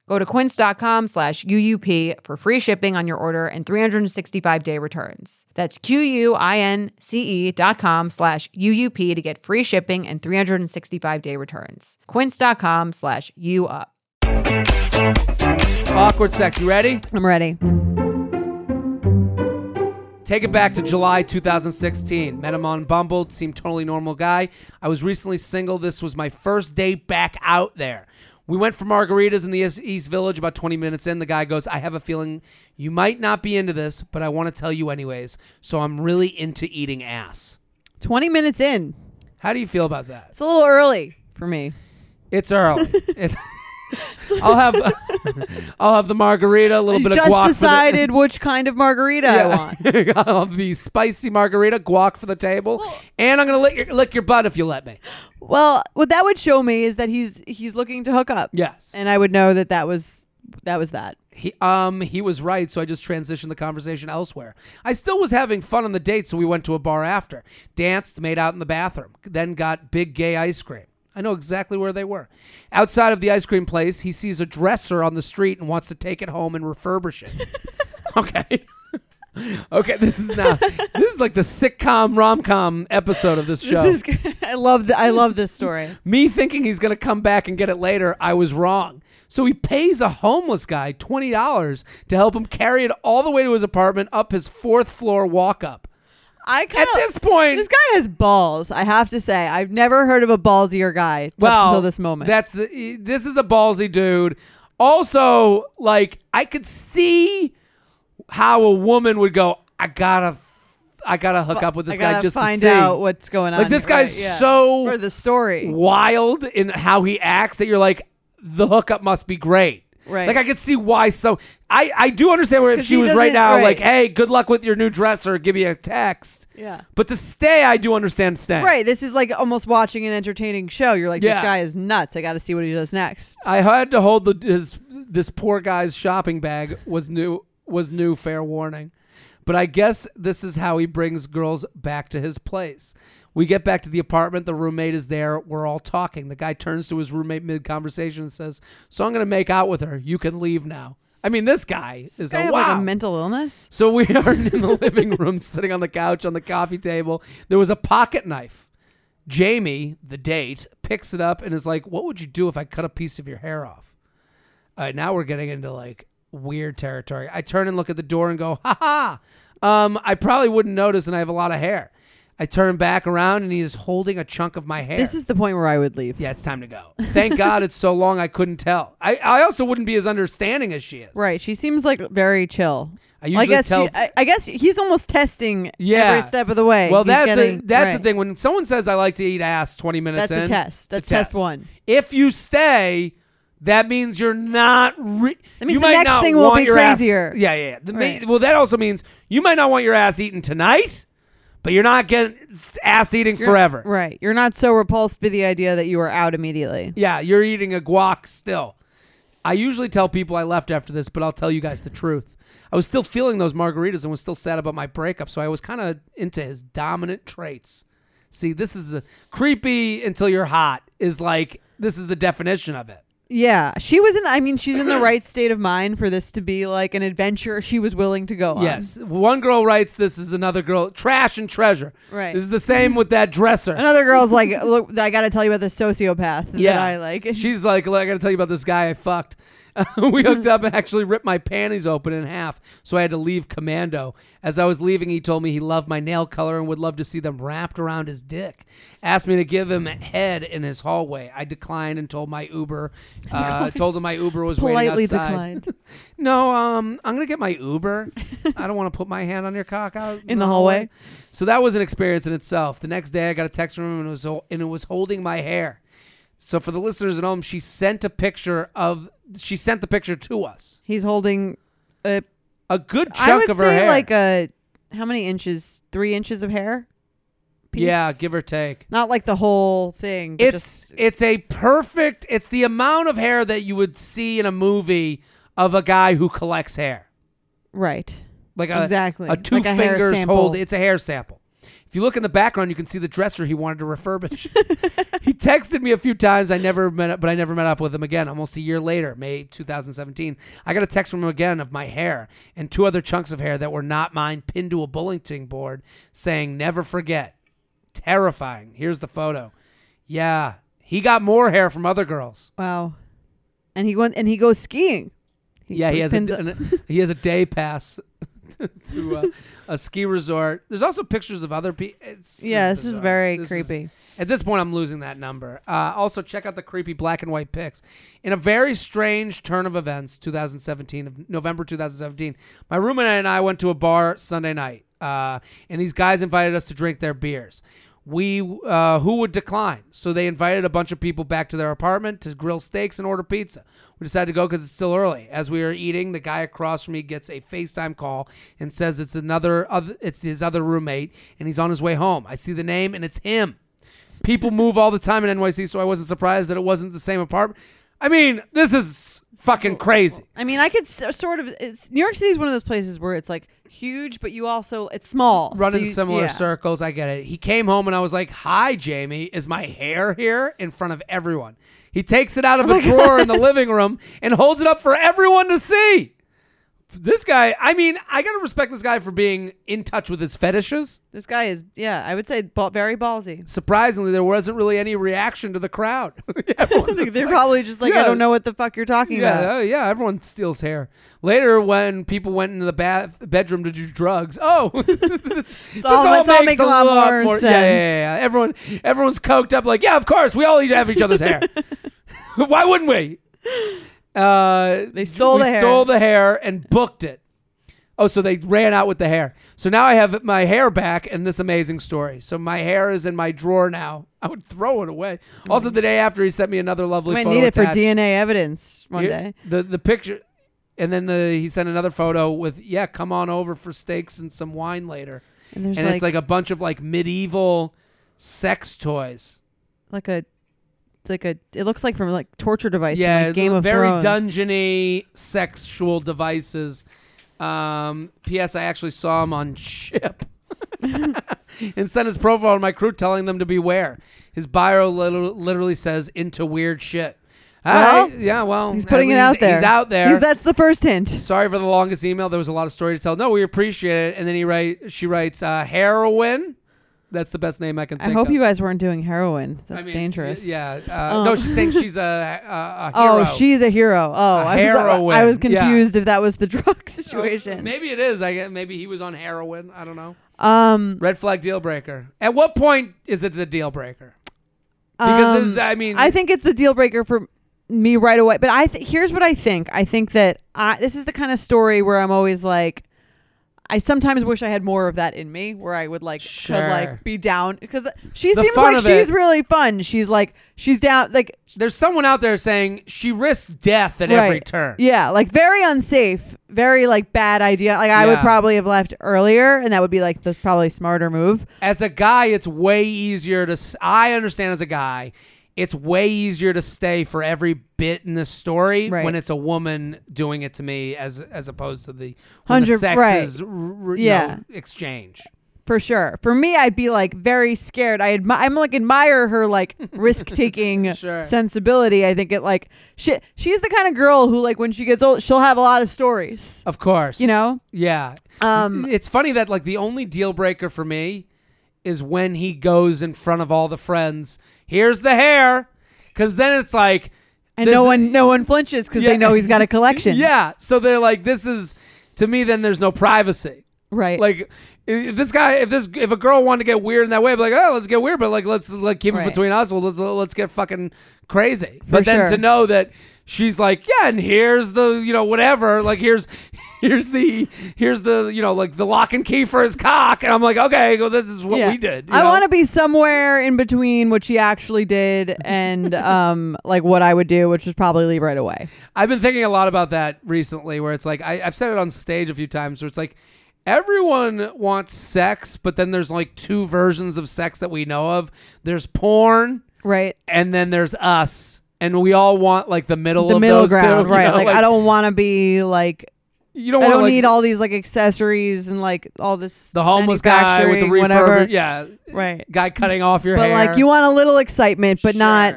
Speaker 3: Go to quince.com slash UUP for free shipping on your order and 365 day returns. That's Q-U-I-N-C-E E dot com slash UUP to get free shipping and 365 day returns. Quince.com slash UUP.
Speaker 1: Awkward sex. You ready?
Speaker 2: I'm ready.
Speaker 1: Take it back to July 2016. Met him on Bumble, seemed totally normal guy. I was recently single. This was my first day back out there. We went for margaritas in the East East Village about 20 minutes in. The guy goes, I have a feeling you might not be into this, but I want to tell you anyways. So I'm really into eating ass.
Speaker 2: 20 minutes in.
Speaker 1: How do you feel about that?
Speaker 2: It's a little early for me.
Speaker 1: It's
Speaker 2: *laughs*
Speaker 1: early. It's- *laughs* I'll have *laughs* I'll have the margarita, a little bit
Speaker 2: just
Speaker 1: of guac. for the-
Speaker 2: decided which kind of margarita I
Speaker 1: *laughs*
Speaker 2: want.
Speaker 1: I'll have the spicy margarita guac for the table, and I'm gonna lick your, lick your butt if you let me.
Speaker 2: Well, what that would show me is that he's he's looking to hook up.
Speaker 1: Yes.
Speaker 2: And I would know that that was that was that.
Speaker 1: He um he was right, so I just transitioned the conversation elsewhere. I still was having fun on the date, so we went to a bar after, danced, made out in the bathroom, then got big gay ice cream. I know exactly where they were. Outside of the ice cream place, he sees a dresser on the street and wants to take it home and refurbish
Speaker 2: *laughs*
Speaker 1: it. okay. *laughs* okay, this is now this is like the sitcom rom com episode of this show.
Speaker 2: This
Speaker 1: *laughs*
Speaker 2: is I love th- I love this story.
Speaker 1: Me thinking he's going to come back and get it later, I was wrong. So he pays a homeless guy $20 to help him carry it all the way to his apartment up his fourth floor walk up.
Speaker 2: *laughs* I kind
Speaker 1: At this point-
Speaker 2: this guy has balls. I have to say, I've never heard of a ballsier guy t-
Speaker 1: Well,
Speaker 2: until this moment.
Speaker 1: That's e, this is a ballsy dude. Also, like I could see how a woman would go, I gotta, I gotta hook up with this
Speaker 2: I
Speaker 1: guy
Speaker 2: gotta
Speaker 1: just
Speaker 2: find
Speaker 1: to see.
Speaker 2: out what's going on.
Speaker 1: Like, this
Speaker 2: here.
Speaker 1: guy's so-
Speaker 2: for the story.
Speaker 1: wild in how he acts that you're like the hookup must be great.
Speaker 2: Right.
Speaker 1: Like I could see why. So I I do understand where if
Speaker 2: 'Cause
Speaker 1: she
Speaker 2: he
Speaker 1: was right
Speaker 2: doesn't-
Speaker 1: now
Speaker 2: right.
Speaker 1: like, hey, good luck with your new dresser. Give me a text.
Speaker 2: Yeah.
Speaker 1: But to stay, I do understand staying.
Speaker 2: Right, this is like almost watching an entertaining show. You're like,
Speaker 1: Yeah.
Speaker 2: this guy is nuts. I got to see what he does next.
Speaker 1: I had to hold the his, this poor guy's shopping bag was new was new fair warning. But I guess this is how he brings girls back to his place. We get back to the apartment, the roommate is there, we're all talking. The guy turns to his roommate mid conversation and says, "So I'm going to make out with her. You can leave now." I mean, this guy
Speaker 2: Does
Speaker 1: is
Speaker 2: this guy
Speaker 1: a
Speaker 2: have
Speaker 1: wow.
Speaker 2: like a mental illness?
Speaker 1: So we *laughs* are in the living room, sitting on the couch, on the coffee table. There was a pocket knife Jamie, the date, picks it up and is like, What would you do if I cut a piece of your hair off? All right, now we're getting into like weird territory. I turn and look at the door and go, Ha ha. Um, I probably wouldn't notice and I have a lot of hair. I turn back around and he is holding a chunk of my hair.
Speaker 2: This is the point where I would leave.
Speaker 1: yeah, it's time to
Speaker 2: *laughs*
Speaker 1: go. Thank God it's so long I couldn't tell. I, I also wouldn't be as understanding as she is.
Speaker 2: Right. She seems like very chill.
Speaker 1: I usually
Speaker 2: guess
Speaker 1: tell-
Speaker 2: she, I, I guess he's almost testing
Speaker 1: Yeah.
Speaker 2: every step of the way.
Speaker 1: Well,
Speaker 2: He's
Speaker 1: that's a,
Speaker 2: getting-
Speaker 1: that's
Speaker 2: right.
Speaker 1: the thing. When someone says I like to eat ass, twenty minutes.
Speaker 2: That's a
Speaker 1: in,
Speaker 2: test.
Speaker 1: it's
Speaker 2: That's test one.
Speaker 1: If you stay, that means you're not. Re-
Speaker 2: That means
Speaker 1: you
Speaker 2: the
Speaker 1: might
Speaker 2: next
Speaker 1: not
Speaker 2: thing will
Speaker 1: want
Speaker 2: be
Speaker 1: your ass-
Speaker 2: crazier.
Speaker 1: Yeah, yeah. yeah. The ma-
Speaker 2: Right.
Speaker 1: well, that also means you might not want your ass eaten tonight, but you're not getting ass eating forever.
Speaker 2: Right. You're not so repulsed by the idea that you are out immediately.
Speaker 1: Yeah, you're eating a guac still. I usually tell people I left after this, but I'll tell you guys the truth. I was still feeling those margaritas and was still sad about my breakup, so I was kind of into his dominant traits. See, this is a creepy until you're hot is like this is the definition of it.
Speaker 2: Yeah. She was in, I mean, she's in the right state of mind for this to be like an adventure she was willing to go on.
Speaker 1: Yes, one girl writes this is another girl trash and treasure.
Speaker 2: Right.
Speaker 1: This is the same with that dresser.
Speaker 2: Another girl's like, *laughs* look, I got to tell you about the sociopath
Speaker 1: Yeah,
Speaker 2: that I like. *laughs*
Speaker 1: She's like, "Look, I got to tell you about this guy I fucked. *laughs* we hooked up and actually ripped my panties open in half, so I had to leave commando. As I was leaving, he told me he loved my nail color and would love to see them wrapped around his dick. Asked me to give him head in his hallway. I declined and told my Uber.
Speaker 2: *laughs*
Speaker 1: Uh, told him my Uber was
Speaker 2: politely
Speaker 1: waiting outside. *laughs*
Speaker 2: declined
Speaker 1: No, um, I'm gonna get my Uber. I don't want to put my hand on your cock out
Speaker 2: In the hallway.
Speaker 1: So that was an experience in itself. The next day, I got a text from him, and it was hol- and it was holding my hair. So for the listeners at home, she sent a picture of she sent the picture to us.
Speaker 2: He's holding a
Speaker 1: A good chunk
Speaker 2: I would
Speaker 1: of her
Speaker 2: say
Speaker 1: hair.
Speaker 2: like a how many inches? Three inches of hair. Piece?
Speaker 1: yeah, give or take.
Speaker 2: not like the whole thing. But
Speaker 1: It's
Speaker 2: just,
Speaker 1: it's a perfect. It's the amount of hair that you would see in a movie of a guy who collects hair.
Speaker 2: right.
Speaker 1: like a,
Speaker 2: Exactly.
Speaker 1: a
Speaker 2: Like
Speaker 1: two
Speaker 2: a hair
Speaker 1: fingers
Speaker 2: sample.
Speaker 1: hold. It's a hair sample. If you look in the background, you can see the dresser he wanted to
Speaker 2: *laughs*
Speaker 1: refurbish. he texted me a few times. I never met, up, but I never met up with him again. Almost a year later, May 2017, I got a text from him again of my hair and two other chunks of hair that were not mine, pinned to a bulletin board, saying "Never forget." Terrifying. Here's the photo. Yeah, he got more hair from other girls.
Speaker 2: Wow. And he went and he goes skiing.
Speaker 1: Yeah, he has a,
Speaker 2: pins up-
Speaker 1: an-
Speaker 2: *laughs*
Speaker 1: he has a day pass *laughs* to uh, a ski resort. There's also pictures of other people.
Speaker 2: yeah, this is very creepy.
Speaker 1: at this point, I'm losing that number. Uh, also, check out the creepy black and white pics. In a very strange turn of events, 2017 of November 2017, my roommate and I went to a bar Sunday night, uh, and these guys invited us to drink their beers. We uh, who would decline? So they invited a bunch of people back to their apartment to grill steaks and order pizza. We decided to go because it's still early. As we are eating, the guy across from me gets a FaceTime call and says it's another, other, it's his other roommate, and he's on his way home. I see the name, and it's him people move all the time in NYC, so I wasn't surprised that it wasn't the same apartment. I mean, this is fucking crazy.
Speaker 2: I mean, I could s- uh, sort of. It's, New York City is one of those places where it's like huge, but you also it's small.
Speaker 1: Running
Speaker 2: so you-
Speaker 1: similar
Speaker 2: yeah.
Speaker 1: circles, I get it. He came home and I was like, "Hi, Jamie, is my hair here?" in front of everyone. He takes it out of a drawer *laughs* in the living room and holds it up for everyone to see. This guy, I mean, I gotta respect this guy for being in touch with his fetishes.
Speaker 2: This guy is, yeah, I would say ba- very ballsy.
Speaker 1: Surprisingly, there wasn't really any reaction to the crowd. *laughs* Everyone was
Speaker 2: *laughs* They're
Speaker 1: like-
Speaker 2: probably just like,
Speaker 1: Yeah.
Speaker 2: I don't know what the fuck you're talking about.
Speaker 1: Yeah, uh, yeah, everyone steals hair. Later, when people went into the bath bedroom to do drugs, oh, *laughs* this, this
Speaker 2: all- it's all make a lot more
Speaker 1: Yeah, yeah,
Speaker 2: sense.
Speaker 1: yeah, yeah. Everyone, everyone's coked up. Like, yeah, of course, we all need to have each other's
Speaker 2: *laughs*
Speaker 1: hair. *laughs* Why wouldn't we? Uh,
Speaker 2: They stole
Speaker 1: we
Speaker 2: the hair.
Speaker 1: Stole the hair and booked it. Oh, so they ran out with the hair. So now I have my hair back and this amazing story. So my hair is in my drawer now. I would throw it away. Also, the day after, he sent me another lovely
Speaker 2: Might
Speaker 1: photo.
Speaker 2: need it for
Speaker 1: attached.
Speaker 2: DNA evidence one
Speaker 1: Here-
Speaker 2: day.
Speaker 1: The the picture, and then the he sent another photo with yeah, come on over for steaks and some wine later,
Speaker 2: And there's
Speaker 1: and
Speaker 2: like,
Speaker 1: it's like a bunch of like medieval sex toys.
Speaker 2: like a like a it looks like from like torture device
Speaker 1: yeah,
Speaker 2: from like Game of
Speaker 1: very
Speaker 2: Thrones.
Speaker 1: dungeony sexual devices. Um, P.S. I actually saw him on ship. *laughs* and sent his profile to my crew telling them to beware. His bio lit- literally says into weird shit.
Speaker 2: Well,
Speaker 1: All right, yeah, well,
Speaker 2: He's
Speaker 1: at
Speaker 2: putting it
Speaker 1: least
Speaker 2: out there.
Speaker 1: He's out there.
Speaker 2: He's- that's the first hint.
Speaker 1: Sorry for the longest email. There was a lot of story to tell. No, we appreciate it. And then he write, she writes, uh, heroin. That's the best name I can.
Speaker 2: I
Speaker 1: think
Speaker 2: hope
Speaker 1: of.
Speaker 2: you guys weren't doing heroin.
Speaker 1: I
Speaker 2: That's
Speaker 1: mean,
Speaker 2: dangerous.
Speaker 1: Yeah. Uh,
Speaker 2: Um,
Speaker 1: No, she's saying
Speaker 2: *laughs*
Speaker 1: she's a, a, a
Speaker 2: Oh,
Speaker 1: hero.
Speaker 2: she's a hero.
Speaker 1: A
Speaker 2: Oh, I was, I
Speaker 1: heroine.
Speaker 2: was
Speaker 1: Yeah.
Speaker 2: confused if that was the *laughs* drug situation.
Speaker 1: Maybe it is. I guess, maybe he was on heroin. I don't know.
Speaker 2: um,
Speaker 1: Red flag deal breaker. At what point is it the deal breaker? Because
Speaker 2: um,
Speaker 1: it's, I mean,
Speaker 2: I think it's the deal breaker for me right away. But I th- here's what I think. I think that I, this is the kind of story where I'm always like, I sometimes wish I had more of that in me, where I would like
Speaker 1: Sure.
Speaker 2: could like be down because she
Speaker 1: The
Speaker 2: seems
Speaker 1: fun
Speaker 2: like
Speaker 1: of it-
Speaker 2: she's really fun. She's like she's down like
Speaker 1: there's someone out there saying she risks death at every
Speaker 2: Right.
Speaker 1: turn.
Speaker 2: yeah, like very unsafe, very like bad idea. Like I would
Speaker 1: Yeah.
Speaker 2: probably have left earlier, and that would be like this probably smarter move.
Speaker 1: As a guy, it's way easier to. s- I understand as a guy, it's way easier to stay for every bit in the story
Speaker 2: Right.
Speaker 1: when it's a woman doing it to me as as opposed to the when the
Speaker 2: 100
Speaker 1: sexes r- r- you
Speaker 2: Yeah.
Speaker 1: know, exchange.
Speaker 2: for sure. For me, I'd be like very scared. I admi- I'm like admire her like risk
Speaker 1: *laughs*
Speaker 2: taking
Speaker 1: Sure.
Speaker 2: sensibility. I think it like she she's the kind of girl who like when she gets old, she'll have a lot of stories.
Speaker 1: Of course.
Speaker 2: You know?
Speaker 1: Yeah.
Speaker 2: Um,
Speaker 1: it's funny that like the only deal breaker for me is when he goes in front of all the friends. Here's the hair, because then it's like
Speaker 2: and
Speaker 1: this-
Speaker 2: no one no one flinches because
Speaker 1: Yeah.
Speaker 2: they know
Speaker 1: *laughs*
Speaker 2: he's got a collection.
Speaker 1: Yeah. So they're like, this is to me. Then there's no privacy.
Speaker 2: right.
Speaker 1: Like i- if this guy, if this, if a girl wanted to get weird in that way, I'd be like, oh, let's get weird, but like let's like keep it
Speaker 2: Right.
Speaker 1: between us. Well, let's let's get fucking crazy. but then
Speaker 2: sure.
Speaker 1: to know that she's like, yeah, and here's the you know whatever. Like here's *laughs* here's the here's the you know like the lock and key for his cock, and I'm like, okay, well this is what
Speaker 2: Yeah.
Speaker 1: we did.
Speaker 2: I want to be somewhere in between what she
Speaker 1: *laughs*
Speaker 2: actually did and um like what I would do, which was probably leave right away.
Speaker 1: I've been thinking a lot about that recently, where it's like I, I've said it on stage a few times, where it's like everyone wants sex, but then there's like two versions of sex that we know of. There's porn,
Speaker 2: Right.
Speaker 1: and then there's us, and we all want like the middle,
Speaker 2: The
Speaker 1: of
Speaker 2: middle
Speaker 1: those two, *laughs*
Speaker 2: ground,
Speaker 1: you
Speaker 2: right?
Speaker 1: know,
Speaker 2: like, I don't want to be like
Speaker 1: you don't
Speaker 2: I
Speaker 1: want
Speaker 2: don't
Speaker 1: like,
Speaker 2: need all these like accessories and like all this
Speaker 1: the homeless guy with the
Speaker 2: manufacturing, whatever.
Speaker 1: reverb, yeah,
Speaker 2: Right.
Speaker 1: guy cutting off your
Speaker 2: But
Speaker 1: hair,
Speaker 2: like you want a little excitement, but not.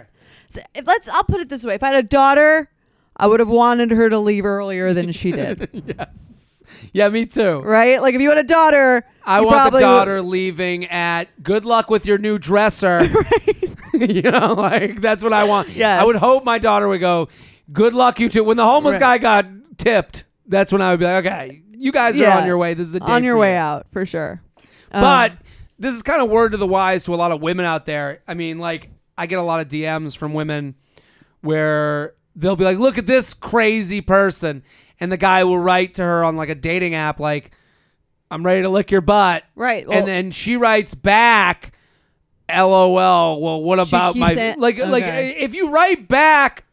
Speaker 1: Sure.
Speaker 2: If- Let's. I'll put it this way: if I had a daughter, I would have wanted her to leave earlier than
Speaker 1: *laughs*
Speaker 2: she did.
Speaker 1: yes, yeah, me too.
Speaker 2: right? Like if you had a daughter,
Speaker 1: I
Speaker 2: you
Speaker 1: want the
Speaker 2: probably
Speaker 1: daughter
Speaker 2: would-
Speaker 1: leaving at good luck with your new
Speaker 2: *laughs*
Speaker 1: dresser. *laughs* you know, like that's what I want.
Speaker 2: Yes.
Speaker 1: I would hope my daughter would go, good luck you two. When the homeless guy
Speaker 2: Right.
Speaker 1: got tipped, that's when I would be like, okay, you guys
Speaker 2: Yeah.
Speaker 1: are on your way. This is a day
Speaker 2: on your
Speaker 1: for
Speaker 2: way
Speaker 1: you."
Speaker 2: out for sure. Um,
Speaker 1: But this is kind of word to the wise to a lot of women out there. I mean, like I get a lot of DMs from women where they'll be like, "Look at this crazy person," and the guy will write to her on like a dating app, like, "I'm ready to lick your butt."
Speaker 2: right, well,
Speaker 1: and then she writes back, "LOL." Well, what about
Speaker 2: keeps
Speaker 1: my
Speaker 2: it-
Speaker 1: like like
Speaker 2: okay.
Speaker 1: if you write back,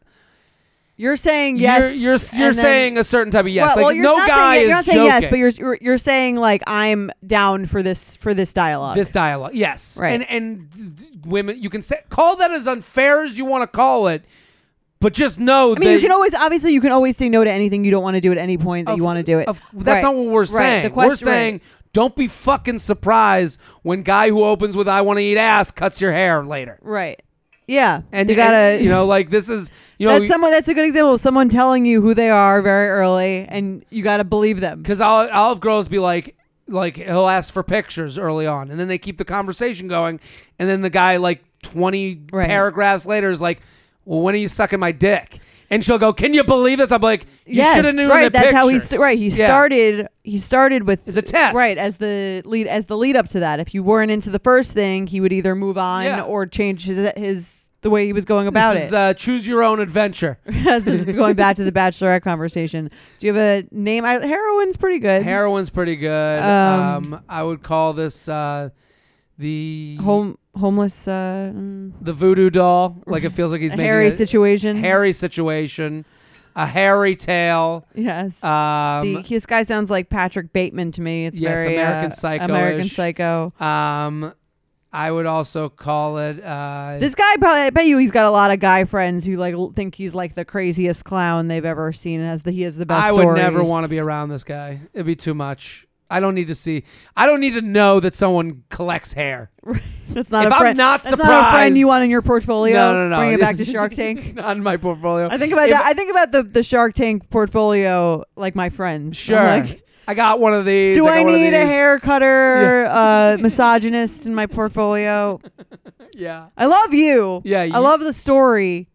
Speaker 2: you're saying yes.
Speaker 1: you're you're, you're
Speaker 2: and then-
Speaker 1: saying a certain type of yes.
Speaker 2: Well,
Speaker 1: like
Speaker 2: well, you're
Speaker 1: no
Speaker 2: not
Speaker 1: guy
Speaker 2: saying,
Speaker 1: is
Speaker 2: You're not saying
Speaker 1: joking.
Speaker 2: yes, but you're, you're you're saying like I'm down for this for this dialogue.
Speaker 1: this dialogue, yes,
Speaker 2: Right.
Speaker 1: And and d- d- women, you can say, call that as unfair as you want to call it, but just know
Speaker 2: I mean,
Speaker 1: that
Speaker 2: you can always obviously you can always say no to anything you don't want to do at any point that you want to do it.
Speaker 1: Of- that's
Speaker 2: Right.
Speaker 1: not what we're
Speaker 2: Right.
Speaker 1: saying.
Speaker 2: The question,
Speaker 1: we're saying don't be fucking surprised when guy who opens with "I want to eat ass" cuts your hair later.
Speaker 2: right. Right. Yeah,
Speaker 1: And
Speaker 2: you gotta
Speaker 1: and, you know like this is you know
Speaker 2: that's someone. That's a good example. of Someone telling you who they are very early, and you gotta believe them.
Speaker 1: because I'll I'll have girls be like like he'll ask for pictures early on, and then they keep the conversation going, and then the guy like twenty
Speaker 2: Right.
Speaker 1: paragraphs later is like, "Well, when are you sucking my dick?" And she'll go, "Can you believe this?" I'm like, "You should have
Speaker 2: yes,
Speaker 1: knew
Speaker 2: right.
Speaker 1: the
Speaker 2: That's how he
Speaker 1: pictures."
Speaker 2: st- right. He
Speaker 1: Yeah.
Speaker 2: started. He started with
Speaker 1: As a test.
Speaker 2: right? As the lead as the lead up to that. If you weren't into the first thing, he would either move on
Speaker 1: Yeah.
Speaker 2: or change his his the way he was going about
Speaker 1: this is
Speaker 2: it.
Speaker 1: uh, choose your own
Speaker 2: *laughs*
Speaker 1: adventure.
Speaker 2: this is going back to the bachelorette conversation. Do you have a name? I, heroin's pretty good.
Speaker 1: Heroin's pretty good. Um,
Speaker 2: Um,
Speaker 1: I would call this uh, the
Speaker 2: Home homeless. Uh, mm,
Speaker 1: the voodoo doll.
Speaker 2: *laughs*
Speaker 1: Like it feels like he's
Speaker 2: a
Speaker 1: making
Speaker 2: hairy
Speaker 1: a
Speaker 2: situation.
Speaker 1: hairy situation, a hairy tale.
Speaker 2: Yes.
Speaker 1: Um,
Speaker 2: the, this guy sounds like Patrick Bateman to me. It's
Speaker 1: Yes,
Speaker 2: very
Speaker 1: American
Speaker 2: uh,
Speaker 1: Psycho-ish.
Speaker 2: American Psycho.
Speaker 1: Um, I would also call it. Uh,
Speaker 2: This guy probably. I bet you he's got a lot of guy friends who like l- think he's like the craziest clown they've ever seen. And has the he has the best.
Speaker 1: I would never
Speaker 2: stories.
Speaker 1: want to be around this guy. It'd be too much. I don't need to see. I don't need to know that someone collects hair.
Speaker 2: That's not
Speaker 1: if
Speaker 2: a
Speaker 1: I'm
Speaker 2: friend.
Speaker 1: not
Speaker 2: that's not a friend
Speaker 1: surprised- *laughs*
Speaker 2: you want in your portfolio.
Speaker 1: No, no, no.
Speaker 2: Bring it
Speaker 1: *laughs*
Speaker 2: back to Shark Tank.
Speaker 1: Not in my portfolio.
Speaker 2: I think
Speaker 1: If-
Speaker 2: about that. I think about the the Shark Tank portfolio like my friends. I'm
Speaker 1: Sure.
Speaker 2: like,
Speaker 1: I got one of these.
Speaker 2: Do
Speaker 1: I, got
Speaker 2: I
Speaker 1: one of
Speaker 2: need a
Speaker 1: these. *laughs*
Speaker 2: hair cutter, uh, misogynist in my portfolio?
Speaker 1: Yeah,
Speaker 2: I love you.
Speaker 1: Yeah,
Speaker 2: I
Speaker 1: you-
Speaker 2: love the story.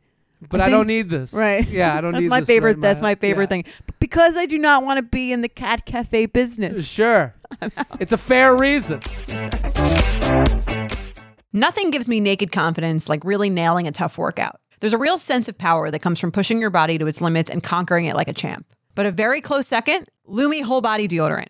Speaker 1: but I,
Speaker 2: think-
Speaker 1: don't need this.
Speaker 2: Right.
Speaker 1: Yeah, I don't
Speaker 2: That's
Speaker 1: need
Speaker 2: my
Speaker 1: this
Speaker 2: favorite.
Speaker 1: right in
Speaker 2: that's my favorite
Speaker 1: yeah.
Speaker 2: thing. But because I do not want to be in the cat cafe business. *laughs*
Speaker 1: Sure. It's a fair reason.
Speaker 3: Nothing gives me naked confidence like really nailing a tough workout. There's a real sense of power that comes from pushing your body to its limits and conquering it like a champ. But a very close second, Lumi Whole Body Deodorant.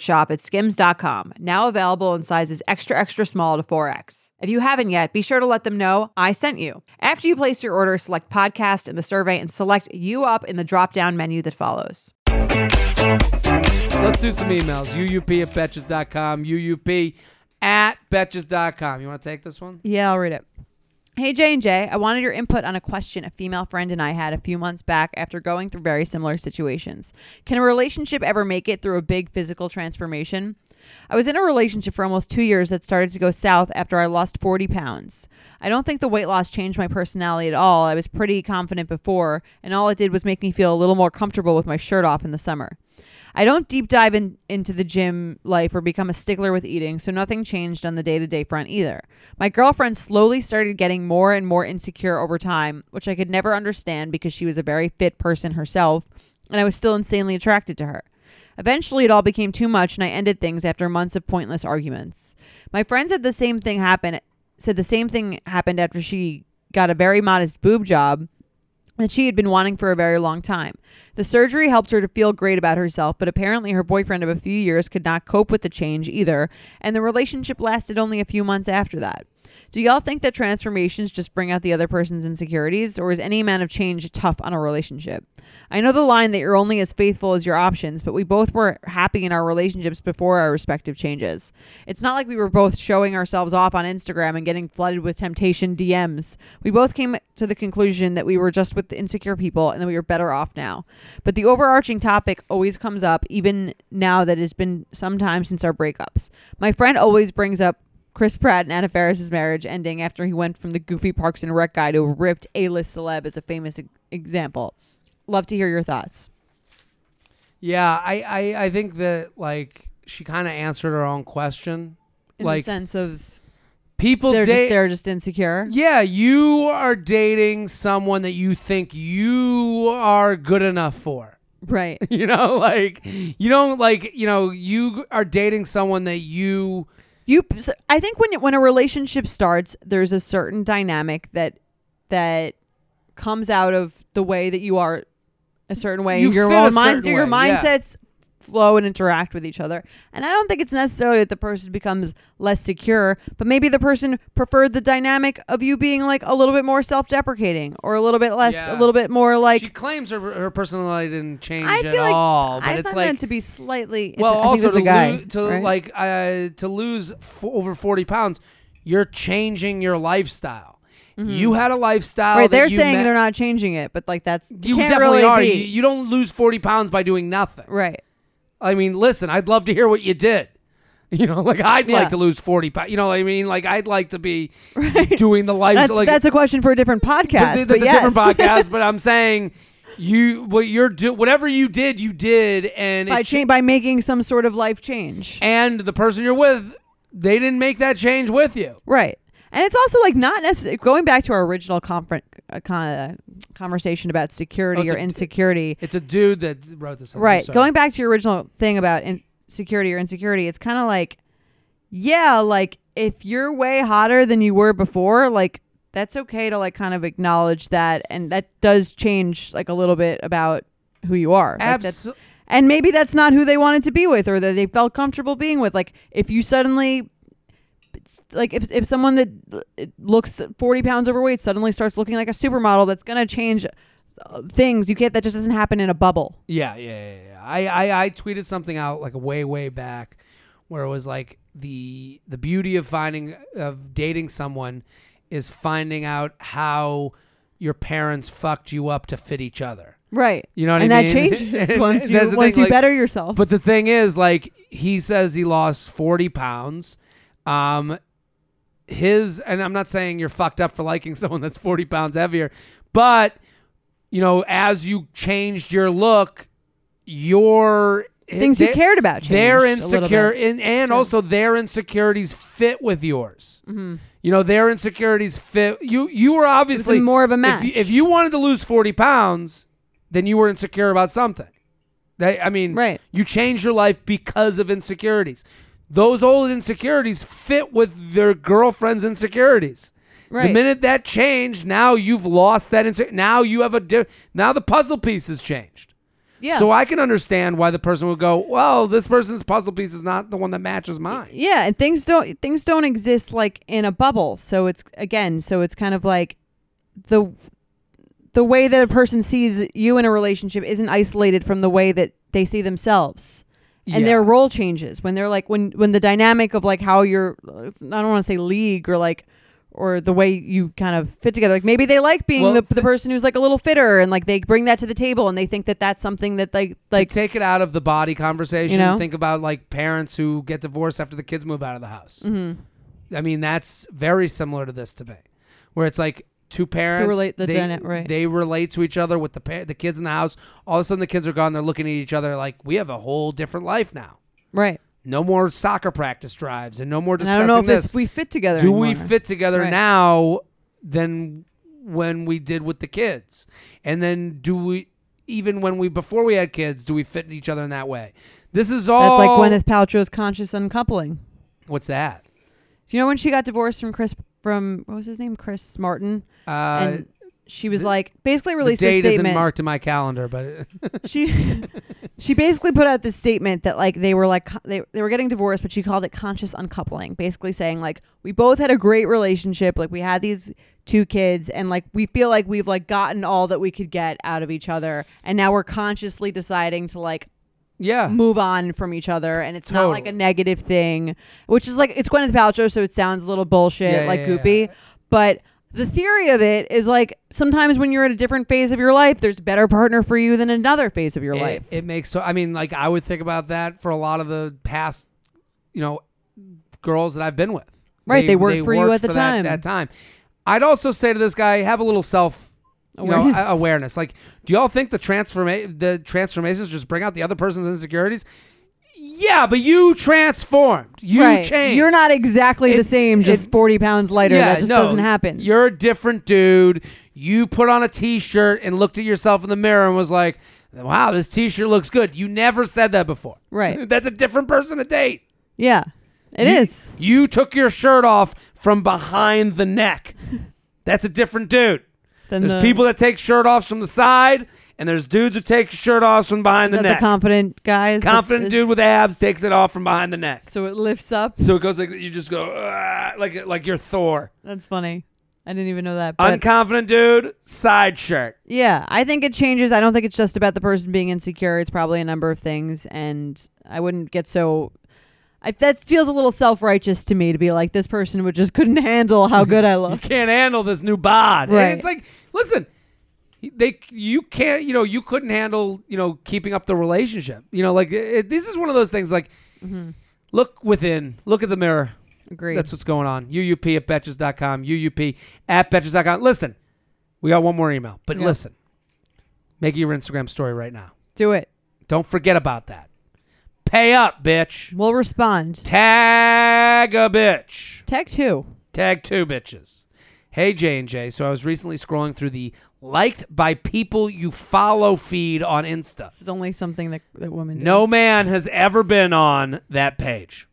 Speaker 3: shop at skims.com, now available in sizes extra, extra small to 4X. If you haven't yet, be sure to let them know I sent you. After you place your order, select podcast in the survey and select you up in the drop down menu that follows.
Speaker 1: Let's do some emails. UUP at betches.com. UUP at betches.com. You want to take this one?
Speaker 2: Yeah, I'll read it. Hey J and J, I wanted your input on a question a female friend and I had a few months back after going through very similar situations. Can a relationship ever make it through a big physical transformation? I was in a relationship for almost 2 years that started to go south after I lost 40 pounds. I don't think the weight loss changed my personality at all. I was pretty confident before, and all it did was make me feel a little more comfortable with my shirt off in the summer. I don't deep dive in, into the gym life or become a stickler with eating, so nothing changed on the day to day front either. My girlfriend slowly started getting more and more insecure over time, which I could never understand because she was a very fit person herself, and I was still insanely attracted to her. Eventually, it all became too much, and I ended things after months of pointless arguments. My friends had the same thing happen, said the same thing happened after she got a very modest boob job that she had been wanting for a very long time. The surgery helped her to feel great about herself, but apparently her boyfriend of a few years could not cope with the change either, and the relationship lasted only a few months after that. Do y'all think that transformations just bring out the other person's insecurities, or is any amount of change tough on a relationship? I know the line that you're only as faithful as your options, but we both were happy in our relationships before our respective changes. It's not like we were both showing ourselves off on Instagram and getting flooded with temptation DMs. We both came to the conclusion that we were just with the insecure people and that we were better off now. But the overarching topic always comes up, even now that it's been some time since our breakups. My friend always brings up Chris Pratt and Anna Faris' marriage ending after he went from the goofy Parks and Rec guy to a ripped A list celeb as a famous e- example. Love to hear your thoughts.
Speaker 1: Yeah, I, I, I think that, like, she kind of answered her own question.
Speaker 2: In
Speaker 1: like,
Speaker 2: the sense of
Speaker 1: People
Speaker 2: they're
Speaker 1: date.
Speaker 2: just they're just insecure.
Speaker 1: yeah, you are dating someone that you think you are good enough for. *laughs*
Speaker 2: *laughs* Right.
Speaker 1: You know, like you don't like you know you are dating someone that you
Speaker 2: You so I think when when a relationship starts, there's a certain dynamic that that comes out of the way that you are a certain way
Speaker 1: You
Speaker 2: and your
Speaker 1: fit a
Speaker 2: own mind
Speaker 1: certain
Speaker 2: your
Speaker 1: way, yeah.
Speaker 2: mindsets flow and interact with each other. And I don't think it's necessarily that the person becomes less secure, but maybe the person preferred the dynamic of you being like a little bit more self-deprecating or a little bit less
Speaker 1: Yeah.
Speaker 2: a little bit more like
Speaker 1: she claims her her personality didn't change
Speaker 2: I
Speaker 1: at
Speaker 2: feel like
Speaker 1: all. But
Speaker 2: I
Speaker 1: it's
Speaker 2: thought it
Speaker 1: like
Speaker 2: meant to be slightly it's-
Speaker 1: well,
Speaker 2: I think
Speaker 1: also
Speaker 2: this is
Speaker 1: to,
Speaker 2: a guy,
Speaker 1: loo- to
Speaker 2: right?
Speaker 1: like uh, to lose f- over forty pounds, you're changing your lifestyle. You had a lifestyle.
Speaker 2: Mm-hmm. Right,
Speaker 1: that
Speaker 2: they're
Speaker 1: you
Speaker 2: saying
Speaker 1: met-
Speaker 2: they're not changing it, but like that's
Speaker 1: You
Speaker 2: can't
Speaker 1: definitely
Speaker 2: really
Speaker 1: are.
Speaker 2: Be.
Speaker 1: You, you don't lose forty pounds by doing nothing.
Speaker 2: right.
Speaker 1: I mean, listen, I'd love to hear what you did. *laughs* You know, like I'd
Speaker 2: Yeah.
Speaker 1: like to lose forty pounds. You know, what I mean, like I'd like to
Speaker 2: *laughs*
Speaker 1: be doing the life.
Speaker 2: That's
Speaker 1: like,
Speaker 2: that's a question for a different
Speaker 1: but
Speaker 2: podcast.
Speaker 1: th-
Speaker 2: but
Speaker 1: that's a
Speaker 2: yes.
Speaker 1: different podcast. But I'm saying, you what you're do whatever you did, you did, and
Speaker 2: *laughs* by
Speaker 1: it
Speaker 2: change by making some sort of life change.
Speaker 1: and the person you're with, they didn't make that change with you.
Speaker 2: right. And it's also like not necessarily going back to our original confer- uh, con- uh, conversation about
Speaker 1: Oh,
Speaker 2: security
Speaker 1: it's
Speaker 2: or
Speaker 1: a-
Speaker 2: insecurity.
Speaker 1: It's a dude that wrote this. song. I'm
Speaker 2: Right.
Speaker 1: sorry.
Speaker 2: Going back to your original thing about insecurity or insecurity, it's kind of like, yeah, like if you're way hotter than you were before, like that's okay to like kind of acknowledge that. And that does change like a little bit about who you are. Like,
Speaker 1: Abso-
Speaker 2: that's- and maybe that's not who they wanted to be with or that they felt comfortable being with. Like if you suddenly. it's- Like if, if someone that uh, looks 40 pounds overweight suddenly starts looking like a supermodel, that's going to change uh, things. You can't, that just doesn't happen in a bubble.
Speaker 1: Yeah, yeah, yeah. yeah. I, I, I tweeted something out like way, way back, where it was like the the beauty of finding of dating someone is finding out how your parents fucked you up to fit each other.
Speaker 2: Right.
Speaker 1: You know what
Speaker 2: and
Speaker 1: I mean? *laughs*
Speaker 2: that changes
Speaker 1: And
Speaker 2: once you
Speaker 1: that's the
Speaker 2: once
Speaker 1: thing,
Speaker 2: you
Speaker 1: like-
Speaker 2: better yourself.
Speaker 1: But the thing is, like he says, he lost forty pounds. Um, his and I'm not saying you're fucked up for liking *laughs* someone that's forty pounds heavier, but you know, as you changed your look, your
Speaker 2: Things you
Speaker 1: they-
Speaker 2: cared about changed.
Speaker 1: Their
Speaker 2: a little
Speaker 1: insecure
Speaker 2: bit.
Speaker 1: and, and also their insecurities fit with yours.
Speaker 2: Mm-hmm.
Speaker 1: You know, their insecurities fit. You you were obviously
Speaker 2: more of a
Speaker 1: if you-
Speaker 2: match.
Speaker 1: if you wanted to lose forty pounds, then you were insecure about something. That, I mean,
Speaker 2: Right.
Speaker 1: You change your life because of insecurities. Those old insecurities fit with their girlfriend's insecurities. The
Speaker 2: Right.
Speaker 1: minute that changed, now you've lost that insecurity. Now you have a di- now the puzzle piece has changed.
Speaker 2: Yeah.
Speaker 1: So I can understand why the person would go, well, this person's puzzle piece is not the one that matches mine.
Speaker 2: yeah, and things don't things don't exist like in a bubble. So it's again, so it's kind of like the the way that a person sees you in a relationship isn't isolated from the way that they see themselves. And
Speaker 1: Yeah.
Speaker 2: their role changes when they're like when when the dynamic of like how you're I don't want to say league or like or the way you kind of fit together like maybe they like being
Speaker 1: Well,
Speaker 2: the,
Speaker 1: th-
Speaker 2: the person who's like a little fitter and like they bring that to the table and they think that that's something that they like
Speaker 1: to take it out of the body conversation.
Speaker 2: You know?
Speaker 1: Think about like parents who get divorced after the kids move out of the house.
Speaker 2: Mm-hmm.
Speaker 1: I mean, that's very similar to this debate, where it's like two parents
Speaker 2: relate the
Speaker 1: they,
Speaker 2: dyna- right.
Speaker 1: they relate to each other with the pa- the kids in the house. All of a sudden, the kids are gone. They're looking at each other like we have a whole different life now.
Speaker 2: right
Speaker 1: No more soccer practice drives, and no more
Speaker 2: and
Speaker 1: discussing
Speaker 2: I don't know if
Speaker 1: this.
Speaker 2: this we fit together
Speaker 1: Do we
Speaker 2: anymore.
Speaker 1: fit together
Speaker 2: Right.
Speaker 1: now than when we did with the kids? And then do we even when we before we had kids, do we fit each other in that way? This is all
Speaker 2: That's like Gwyneth Paltrow's conscious uncoupling.
Speaker 1: What's that?
Speaker 2: Do you know when she got divorced from Chris from what was his name Chris Martin
Speaker 1: Uh
Speaker 2: and she was
Speaker 1: the-
Speaker 2: like basically
Speaker 1: the
Speaker 2: released
Speaker 1: date
Speaker 2: this
Speaker 1: isn't
Speaker 2: statement.
Speaker 1: marked in my calendar, but *laughs*
Speaker 2: she *laughs* she basically put out this statement that like they were like co- they, they were getting divorced but she called it conscious uncoupling basically saying like we both had a great relationship like we had these two kids and like we feel like we've like gotten all that we could get out of each other and now we're consciously deciding to like
Speaker 1: yeah.
Speaker 2: move on from each other and it's not like a
Speaker 1: Totally.
Speaker 2: negative thing which is like it's Gwyneth Paltrow so it sounds a little bullshit
Speaker 1: Yeah, yeah,
Speaker 2: like
Speaker 1: yeah,
Speaker 2: goopy
Speaker 1: yeah.
Speaker 2: but the theory of it is like sometimes when you're at a different phase of your life there's a better partner for you than another phase of your
Speaker 1: It,
Speaker 2: life
Speaker 1: it makes so I mean, like I would think about that for a lot of the past, you know, girls that I've been with.
Speaker 2: Right, they worked for you at the
Speaker 1: that-
Speaker 2: time.
Speaker 1: That time, I'd also say to this guy, have a little self you know,
Speaker 2: Awareness.
Speaker 1: a- awareness. Like, do y'all think the transforma- the transformations just bring out the other person's insecurities? Yeah, but you transformed. You
Speaker 2: right.
Speaker 1: changed.
Speaker 2: You're not exactly the
Speaker 1: It-
Speaker 2: same, just
Speaker 1: it-
Speaker 2: 40 pounds lighter.
Speaker 1: Yeah,
Speaker 2: that just
Speaker 1: no,
Speaker 2: doesn't happen.
Speaker 1: You're a different dude. You put on a t-shirt and looked at yourself in the mirror and was like, "Wow, this t-shirt looks good." You never said that before. *laughs*
Speaker 2: Right.
Speaker 1: That's a different person to date.
Speaker 2: yeah, it
Speaker 1: you,
Speaker 2: is.
Speaker 1: You took your shirt off from behind the neck. *laughs* That's a different dude.
Speaker 2: Then
Speaker 1: There's
Speaker 2: the-
Speaker 1: people that take shirt offs from the side, and there's dudes who take shirt offs from behind
Speaker 2: is
Speaker 1: the
Speaker 2: that
Speaker 1: neck.
Speaker 2: the confident guys. that-
Speaker 1: Confident
Speaker 2: is-
Speaker 1: dude with abs takes it off from behind the neck.
Speaker 2: So it lifts up.
Speaker 1: So it goes like you just go "Ah," like like you're Thor.
Speaker 2: That's funny. I didn't even know that. But
Speaker 1: Unconfident dude, side shirt.
Speaker 2: yeah, I think it changes. I don't think it's just about the person being insecure. It's probably a number of things, and I wouldn't get so. I, that feels a little self righteous to me to be like this person would just *laughs* couldn't handle how
Speaker 1: *laughs*
Speaker 2: good I look.
Speaker 1: Can't handle this new bod. And
Speaker 2: Right.
Speaker 1: It's like listen, they you can't you know you couldn't handle you know keeping up the relationship. You know like it, this is one of those things like
Speaker 2: Mm-hmm.
Speaker 1: look within, look at the mirror.
Speaker 2: Agreed.
Speaker 1: That's what's going on. UUP at betches.com, UUP at betches.com. Listen, we got one more email, but
Speaker 2: Yeah.
Speaker 1: listen, make it your Instagram story right now.
Speaker 2: Do it.
Speaker 1: Don't forget about that. Pay up, bitch.
Speaker 2: We'll respond.
Speaker 1: Tag a bitch.
Speaker 2: Tech two.
Speaker 1: Tag two bitches. Hey J and J. So I was recently scrolling through the liked by people you follow feed on Insta.
Speaker 2: This is only something that that women do.
Speaker 1: No man has ever been on that page.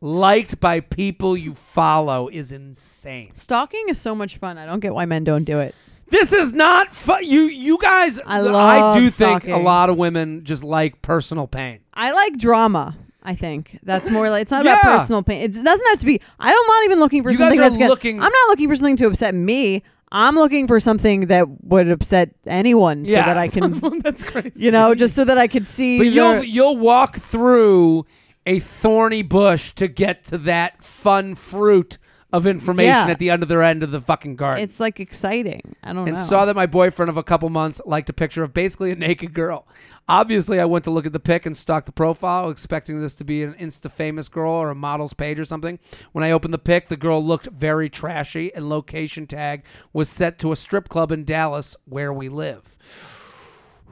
Speaker 1: Liked by people you follow is insane.
Speaker 2: Stalking is so much fun. I don't get why men don't do it.
Speaker 1: This is not fun. You you guys.
Speaker 2: I love
Speaker 1: do think a
Speaker 2: stalking.
Speaker 1: lot of women just like personal pain.
Speaker 2: I like drama. I think that's more like it's not
Speaker 1: Yeah.
Speaker 2: about personal pain. It doesn't have to be. I don't not even looking for
Speaker 1: You guys
Speaker 2: something
Speaker 1: are
Speaker 2: that's gonna-
Speaker 1: looking-
Speaker 2: I'm not looking for something to upset me. I'm looking for something that would upset anyone, so
Speaker 1: yeah,
Speaker 2: that I can,
Speaker 1: *laughs* That's crazy.
Speaker 2: you know, just so that I could see.
Speaker 1: But
Speaker 2: their-
Speaker 1: you'll you'll walk through a thorny bush to get to that fun fruit of information
Speaker 2: Yeah.
Speaker 1: at the other end of the fucking garden.
Speaker 2: it's like exciting. I don't
Speaker 1: and
Speaker 2: know.
Speaker 1: saw that my boyfriend of a couple months liked a picture of basically a naked girl. Obviously, I went to look at the pic and stalk the profile, expecting this to be an Insta famous girl or a model's page or something. When I opened the pic, the girl looked very trashy, and location tag was set to a strip club in Dallas where we live.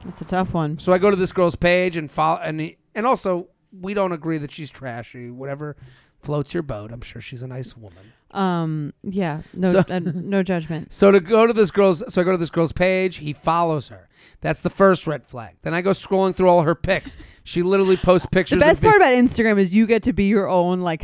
Speaker 2: That's a tough one.
Speaker 1: So I go to this girl's page and follow, and and also we don't agree that she's trashy. Whatever floats your boat. I'm sure she's a nice woman.
Speaker 2: Um, yeah, no,
Speaker 1: So-
Speaker 2: uh,
Speaker 1: *laughs*
Speaker 2: no judgment.
Speaker 1: So to go to this girl's, so I go to this girl's page. He follows her. That's the first red flag. Then I go scrolling through all her pics. She literally posts
Speaker 2: The
Speaker 1: pictures.
Speaker 2: best
Speaker 1: of
Speaker 2: part about Instagram is you get to be your own like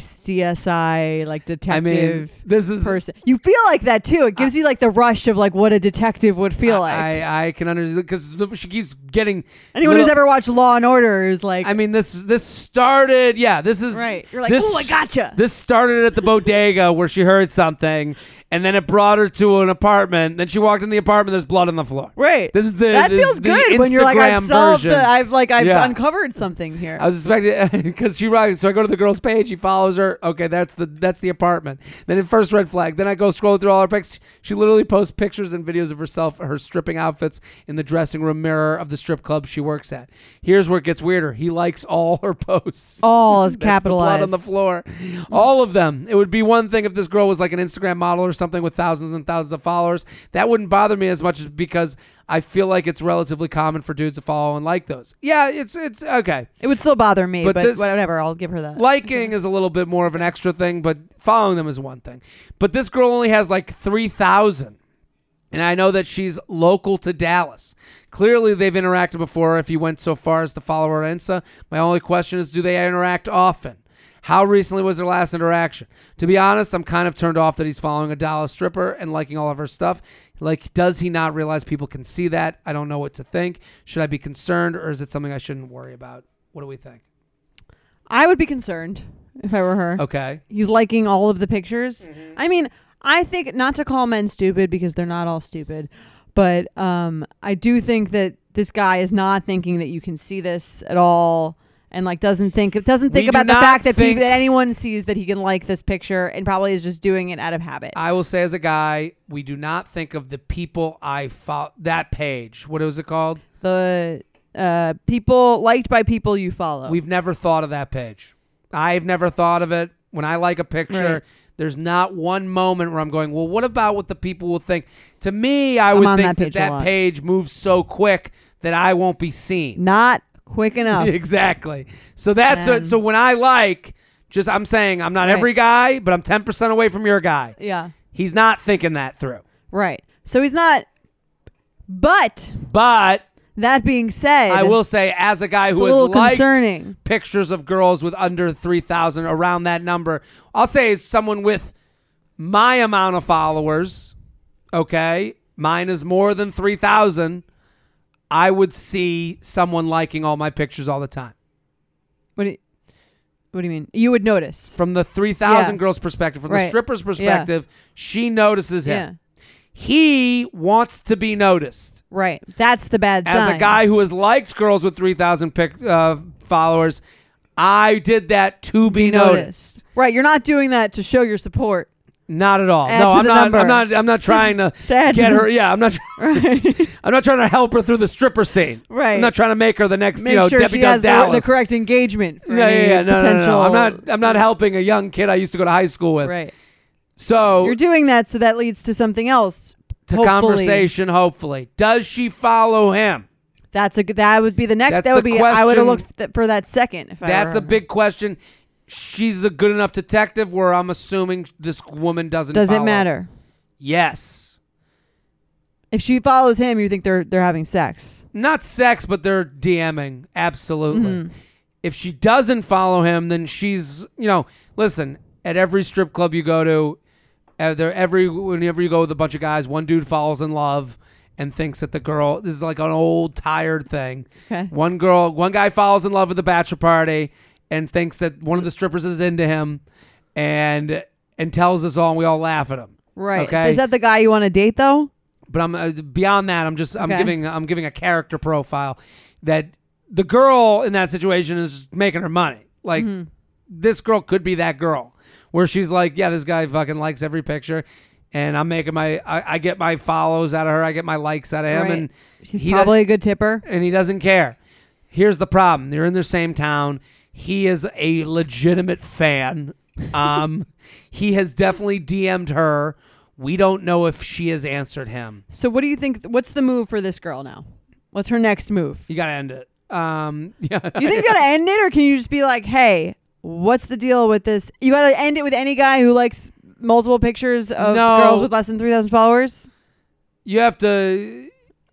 Speaker 2: CSI like
Speaker 1: I
Speaker 2: detective.
Speaker 1: mean, this is
Speaker 2: person. You feel like that too. It gives you like the rush of like what a detective would feel like.
Speaker 1: I I can understand because she keeps getting
Speaker 2: Anyone
Speaker 1: little-
Speaker 2: who's ever watched Law and Order is like,
Speaker 1: I mean, this this started. Yeah, this is
Speaker 2: Right. You're like,
Speaker 1: this,
Speaker 2: "Ooh, I gotcha."
Speaker 1: This started at the bodega where she heard something, and then it brought her to an apartment. Then she walked in the apartment. There's blood on the floor.
Speaker 2: right.
Speaker 1: This is the
Speaker 2: that
Speaker 1: this
Speaker 2: feels
Speaker 1: is the
Speaker 2: good when you're like, I've
Speaker 1: Instagram
Speaker 2: solved.
Speaker 1: version.
Speaker 2: The, I've like I've
Speaker 1: Yeah.
Speaker 2: uncovered something here.
Speaker 1: I was expecting *laughs* because she writes. So I go to the girl's page. He follows her. Okay, that's the that's the apartment. Then at first red flag. Then I go scroll through all her pics. She literally posts pictures and videos of herself, her stripping outfits in the dressing room mirror of the strip club she works at. Here's where it gets weirder. He likes all her *laughs* posts.
Speaker 2: All is
Speaker 1: *laughs* That's the blood
Speaker 2: capitalized.
Speaker 1: on the floor. All of them. It would be one thing if this girl was like an Instagram model or something with thousands and thousands of followers. That wouldn't bother me as much as because I feel like it's relatively common for dudes to follow and like those. Yeah, it's it's okay.
Speaker 2: it would still bother me,
Speaker 1: But
Speaker 2: but,
Speaker 1: this-
Speaker 2: whatever. I'll give her that.
Speaker 1: Liking is a little bit more of an extra thing, but following them is one thing. But this girl only has like 3,000. And I know that she's local to Dallas. Clearly, they've interacted before if you went so far as to follow her on Insta. My only question is do they interact often? How recently was their last interaction? To be honest, I'm kind of turned off that he's following a Dallas stripper and liking all of her stuff. Like, does he not realize people can see that? I don't know what to think. Should I be concerned or is it something I shouldn't worry about? What do we think?
Speaker 2: I would be concerned if I were her.
Speaker 1: Okay.
Speaker 2: He's liking all of the pictures.
Speaker 1: Mm-hmm.
Speaker 2: I mean, I think not to call men stupid because they're not all stupid, but um, I do think that this guy is not thinking that you can see this at all, and like doesn't think doesn't
Speaker 1: We
Speaker 2: think
Speaker 1: do
Speaker 2: about the
Speaker 1: not
Speaker 2: fact that
Speaker 1: think-
Speaker 2: people, that anyone sees that he can like this picture, and probably is just doing it out of habit.
Speaker 1: I will say as a guy, we do not think of the people I follow. That page, what was it called?
Speaker 2: the uh, people liked by people you follow.
Speaker 1: We've never thought of that page. I've never thought of it. When I like a picture,
Speaker 2: Right.
Speaker 1: there's not one moment where I'm going, well, what about what the people will think? To me, I
Speaker 2: I'm
Speaker 1: would
Speaker 2: on
Speaker 1: think
Speaker 2: that
Speaker 1: that
Speaker 2: page a
Speaker 1: that
Speaker 2: lot.
Speaker 1: page moves so quick that I won't be seen.
Speaker 2: not quick
Speaker 1: *laughs*
Speaker 2: enough.
Speaker 1: exactly. So that's it. So when I like, just I'm saying I'm not every guy, but I'm 10% away from your guy.
Speaker 2: yeah.
Speaker 1: He's not thinking that through.
Speaker 2: Right. So he's not. But
Speaker 1: But
Speaker 2: that being said,
Speaker 1: I will say, as a guy
Speaker 2: It's
Speaker 1: who
Speaker 2: a
Speaker 1: has
Speaker 2: little
Speaker 1: liked
Speaker 2: concerning.
Speaker 1: pictures of girls with under 3,000 around that number, I'll say as someone with my amount of followers, okay, mine is more than 3,000, I would see someone liking all my pictures all the time.
Speaker 2: What do you, what do you mean? You would notice.
Speaker 1: From the 3,000
Speaker 2: Yeah.
Speaker 1: girls' perspective, from the
Speaker 2: Right.
Speaker 1: stripper's perspective, she notices
Speaker 2: Yeah.
Speaker 1: him. He wants to be noticed.
Speaker 2: Right. That's the bad
Speaker 1: as
Speaker 2: sign.
Speaker 1: a guy who has liked girls with 3,000 pic- uh, followers, I did that to be, noticed.
Speaker 2: Right. You're not doing that to show your support. *laughs*
Speaker 1: Not at all.
Speaker 2: Add
Speaker 1: no,
Speaker 2: to
Speaker 1: I'm
Speaker 2: the
Speaker 1: not.
Speaker 2: number.
Speaker 1: I'm not.
Speaker 2: *laughs*
Speaker 1: I'm not trying to,
Speaker 2: To add to
Speaker 1: get
Speaker 2: the-
Speaker 1: her. Yeah, I'm not. *laughs* try-
Speaker 2: Right.
Speaker 1: I'm not trying to help her through the stripper scene.
Speaker 2: Right.
Speaker 1: I'm not trying to make her the next.
Speaker 2: Make
Speaker 1: you know,
Speaker 2: sure
Speaker 1: Debbie
Speaker 2: she
Speaker 1: Does
Speaker 2: has the,
Speaker 1: Dallas.
Speaker 2: the correct engagement. For
Speaker 1: Yeah, yeah,
Speaker 2: any
Speaker 1: yeah. No, no, no,
Speaker 2: potential,
Speaker 1: no. I'm not. uh, I'm not helping a young kid I used to go to high school with.
Speaker 2: Right.
Speaker 1: So
Speaker 2: You're doing that so that leads to something else.
Speaker 1: oh. to
Speaker 2: hopefully.
Speaker 1: conversation. Hopefully, does she follow him?
Speaker 2: That's a good. That would be the next.
Speaker 1: That's
Speaker 2: that would
Speaker 1: the
Speaker 2: be. I would have
Speaker 1: question.
Speaker 2: looked th- for that second. If I
Speaker 1: That's
Speaker 2: were
Speaker 1: a
Speaker 2: her.
Speaker 1: big question. She's a good enough detective where I'm assuming this woman doesn't.
Speaker 2: Does it
Speaker 1: follow.
Speaker 2: matter
Speaker 1: Yes.
Speaker 2: if she follows him? You think they're they're having sex?
Speaker 1: Not sex, but they're DMing. Absolutely.
Speaker 2: Mhm.
Speaker 1: If she doesn't follow him, then she's, you know, listen, at every strip club you go to, uh, there every whenever you go with a bunch of guys, one dude falls in love and thinks that the girl this is like an old tired thing.
Speaker 2: Okay.
Speaker 1: One girl, one guy falls in love with a bachelor party and thinks that one of the strippers is into him and and tells us all and we all laugh at him.
Speaker 2: Right.
Speaker 1: Okay.
Speaker 2: Is that the guy you want to date though?
Speaker 1: but I'm uh, beyond that. I'm just I'm
Speaker 2: Okay.
Speaker 1: giving I'm giving a character profile that the girl in that situation is making her money. Like
Speaker 2: Mm-hmm.
Speaker 1: this girl could be that girl where she's like, yeah, this guy fucking likes every picture, and I'm making my I, I get my follows out of her, I get my likes out of him,
Speaker 2: Right.
Speaker 1: and
Speaker 2: He's
Speaker 1: he
Speaker 2: probably a good tipper.
Speaker 1: does, and he doesn't care. Here's the problem: they're in the same town. He is a legitimate fan.
Speaker 2: *laughs*
Speaker 1: Um, he has definitely DM'd her. We don't know if she has answered him.
Speaker 2: So what do you think? What's the move for this girl now? What's her next move?
Speaker 1: *laughs* You gotta end it. Um, *laughs*
Speaker 2: *laughs*
Speaker 1: yeah.
Speaker 2: You think you gotta end it, or can you just be like, "Hey, what's the deal with this?" You gotta end it with any guy who likes multiple pictures of
Speaker 1: No.
Speaker 2: girls with less than three thousand followers.
Speaker 1: you have to.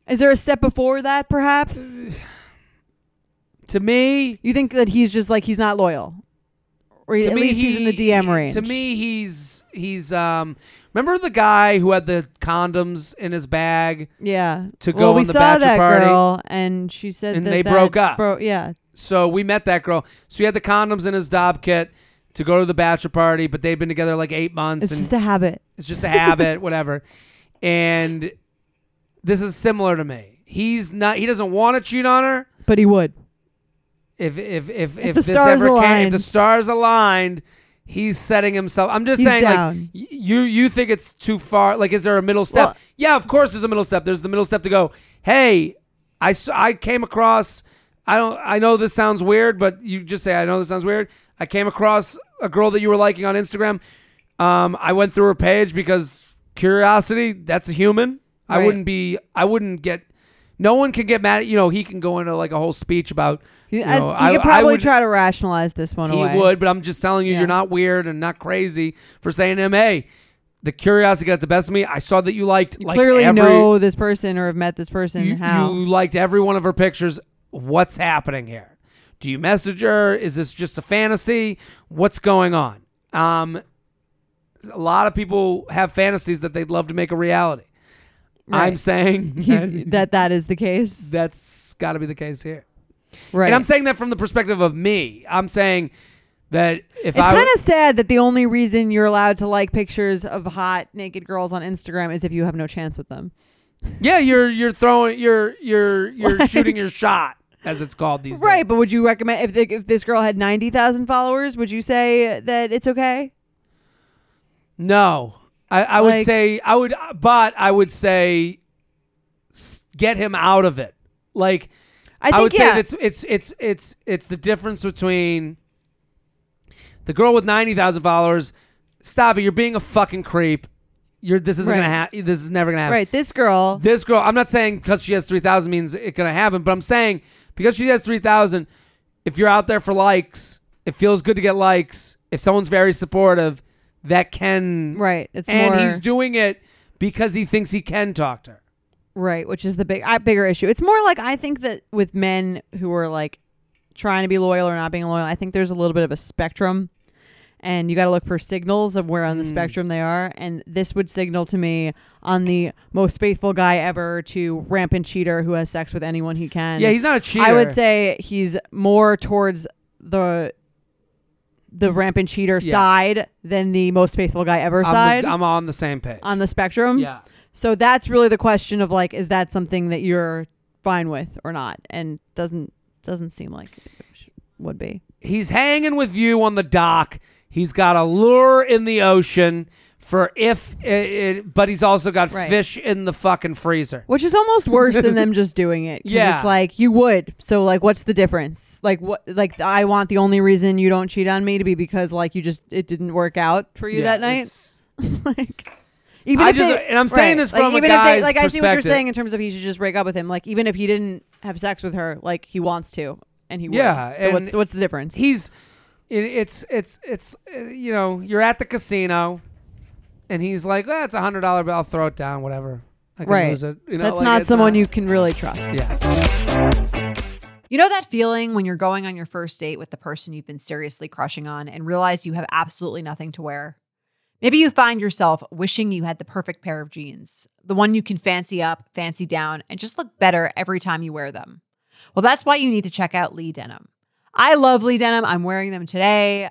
Speaker 2: Is there a step before that, perhaps?
Speaker 1: To me,
Speaker 2: You think that he's just like he's not loyal, or
Speaker 1: to
Speaker 2: at
Speaker 1: me,
Speaker 2: least he's in the
Speaker 1: he-
Speaker 2: DM range.
Speaker 1: To me, he's he's. Um, remember the guy who had the condoms in his bag?
Speaker 2: yeah.
Speaker 1: to
Speaker 2: well,
Speaker 1: go
Speaker 2: we
Speaker 1: on the
Speaker 2: saw
Speaker 1: bachelor
Speaker 2: that
Speaker 1: party.
Speaker 2: girl, and she said
Speaker 1: And
Speaker 2: that
Speaker 1: they
Speaker 2: that
Speaker 1: broke up.
Speaker 2: Bro- yeah,
Speaker 1: So we met that girl. So he had the condoms in his dob kit to go to the bachelor party, but they'd been together like eight months,
Speaker 2: it's
Speaker 1: and
Speaker 2: just a habit.
Speaker 1: it's just a habit, whatever. And this is similar to me. He's not. He doesn't want to cheat on her.
Speaker 2: But he would.
Speaker 1: if if if if,
Speaker 2: the
Speaker 1: this
Speaker 2: stars
Speaker 1: ever came, if
Speaker 2: aligned.
Speaker 1: the stars aligned, he's setting himself. I'm just
Speaker 2: He's
Speaker 1: saying,
Speaker 2: down.
Speaker 1: like y- you you think it's too far. Like, is there a middle step?
Speaker 2: Well-
Speaker 1: yeah, of course, there's a middle step. There's the middle step to go. Hey, I s- I came across. I don't. I know this sounds weird, but you just say I know this sounds weird. I came across a girl that you were liking on Instagram. Um, I went through her page because curiosity. That's a human. I
Speaker 2: Right.
Speaker 1: wouldn't be. I wouldn't get. No one can get mad. at You know, he can go into like a whole speech about
Speaker 2: He,
Speaker 1: you
Speaker 2: I-
Speaker 1: know,
Speaker 2: he
Speaker 1: I-
Speaker 2: could
Speaker 1: I
Speaker 2: probably
Speaker 1: would-
Speaker 2: try to rationalize this one
Speaker 1: he
Speaker 2: away.
Speaker 1: would, but I'm just telling you,
Speaker 2: Yeah.
Speaker 1: you're not weird and not crazy for saying to him, hey, the curiosity got the best of me. I saw that you liked
Speaker 2: You
Speaker 1: like
Speaker 2: clearly
Speaker 1: every,
Speaker 2: know this person or have met this person.
Speaker 1: you,
Speaker 2: How?
Speaker 1: you liked every one of her pictures. What's happening here? Do you message her? Is this just a fantasy? What's going on? Um, a lot of people have fantasies that they'd love to make a reality. I'm
Speaker 2: Right.
Speaker 1: saying
Speaker 2: *laughs* He-
Speaker 1: that
Speaker 2: that that is the case,
Speaker 1: that's got to be the case here. *laughs*
Speaker 2: right?
Speaker 1: And I'm saying that from the perspective of me. I'm saying that if
Speaker 2: it's
Speaker 1: I
Speaker 2: kind of sad that the only reason you're allowed to like pictures of hot naked girls on Instagram is if you have no chance with them.
Speaker 1: Yeah, you're you're throwing you're you're you're
Speaker 2: Like-
Speaker 1: shooting your shot as it's called these
Speaker 2: Right,
Speaker 1: days.
Speaker 2: but would you recommend if the, if this girl had ninety thousand followers? Would you say that it's okay?
Speaker 1: No, I, I would
Speaker 2: Like-
Speaker 1: say I would, but I would say s- get him out of it. Like
Speaker 2: I think
Speaker 1: would
Speaker 2: yeah.
Speaker 1: say it's it's it's it's it's the difference between the girl with ninety thousand followers. Stop it! You're being a fucking creep. You're this isn't gonna
Speaker 2: Right.
Speaker 1: happen. This is never gonna happen.
Speaker 2: right. This girl,
Speaker 1: This girl, I'm not saying because she has 3,000 means it's going to happen, but I'm saying because she has 3,000, if you're out there for likes, it feels good to get likes. If someone's very supportive, that can.
Speaker 2: Right. It's
Speaker 1: And
Speaker 2: more
Speaker 1: he's doing it because he thinks he can talk to her.
Speaker 2: right, which is the big I, bigger issue. It's more like I think that with men who are like trying to be loyal or not being loyal, I think there's a little bit of a spectrum, and you got to look for signals of where on
Speaker 1: Hmm.
Speaker 2: the spectrum they are. And this would signal to me on the most faithful guy ever to rampant cheater who has sex with anyone he can.
Speaker 1: Yeah, he's not a cheater.
Speaker 2: I would say he's more towards the the rampant cheater
Speaker 1: Yeah.
Speaker 2: side than the most faithful guy ever
Speaker 1: I'm, the-
Speaker 2: side
Speaker 1: I'm on the same page.
Speaker 2: on the spectrum.
Speaker 1: yeah.
Speaker 2: So that's really the question of like, is that something that you're fine with or not? And doesn't doesn't seem like it sh- would be.
Speaker 1: he's hanging with you on the dock. He's got a lure in the ocean for if, it, it, but he's also got
Speaker 2: Right.
Speaker 1: fish in the fucking freezer.
Speaker 2: Which is almost worse than them just doing it. 'cause
Speaker 1: Yeah.
Speaker 2: It's like you would. So like what's the difference? Like what like I want the only reason you don't cheat on me to be because like you just it didn't work out for you
Speaker 1: Yeah,
Speaker 2: that night.
Speaker 1: it's-
Speaker 2: *laughs* like even
Speaker 1: I
Speaker 2: if
Speaker 1: just-
Speaker 2: they-
Speaker 1: and I'm saying this
Speaker 2: like,
Speaker 1: from a
Speaker 2: even if
Speaker 1: guy's
Speaker 2: they, like I see what you're
Speaker 1: perspective.
Speaker 2: saying in terms of he should just break up with him like even if he didn't have sex with her like he wants to and he
Speaker 1: Yeah,
Speaker 2: would. so what's
Speaker 1: and
Speaker 2: what's the difference
Speaker 1: He's, it, it's, it's, it's, uh, you know, you're at the casino, and he's like, "Ah, it's a hundred dollar bill. I'll throw it down. Whatever. I can
Speaker 2: Right.
Speaker 1: lose it." You know,
Speaker 2: that's
Speaker 1: like,
Speaker 2: not
Speaker 1: it's
Speaker 2: someone you can really trust
Speaker 1: Yeah.
Speaker 3: You know that feeling when you're going on your first date with the person you've been seriously crushing on and realize you have absolutely nothing to wear? Maybe you find yourself wishing you had the perfect pair of jeans, the one you can fancy up, fancy down, and just look better every time you wear them. Well, that's why you need to check out Lee Denim. I love Lee Denim. I'm wearing them today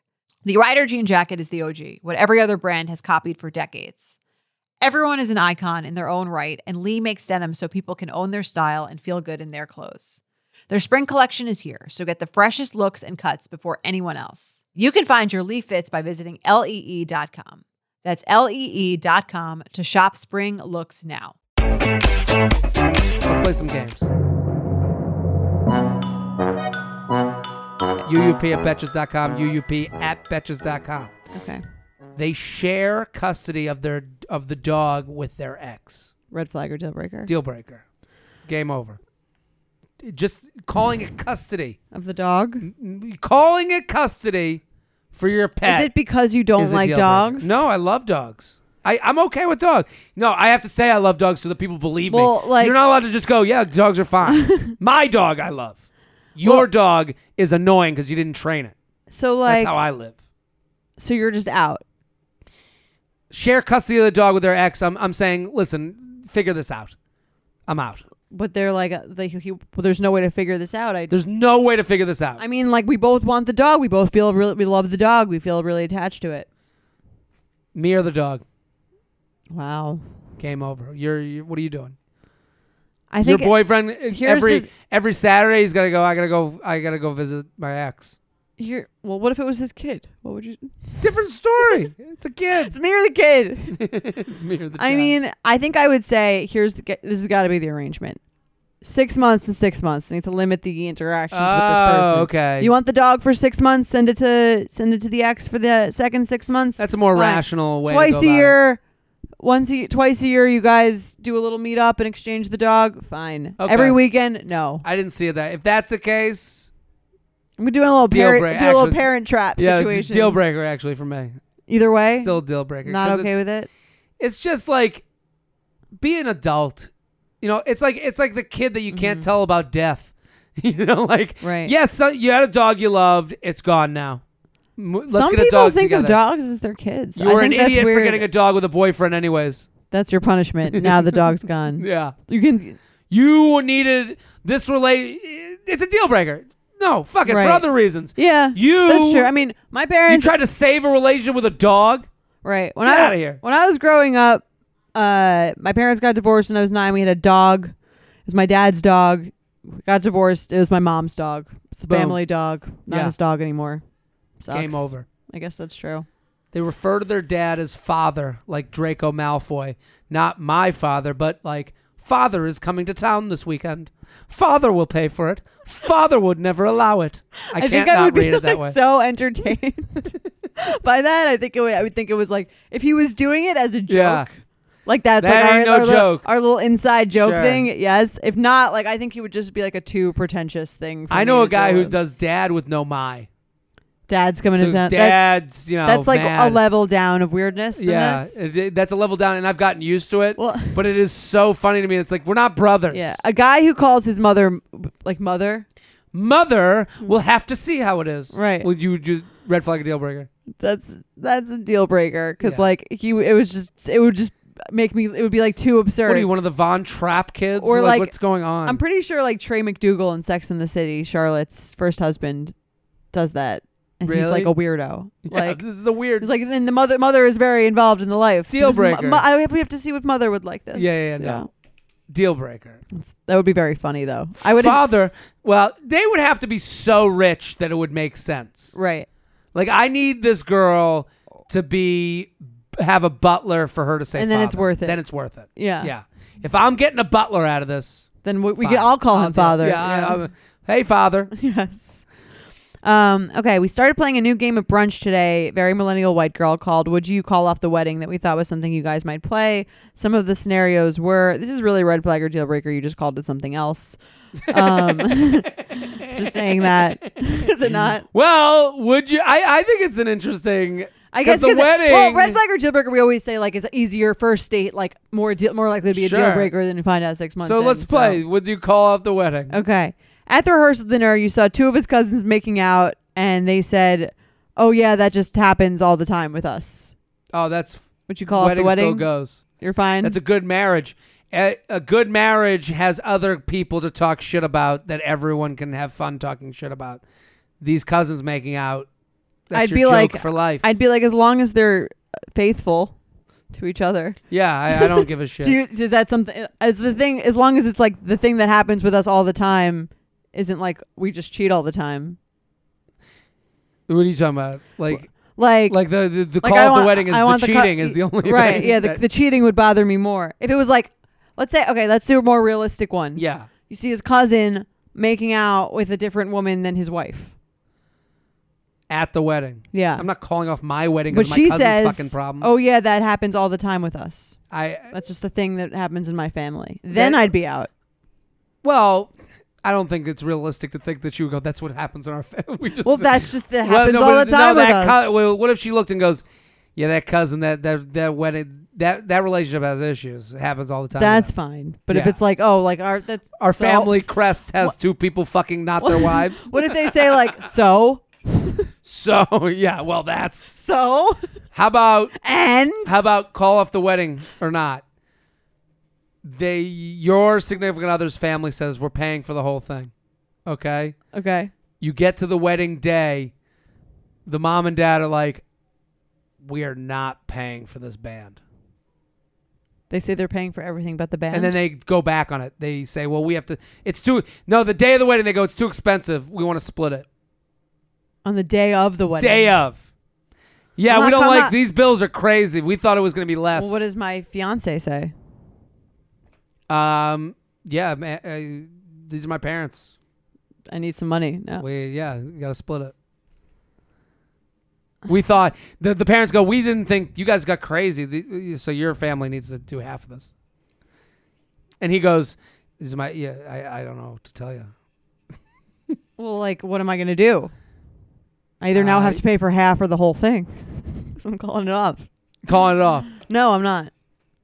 Speaker 3: The Rider jean jacket is the OG, what every other brand has copied for decades. Everyone is an icon in their own right, and Lee makes denim so people can own their style and feel good in their clothes. Their spring collection is here, so get the freshest looks and cuts before anyone else. You can find your Lee fits by visiting E lee.com. That's E lee.com to shop spring looks now.
Speaker 1: Let's play some games. UUP at Betches.com, UUP at Betches.com.
Speaker 2: okay
Speaker 1: They share custody of their of the dog with their ex.
Speaker 2: red flag or deal breaker
Speaker 1: Deal breaker. Game over. Just calling it custody.
Speaker 2: of the dog
Speaker 1: Mm. Calling it custody for your pet.
Speaker 2: is it because you don't
Speaker 1: is a
Speaker 2: like
Speaker 1: deal breaker.
Speaker 2: dogs
Speaker 1: No, I love dogs. I, I'm okay with dogs. No, I have to say I love dogs so that people believe
Speaker 2: Well,
Speaker 1: me.
Speaker 2: like-
Speaker 1: You're not allowed to just go, yeah, dogs are
Speaker 2: *laughs*
Speaker 1: fine. My dog I love. Your
Speaker 2: Well-
Speaker 1: dog is annoying because you didn't train it.
Speaker 2: so
Speaker 1: That's
Speaker 2: like
Speaker 1: how I live.
Speaker 2: so you're just out
Speaker 1: Share custody of the dog with their ex. I'm, I'm saying, listen, figure this out. I'm out.
Speaker 2: but they're like uh, they, he, well, there's no way to figure this out i
Speaker 1: There's no way to figure this out.
Speaker 2: I mean, like we both want the dog. We both feel really, we love the dog. We feel really attached to it.
Speaker 1: me or the dog.
Speaker 2: Wow.
Speaker 1: Game over. You're, you what are you doing?
Speaker 2: I
Speaker 1: Your
Speaker 2: think
Speaker 1: boyfriend uh,
Speaker 2: here's
Speaker 1: every
Speaker 2: the-
Speaker 1: every Saturday he's gotta go. I gotta go. I gotta go visit my ex.
Speaker 2: here. Well, what if it was his kid? What would you?
Speaker 1: Different
Speaker 2: *laughs*
Speaker 1: story. it's a kid.
Speaker 2: It's me or the kid.
Speaker 1: it's me or the.
Speaker 2: I
Speaker 1: child.
Speaker 2: mean, I think I would say here's the. ge- This has got to be the arrangement. Six months and six months. You need to limit the interactions with this
Speaker 1: Oh,
Speaker 2: person.
Speaker 1: okay.
Speaker 2: You want the dog for six months? Send it to send it to the ex for the second six months.
Speaker 1: that's a more
Speaker 2: Fine.
Speaker 1: rational way. to
Speaker 2: twice
Speaker 1: go
Speaker 2: a
Speaker 1: about it.
Speaker 2: year once a, twice a year you guys do a little meet up and exchange the dog fine
Speaker 1: Okay.
Speaker 2: every weekend no
Speaker 1: I didn't see that. If that's the case,
Speaker 2: i'm doing a little
Speaker 1: Deal
Speaker 2: parent
Speaker 1: break-
Speaker 2: do a little
Speaker 1: actually-
Speaker 2: parent trap
Speaker 1: yeah, it's a
Speaker 2: situation
Speaker 1: deal breaker actually for me.
Speaker 2: either way
Speaker 1: Still deal breaker.
Speaker 2: not
Speaker 1: 'cause
Speaker 2: okay
Speaker 1: it's,
Speaker 2: with it
Speaker 1: It's just like be an adult. You know, it's like it's like the kid that you
Speaker 2: Mm-hmm.
Speaker 1: can't tell about death. *laughs* you know, like
Speaker 2: Right.
Speaker 1: Yes, son, you had a dog you loved. It's gone now. M- let's
Speaker 2: some
Speaker 1: get a
Speaker 2: people
Speaker 1: dog
Speaker 2: think
Speaker 1: together.
Speaker 2: of dogs as their kids
Speaker 1: You were
Speaker 2: I
Speaker 1: an
Speaker 2: think that's
Speaker 1: idiot
Speaker 2: weird.
Speaker 1: for getting a dog with a boyfriend, anyways.
Speaker 2: that's your punishment now the dog's gone
Speaker 1: *laughs* Yeah.
Speaker 2: you can
Speaker 1: You needed this relate. It's a deal breaker. No, fuck it.
Speaker 2: Right.
Speaker 1: For other reasons.
Speaker 2: yeah
Speaker 1: You.
Speaker 2: that's true i mean my
Speaker 1: you
Speaker 2: parents
Speaker 1: tried to save a relationship with a dog.
Speaker 2: Right. When
Speaker 1: Get
Speaker 2: I
Speaker 1: outta here.
Speaker 2: when I was growing up, uh, my parents got divorced when I was nine. We had a dog. It was my dad's dog. got divorced. It was my mom's dog. It's a
Speaker 1: Boom.
Speaker 2: family dog, not
Speaker 1: Yeah.
Speaker 2: his dog anymore. Sucks.
Speaker 1: Game over.
Speaker 2: I guess that's true.
Speaker 1: They refer to their dad as father, like Draco Malfoy. Not my father, but like father is coming to town this weekend. Father will pay for it. Father would never allow
Speaker 2: *laughs*
Speaker 1: it. I, can't
Speaker 2: think
Speaker 1: not
Speaker 2: I would
Speaker 1: read
Speaker 2: be
Speaker 1: it that
Speaker 2: like
Speaker 1: way.
Speaker 2: so entertained *laughs* by that. I think it would, I would think it was like if he was doing it as a joke.
Speaker 1: Yeah.
Speaker 2: Like that's
Speaker 1: That
Speaker 2: like
Speaker 1: ain't
Speaker 2: our,
Speaker 1: no
Speaker 2: our little,
Speaker 1: joke.
Speaker 2: our little inside joke
Speaker 1: Sure.
Speaker 2: thing. Yes. If not, like I think he would just be like a too pretentious thing. For
Speaker 1: I
Speaker 2: me
Speaker 1: know
Speaker 2: to
Speaker 1: a guy
Speaker 2: deal
Speaker 1: who
Speaker 2: with.
Speaker 1: does dad with no my.
Speaker 2: dad's coming
Speaker 1: So
Speaker 2: to town. That-
Speaker 1: dad's, you know,
Speaker 2: that's like
Speaker 1: mad.
Speaker 2: a level down of weirdness. than
Speaker 1: Yeah,
Speaker 2: this.
Speaker 1: it- it- that's a level down, and I've gotten used to it.
Speaker 2: Well-
Speaker 1: but it is so funny to me. It's like we're not brothers.
Speaker 2: yeah. A guy who calls his mother like mother.
Speaker 1: mother will have to see how it is.
Speaker 2: Mm. Right.
Speaker 1: Would you do red flag a deal breaker?
Speaker 2: That's that's a deal breaker because
Speaker 1: Yeah.
Speaker 2: like he it was just it would just make me it would be like too absurd.
Speaker 1: What are you, one of the Von Trapp kids?
Speaker 2: Or, like,
Speaker 1: what's going on?
Speaker 2: I'm pretty sure like Trey McDougal in Sex in the City, Charlotte's first husband, does that, and he's
Speaker 1: Really?
Speaker 2: like a weirdo.
Speaker 1: *laughs* *laughs* Yeah,
Speaker 2: Like
Speaker 1: this is a weird.
Speaker 2: it's like then the mother mother is very involved in the life.
Speaker 1: Deal
Speaker 2: This mo-
Speaker 1: breaker.
Speaker 2: mo- I, we have to see what mother would like this.
Speaker 1: Yeah, yeah, yeah, no. deal breaker.
Speaker 2: It's- that would be very funny though. I would
Speaker 1: father. Well, they would have to be so rich that it would make sense.
Speaker 2: right.
Speaker 1: Like I need this girl to be have a butler for her to say.
Speaker 2: And then it's
Speaker 1: father.
Speaker 2: worth it.
Speaker 1: Then it's worth it.
Speaker 2: Yeah.
Speaker 1: Yeah. If I'm getting a butler out of this,
Speaker 2: Then we, we
Speaker 1: fine.
Speaker 2: could all call
Speaker 1: I'll
Speaker 2: him
Speaker 1: deal-
Speaker 2: father.
Speaker 1: Yeah. I- I'm- hey, father.
Speaker 2: *laughs* yes. Um, okay, we started playing a new game of brunch today, very millennial white girl called Would You Call Off the Wedding that we thought was something you guys might play. Some of the scenarios were this is really red flag or deal breaker, you just called it something else. Um, *laughs* just saying that. *laughs* is it not?
Speaker 1: Well, would you? I, I think it's an interesting.
Speaker 2: I guess
Speaker 1: the
Speaker 2: 'cause it-
Speaker 1: wedding.
Speaker 2: Well, red flag or deal breaker, we always say like is easier first date, like more deal, more likely to be a
Speaker 1: Sure.
Speaker 2: deal breaker than you find out six months.
Speaker 1: So
Speaker 2: in,
Speaker 1: let's play. Would you call off the wedding?
Speaker 2: Okay. At the rehearsal dinner, you saw two of his cousins making out, and they said, "Oh yeah, that just happens all the time with us."
Speaker 1: Oh, that's
Speaker 2: Would you call it the
Speaker 1: wedding still
Speaker 2: wedding?
Speaker 1: goes.
Speaker 2: You're fine.
Speaker 1: That's a good marriage. A, a good marriage has other people to talk shit about that everyone can have fun talking shit about. These cousins making out. That's
Speaker 2: I'd
Speaker 1: your
Speaker 2: be
Speaker 1: joke
Speaker 2: like-
Speaker 1: for life.
Speaker 2: I'd be like, as long as they're uh, faithful to each other.
Speaker 1: yeah, I, I don't give a shit.
Speaker 2: *laughs* Do you, is that something? As the thing, as long as it's like the thing that happens with us all the time, isn't like we just cheat all the time.
Speaker 1: what are you talking about? Like,
Speaker 2: Like,
Speaker 1: like the the, the
Speaker 2: like,
Speaker 1: call
Speaker 2: I
Speaker 1: of the
Speaker 2: want-
Speaker 1: wedding is
Speaker 2: I
Speaker 1: the
Speaker 2: want the
Speaker 1: cheating
Speaker 2: cou-
Speaker 1: is the only
Speaker 2: right?
Speaker 1: thing *laughs*
Speaker 2: Yeah, the,
Speaker 1: that-
Speaker 2: the cheating would bother me more if it was like, let's say, okay, let's do a more realistic one.
Speaker 1: yeah.
Speaker 2: you see his cousin making out with a different woman than his wife.
Speaker 1: At the wedding,
Speaker 2: Yeah.
Speaker 1: I'm not calling off my wedding
Speaker 2: but
Speaker 1: because my
Speaker 2: she
Speaker 1: cousin's
Speaker 2: says,
Speaker 1: fucking problems.
Speaker 2: "Oh yeah, that happens all the time with us.
Speaker 1: I
Speaker 2: That's just a thing that happens in my family." Then
Speaker 1: That-
Speaker 2: I'd
Speaker 1: *laughs*
Speaker 2: be out.
Speaker 1: well, I don't think it's realistic to think that you would go. That's what happens in our *laughs* family. We just
Speaker 2: Well, that's just that
Speaker 1: Well,
Speaker 2: happens
Speaker 1: no,
Speaker 2: all
Speaker 1: but
Speaker 2: the time
Speaker 1: No,
Speaker 2: with
Speaker 1: that
Speaker 2: us.
Speaker 1: cou- well, what if she looked and goes, "Yeah, that cousin, that that that wedding, that that relationship has issues. It happens all the time." with
Speaker 2: That's
Speaker 1: us.
Speaker 2: fine. But if
Speaker 1: Yeah.
Speaker 2: it's like, "Oh, like our that
Speaker 1: our
Speaker 2: so-
Speaker 1: family crest has two people fucking not their wives.
Speaker 2: *laughs* What if they say
Speaker 1: *laughs*
Speaker 2: like, "So,
Speaker 1: So *laughs* yeah, well, that's
Speaker 2: so,
Speaker 1: how about
Speaker 2: and
Speaker 1: how about call off the wedding or not? They your significant other's family says we're paying for the whole thing. Okay.
Speaker 2: okay,
Speaker 1: you get to the wedding day, the mom and dad are like, "We are not paying for this band."
Speaker 2: they say they're paying for everything but the band."
Speaker 1: And then they go back on it. They say, "Well, we have to. It's too no." The day of the wedding, they go, "It's too expensive. We want to split it."
Speaker 2: on the day of the wedding,
Speaker 1: Day of, yeah,
Speaker 2: Well,
Speaker 1: we don't
Speaker 2: come
Speaker 1: like
Speaker 2: on.
Speaker 1: these bills are crazy. We thought it was going to be less.
Speaker 2: Well, what does my fiance say?
Speaker 1: um, yeah, man, uh, these are my parents.
Speaker 2: I need some money. No.
Speaker 1: We yeah, you gotta split it. We thought the the parents go. We didn't think you guys got crazy. The, uh, so your family needs to do half of this. And he goes, "This is my yeah. I, I don't know what to tell you.
Speaker 2: Well, like, what am I going to do? I either now
Speaker 1: I-
Speaker 2: have to pay for half or the whole thing. *laughs* 'Cause I'm calling it off.
Speaker 1: Calling it off.
Speaker 2: No, I'm not.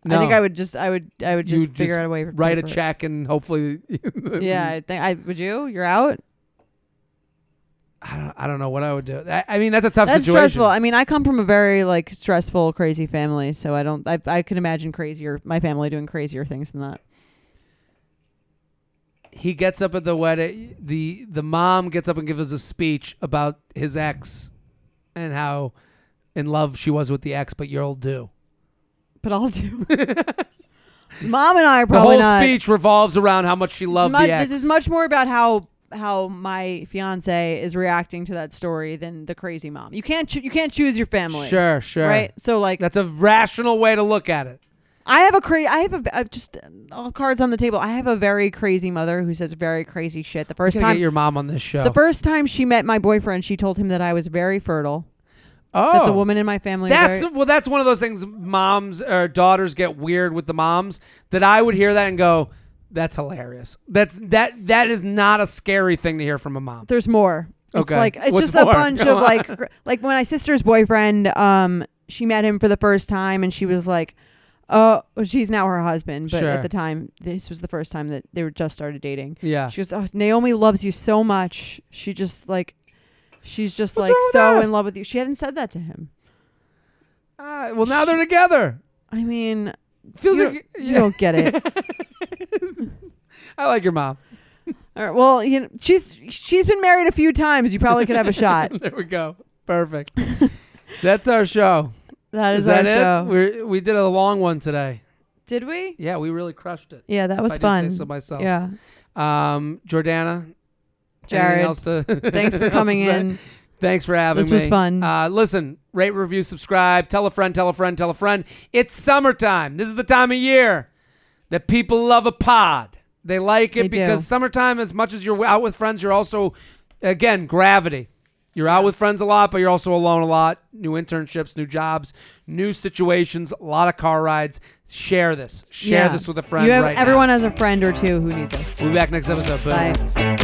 Speaker 2: I think
Speaker 1: No.
Speaker 2: I would just, I would, I would just
Speaker 1: You
Speaker 2: figure
Speaker 1: just
Speaker 2: out a way. to
Speaker 1: Write
Speaker 2: pay
Speaker 1: a
Speaker 2: for it.
Speaker 1: check and hopefully. *laughs*
Speaker 2: Yeah, I think I would. You, you're out.
Speaker 1: I don't, I don't know what I would do. I, I mean, that's a tough
Speaker 2: That's
Speaker 1: situation.
Speaker 2: stressful. I mean, I come from a very like stressful, crazy family, so I don't. I, I can imagine crazier my family doing crazier things than that.
Speaker 1: he gets up at the wedding. The the mom gets up and gives a speech about his ex, and how *laughs* in love she was with the ex, but you'll do.
Speaker 2: But I'll do. Mom and I are
Speaker 1: The
Speaker 2: probably
Speaker 1: whole
Speaker 2: not.
Speaker 1: speech revolves around how much she loved
Speaker 2: Mu-
Speaker 1: the ex.
Speaker 2: This is much more about how how my fiance is reacting to that story than the crazy mom. You can't cho- you can't choose your family.
Speaker 1: Sure, sure.
Speaker 2: Right. So like
Speaker 1: That's a rational way to look at it.
Speaker 2: I have a crazy I have a I just uh, all cards on the table. I have a very crazy mother who says very crazy shit. The first
Speaker 1: We're gonna
Speaker 2: time
Speaker 1: get your mom on this show.
Speaker 2: the first time she met my boyfriend, she told him that I was very fertile.
Speaker 1: oh,
Speaker 2: That the woman in my family
Speaker 1: That's
Speaker 2: very-
Speaker 1: well. That's one of those things. Moms or daughters get weird with the moms. That I would hear that and go, "That's hilarious." That's that. That is not a scary thing to hear from a mom.
Speaker 2: there's more. It's
Speaker 1: Okay.
Speaker 2: like it's
Speaker 1: What's
Speaker 2: just a
Speaker 1: more?
Speaker 2: bunch
Speaker 1: Go
Speaker 2: of
Speaker 1: on.
Speaker 2: like gr- like when my sister's boyfriend um she met him for the first time and she was like oh well, she's now her husband but
Speaker 1: Sure.
Speaker 2: at the time this was the first time that they were just started dating.
Speaker 1: Yeah.
Speaker 2: She goes oh, Naomi loves you so much. She just like she's just
Speaker 1: What's
Speaker 2: like
Speaker 1: wrong with
Speaker 2: so
Speaker 1: that?
Speaker 2: in love with you. She hadn't said that to him.
Speaker 1: Ah, well, now they're together.
Speaker 2: I mean,
Speaker 1: Feels
Speaker 2: you,
Speaker 1: like
Speaker 2: don't- you don't
Speaker 1: *laughs*
Speaker 2: get it.
Speaker 1: I like your mom.
Speaker 2: All right, well, you know, she's she's been married a few times. You probably
Speaker 1: *laughs*
Speaker 2: could have a shot.
Speaker 1: There we go. Perfect. *laughs* That's our show.
Speaker 2: That is,
Speaker 1: that
Speaker 2: our
Speaker 1: it?
Speaker 2: show.
Speaker 1: We're, we did a long one today.
Speaker 2: Did we?
Speaker 1: Yeah, we really crushed it.
Speaker 2: Yeah, that was
Speaker 1: I did say
Speaker 2: fun.
Speaker 1: so myself.
Speaker 2: Yeah,
Speaker 1: Um, Jordana, anything
Speaker 2: Jared,
Speaker 1: else to-
Speaker 2: thanks
Speaker 1: *laughs*
Speaker 2: for
Speaker 1: else
Speaker 2: coming
Speaker 1: to say?
Speaker 2: in.
Speaker 1: Thanks for having
Speaker 2: This
Speaker 1: me.
Speaker 2: was fun.
Speaker 1: Uh, listen, rate, review, subscribe, tell a friend, tell a friend, tell a friend. It's summertime. This is the time of year that people love a pod. They like it
Speaker 2: They do.
Speaker 1: because summertime, as much as you're out with friends, you're also, again, gravity. You're out with friends a lot, but you're also alone a lot. New internships, new jobs, new situations, a lot of car rides. Share this. Share
Speaker 2: Yeah.
Speaker 1: this with a friend.
Speaker 2: You have,
Speaker 1: right now.
Speaker 2: everyone has a friend or two who need this.
Speaker 1: We'll be back next episode. Boom.
Speaker 2: Bye.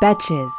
Speaker 4: Betches.